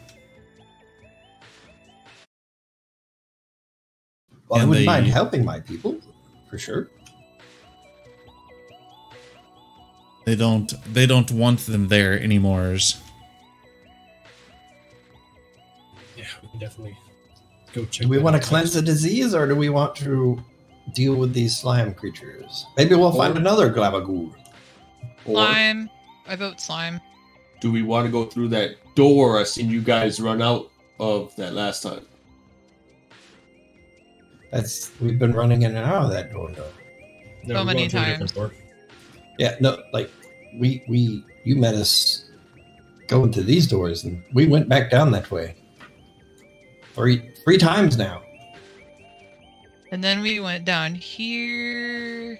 Well, I and wouldn't they- mind helping my people, for sure. They don't they don't want them there anymore. Yeah, we can definitely go check. Do we that want to out. cleanse the disease, or do we want to deal with these slime creatures? Maybe we'll find another Glabagool. Or slime. I vote slime. do we want to go through that door I seen you guys run out of that last time? That's we've been running in and out of that door, though. No, so we're many going to a different [LAUGHS] door. Yeah, no, like we we you met us going to these doors, and we went back down that way three three times now. And then we went down here.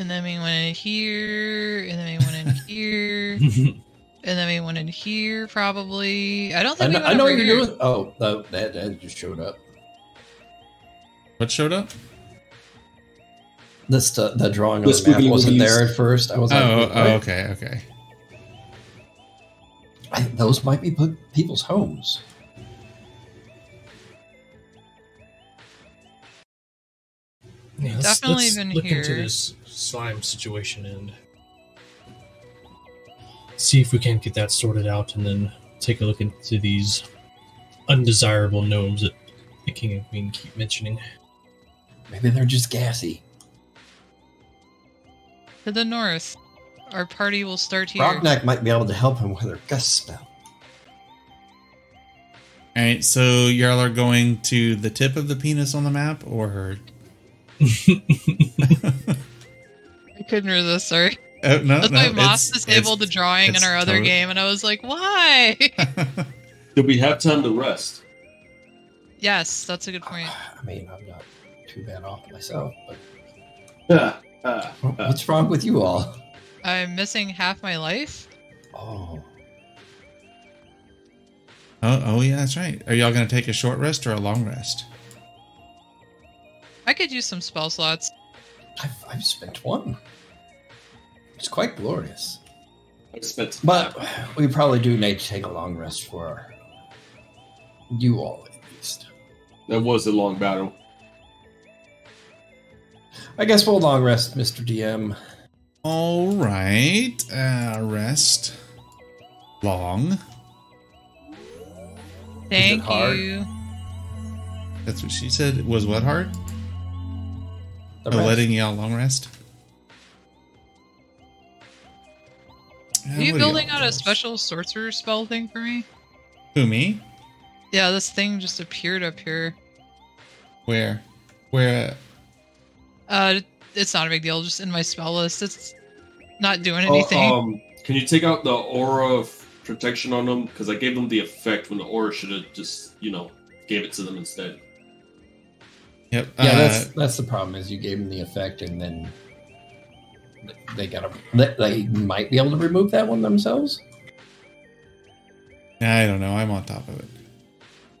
And then we went in here. And then we went in here. [LAUGHS] And then we went in here, probably. I don't I think know, we I went know over what you're here. doing. Oh, no, that that just showed up. What showed up? This the, the drawing The on the map squiggly wasn't wigglies. there at first. I was like, Oh, "Wait, oh, okay, okay. I, those might be pe- people's homes. Yeah, Definitely been look into here. this slime situation and see if we can't get that sorted out, and then take a look into these undesirable gnomes that the king and queen keep mentioning. Maybe they're just gassy. To the north. Our party will start here. Rognak might be able to help him with her gust spell. All right, so y'all are going to the tip of the penis on the map, or I couldn't resist, sorry. [LAUGHS] oh no, That's no, why Moss it's- disabled the it's- drawing in it's our other totally- [LAUGHS] game, and I was like, why? Did we have time to rest? [LAUGHS] Yes, that's a good point. I mean, I'm not too bad off myself, but Ah, ah, what- ah. what's wrong with you all? I'm missing half my life. Oh, Oh, oh yeah, that's right. Are y'all gonna take a short rest or a long rest? I could use some spell slots. I've, I've spent one. It's quite glorious. I spent But we probably do need to take a long rest for you all, at least. that was a long battle. I guess we'll long rest, Mr. DM. All right. Uh, rest. Long. Thank hard? you. That's what she said. Was what hard? Oh, The rest- letting y'all long rest. Are you building out a special sorcerer spell thing for me? Who me? Yeah, this thing just appeared up here. Where? Where? Uh, it's not a big deal. Just in my spell list, it's not doing Uh, anything. Oh, um, can you take out the aura of protection on them? Because I gave them the effect when the aura should have just, you know, gave it to them instead. Yep. Yeah, uh, that's that's the problem. Is you gave them the effect, and then they got to they, they might be able to remove that one themselves. I don't know. I'm on top of it.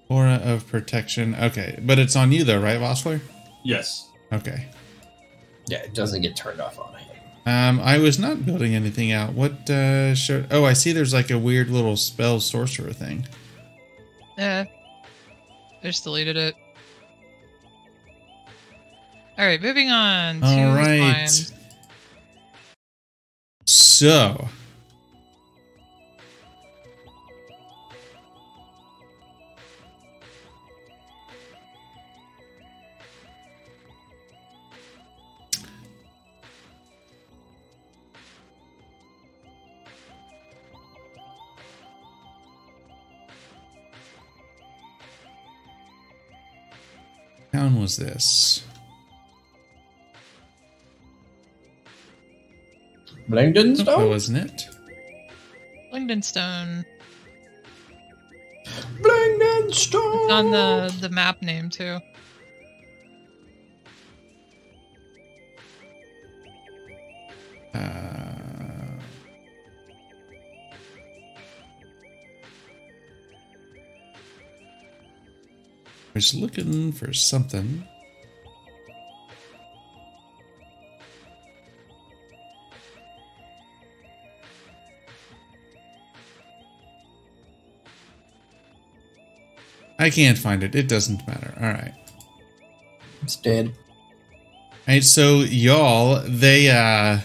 Aura of protection. Okay, but it's on you though, right, Vossler? Yes. Okay. Yeah, it doesn't get turned off on it. Um, I was not building anything out. What uh, showed? Oh, I see. There's like a weird little spell sorcerer thing. Yeah. I just deleted it. Alright, moving on. to All right. slimes. So. Town was this? That Blangdenstone. wasn't it? Lingdenstone. Blangdenstone. It's on the, the map name too. Uh, was looking for something. I can't find it. It doesn't matter. All right. It's dead. All right, so y'all, they uh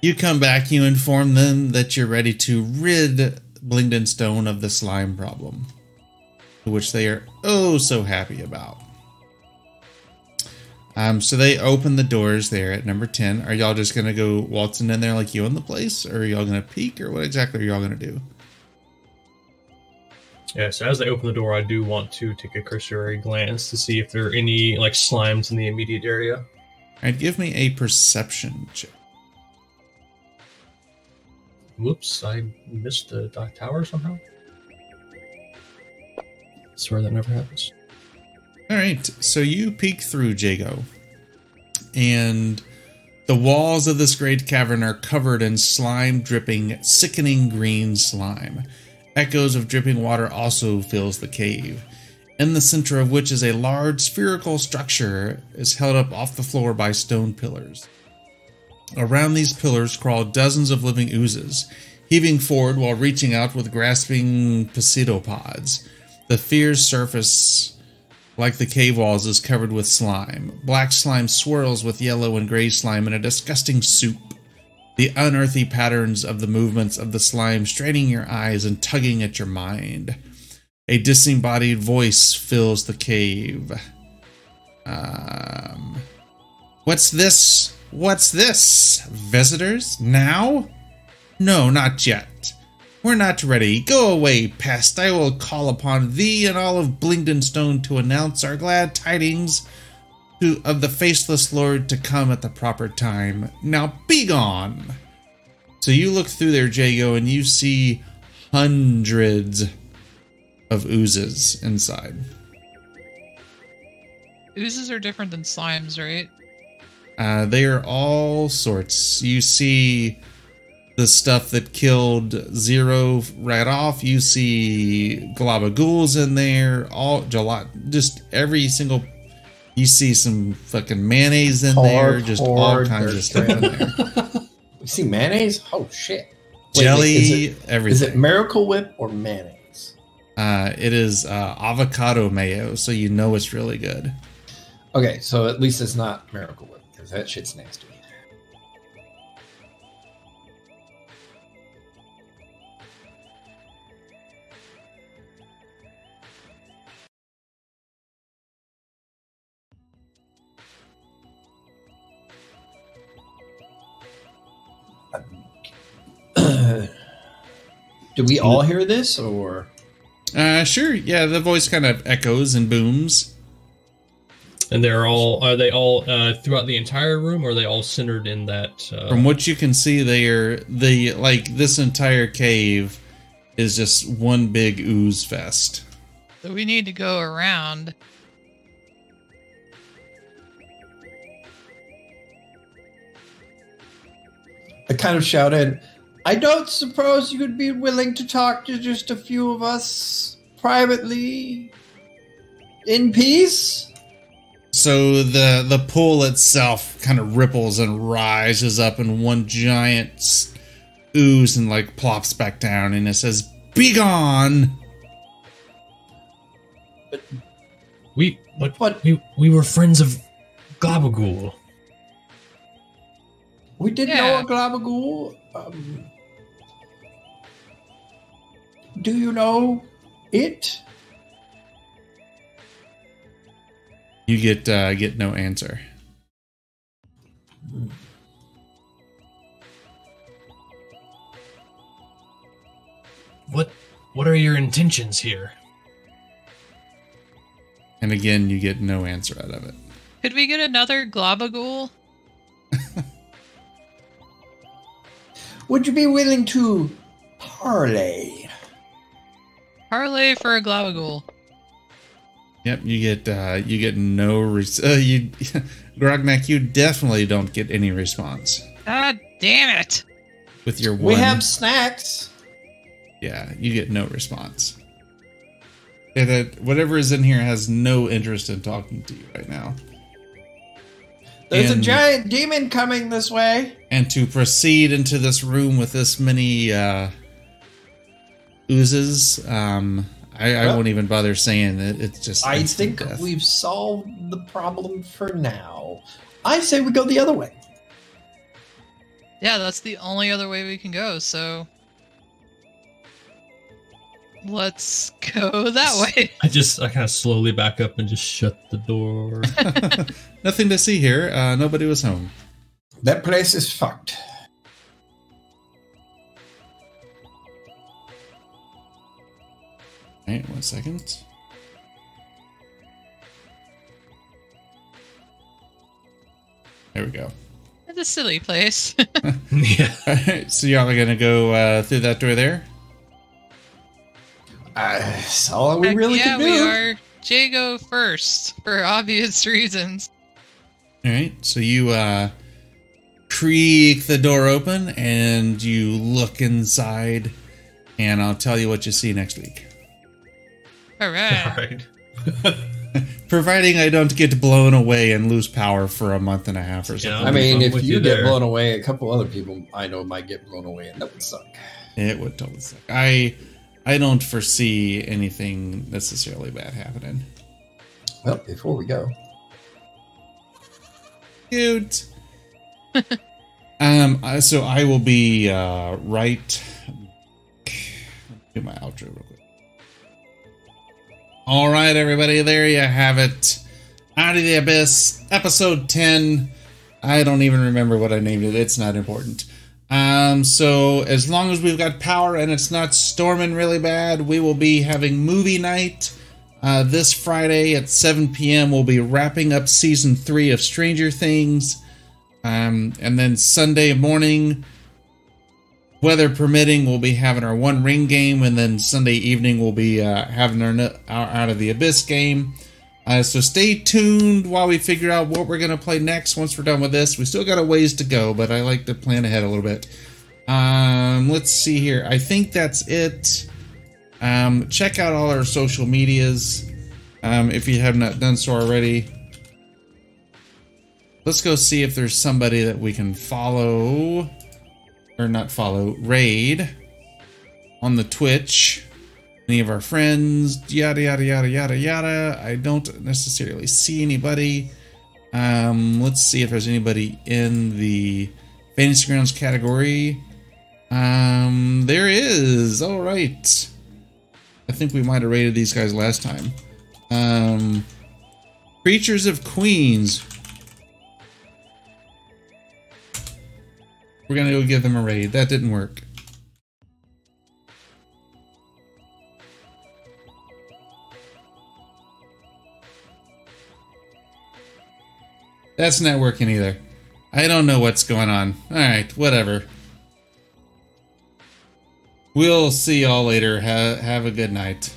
you come back, you inform them that you're ready to rid Blingdenstone of the slime problem, which they are oh so happy about. Um, so they open the doors there at number 10. Are y'all just gonna go waltzing in there like you own the place, or are y'all gonna peek, or what exactly are y'all gonna do? Yeah, so as I open the door, I do want to take a cursory glance to see if there are any like slimes in the immediate area. All right, give me a perception check. Whoops, I missed the dock tower somehow. Swear that never happens. All right, so you peek through Jago, and the walls of this great cavern are covered in slime dripping, sickening green slime. Echoes of dripping water also fills the cave, in the center of which is a large spherical structure is held up off the floor by stone pillars. Around these pillars crawl dozens of living oozes, heaving forward while reaching out with grasping pseudopods. The fierce surface like the cave walls, is covered with slime. Black slime swirls with yellow and gray slime in a disgusting soup. The unearthly patterns of the movements of the slime straining your eyes and tugging at your mind. A disembodied voice fills the cave. Um, what's this? What's this? Visitors? Now? No, not yet. We're not ready. Go away, pest. I will call upon thee and all of Blingdenstone to announce our glad tidings to, of the faceless lord to come at the proper time. Now be gone. So you look through there, Jago, and you see hundreds of oozes inside. Oozes are different than slimes, right? Uh, they are all sorts. You see the stuff that killed Zero right off. You see Globagools in there. All gelat, just every single. You see some fucking mayonnaise in there. Just all Hard, kinds of stuff in [LAUGHS] hard there. You see mayonnaise? Oh shit! Wait, Jelly, is it- everything. Is it Miracle Whip or mayonnaise? Uh, it is uh, avocado mayo, so you know it's really good. Okay, so at least it's not Miracle Whip because that shit's nasty. Do we all hear this or? Uh, sure, yeah, the voice kind of echoes and booms. And they're all are they all uh, throughout the entire room? Or are they all centered in that? Uh, From what you can see, they are the like this entire cave is just one big ooze fest. So we need to go around. I kind of shouted, I don't suppose you would be willing to talk to just a few of us privately in peace? So the the pool itself kind of ripples and rises up in one giant s- ooze and like plops back down, and it says, "Be gone." we what, What? we we were friends of Gabagool. We did Yeah. know a Glabagool. Um, do you know it? You get uh, get no answer. What what are your intentions here? And again, you get no answer out of it. Could we get another Globagool? Would you be willing to parley? Parlay for a Globagool. Yep, you get uh, you get no re- [LAUGHS] uh, you Grognak. You definitely don't get any response God damn it! with your one. We have snacks. yeah, you get no response. Yeah, that whatever is in here has no interest in talking to you right now. There's a And- giant demon coming this way. And to proceed into this room with this many uh, oozes, um, I, I Well- won't even bother saying it. It's just I instant think death. we've solved the problem for now. I say we go the other way. Yeah, that's the only other way we can go, so. Let's go [LAUGHS] that way. I just I kind of slowly back up and just shut the door. nothing to see here. Uh, nobody was home. That place is fucked. All right, one second. There we go. [LAUGHS] It's a silly place. [LAUGHS] yeah. All right, so y'all are gonna go uh, through that door there. Uh, that's all we Heck [LAUGHS] really yeah, can do. we are. Jago first, for [LAUGHS] obvious reasons. All right, so you uh, creak the door open and you look inside, and I'll tell you what you see next week, Alright. All right. providing I don't get blown away and lose power for a month and a half or something. I mean, I'm if with you you get there. blown away, a couple other people I know might get blown away, and that would suck. It would totally suck. I I don't foresee anything necessarily bad happening. Well, before we go, Cute. [LAUGHS] um. I- So I will be uh, right. Do my outro real quick. All right, everybody. There you have it. Out of the abyss, episode ten. I don't even remember what I named it. It's not important. Um, so as long as we've got power and it's not storming really bad, we will be having movie night uh, this Friday at 7 p.m. We'll be wrapping up season three of Stranger Things, um, and then Sunday morning, weather permitting, we'll be having our One Ring game, and then Sunday evening we'll be uh, having our, no- our Out of the Abyss game. Uh, so stay tuned while we figure out what we're going to play next once we're done with this. We still got a ways to go, but I like to plan ahead a little bit. Um, let's see here. I think that's it. Um, check out all our social medias um, if you have not done so already. Let's go see if there's somebody that we can follow or not follow, raid on the Twitch. Any of our friends, yada yada yada yada yada. I don't necessarily see anybody. Um, let's see if there's anybody in the fantasy grounds category. Um, there is. All right. I think we might have rated these guys last time. Um, Creatures of Queens. We're gonna go give them a raid. That didn't work. That's not working either. I don't know what's going on. Alright, whatever. We'll see y'all later. Ha- have a good night.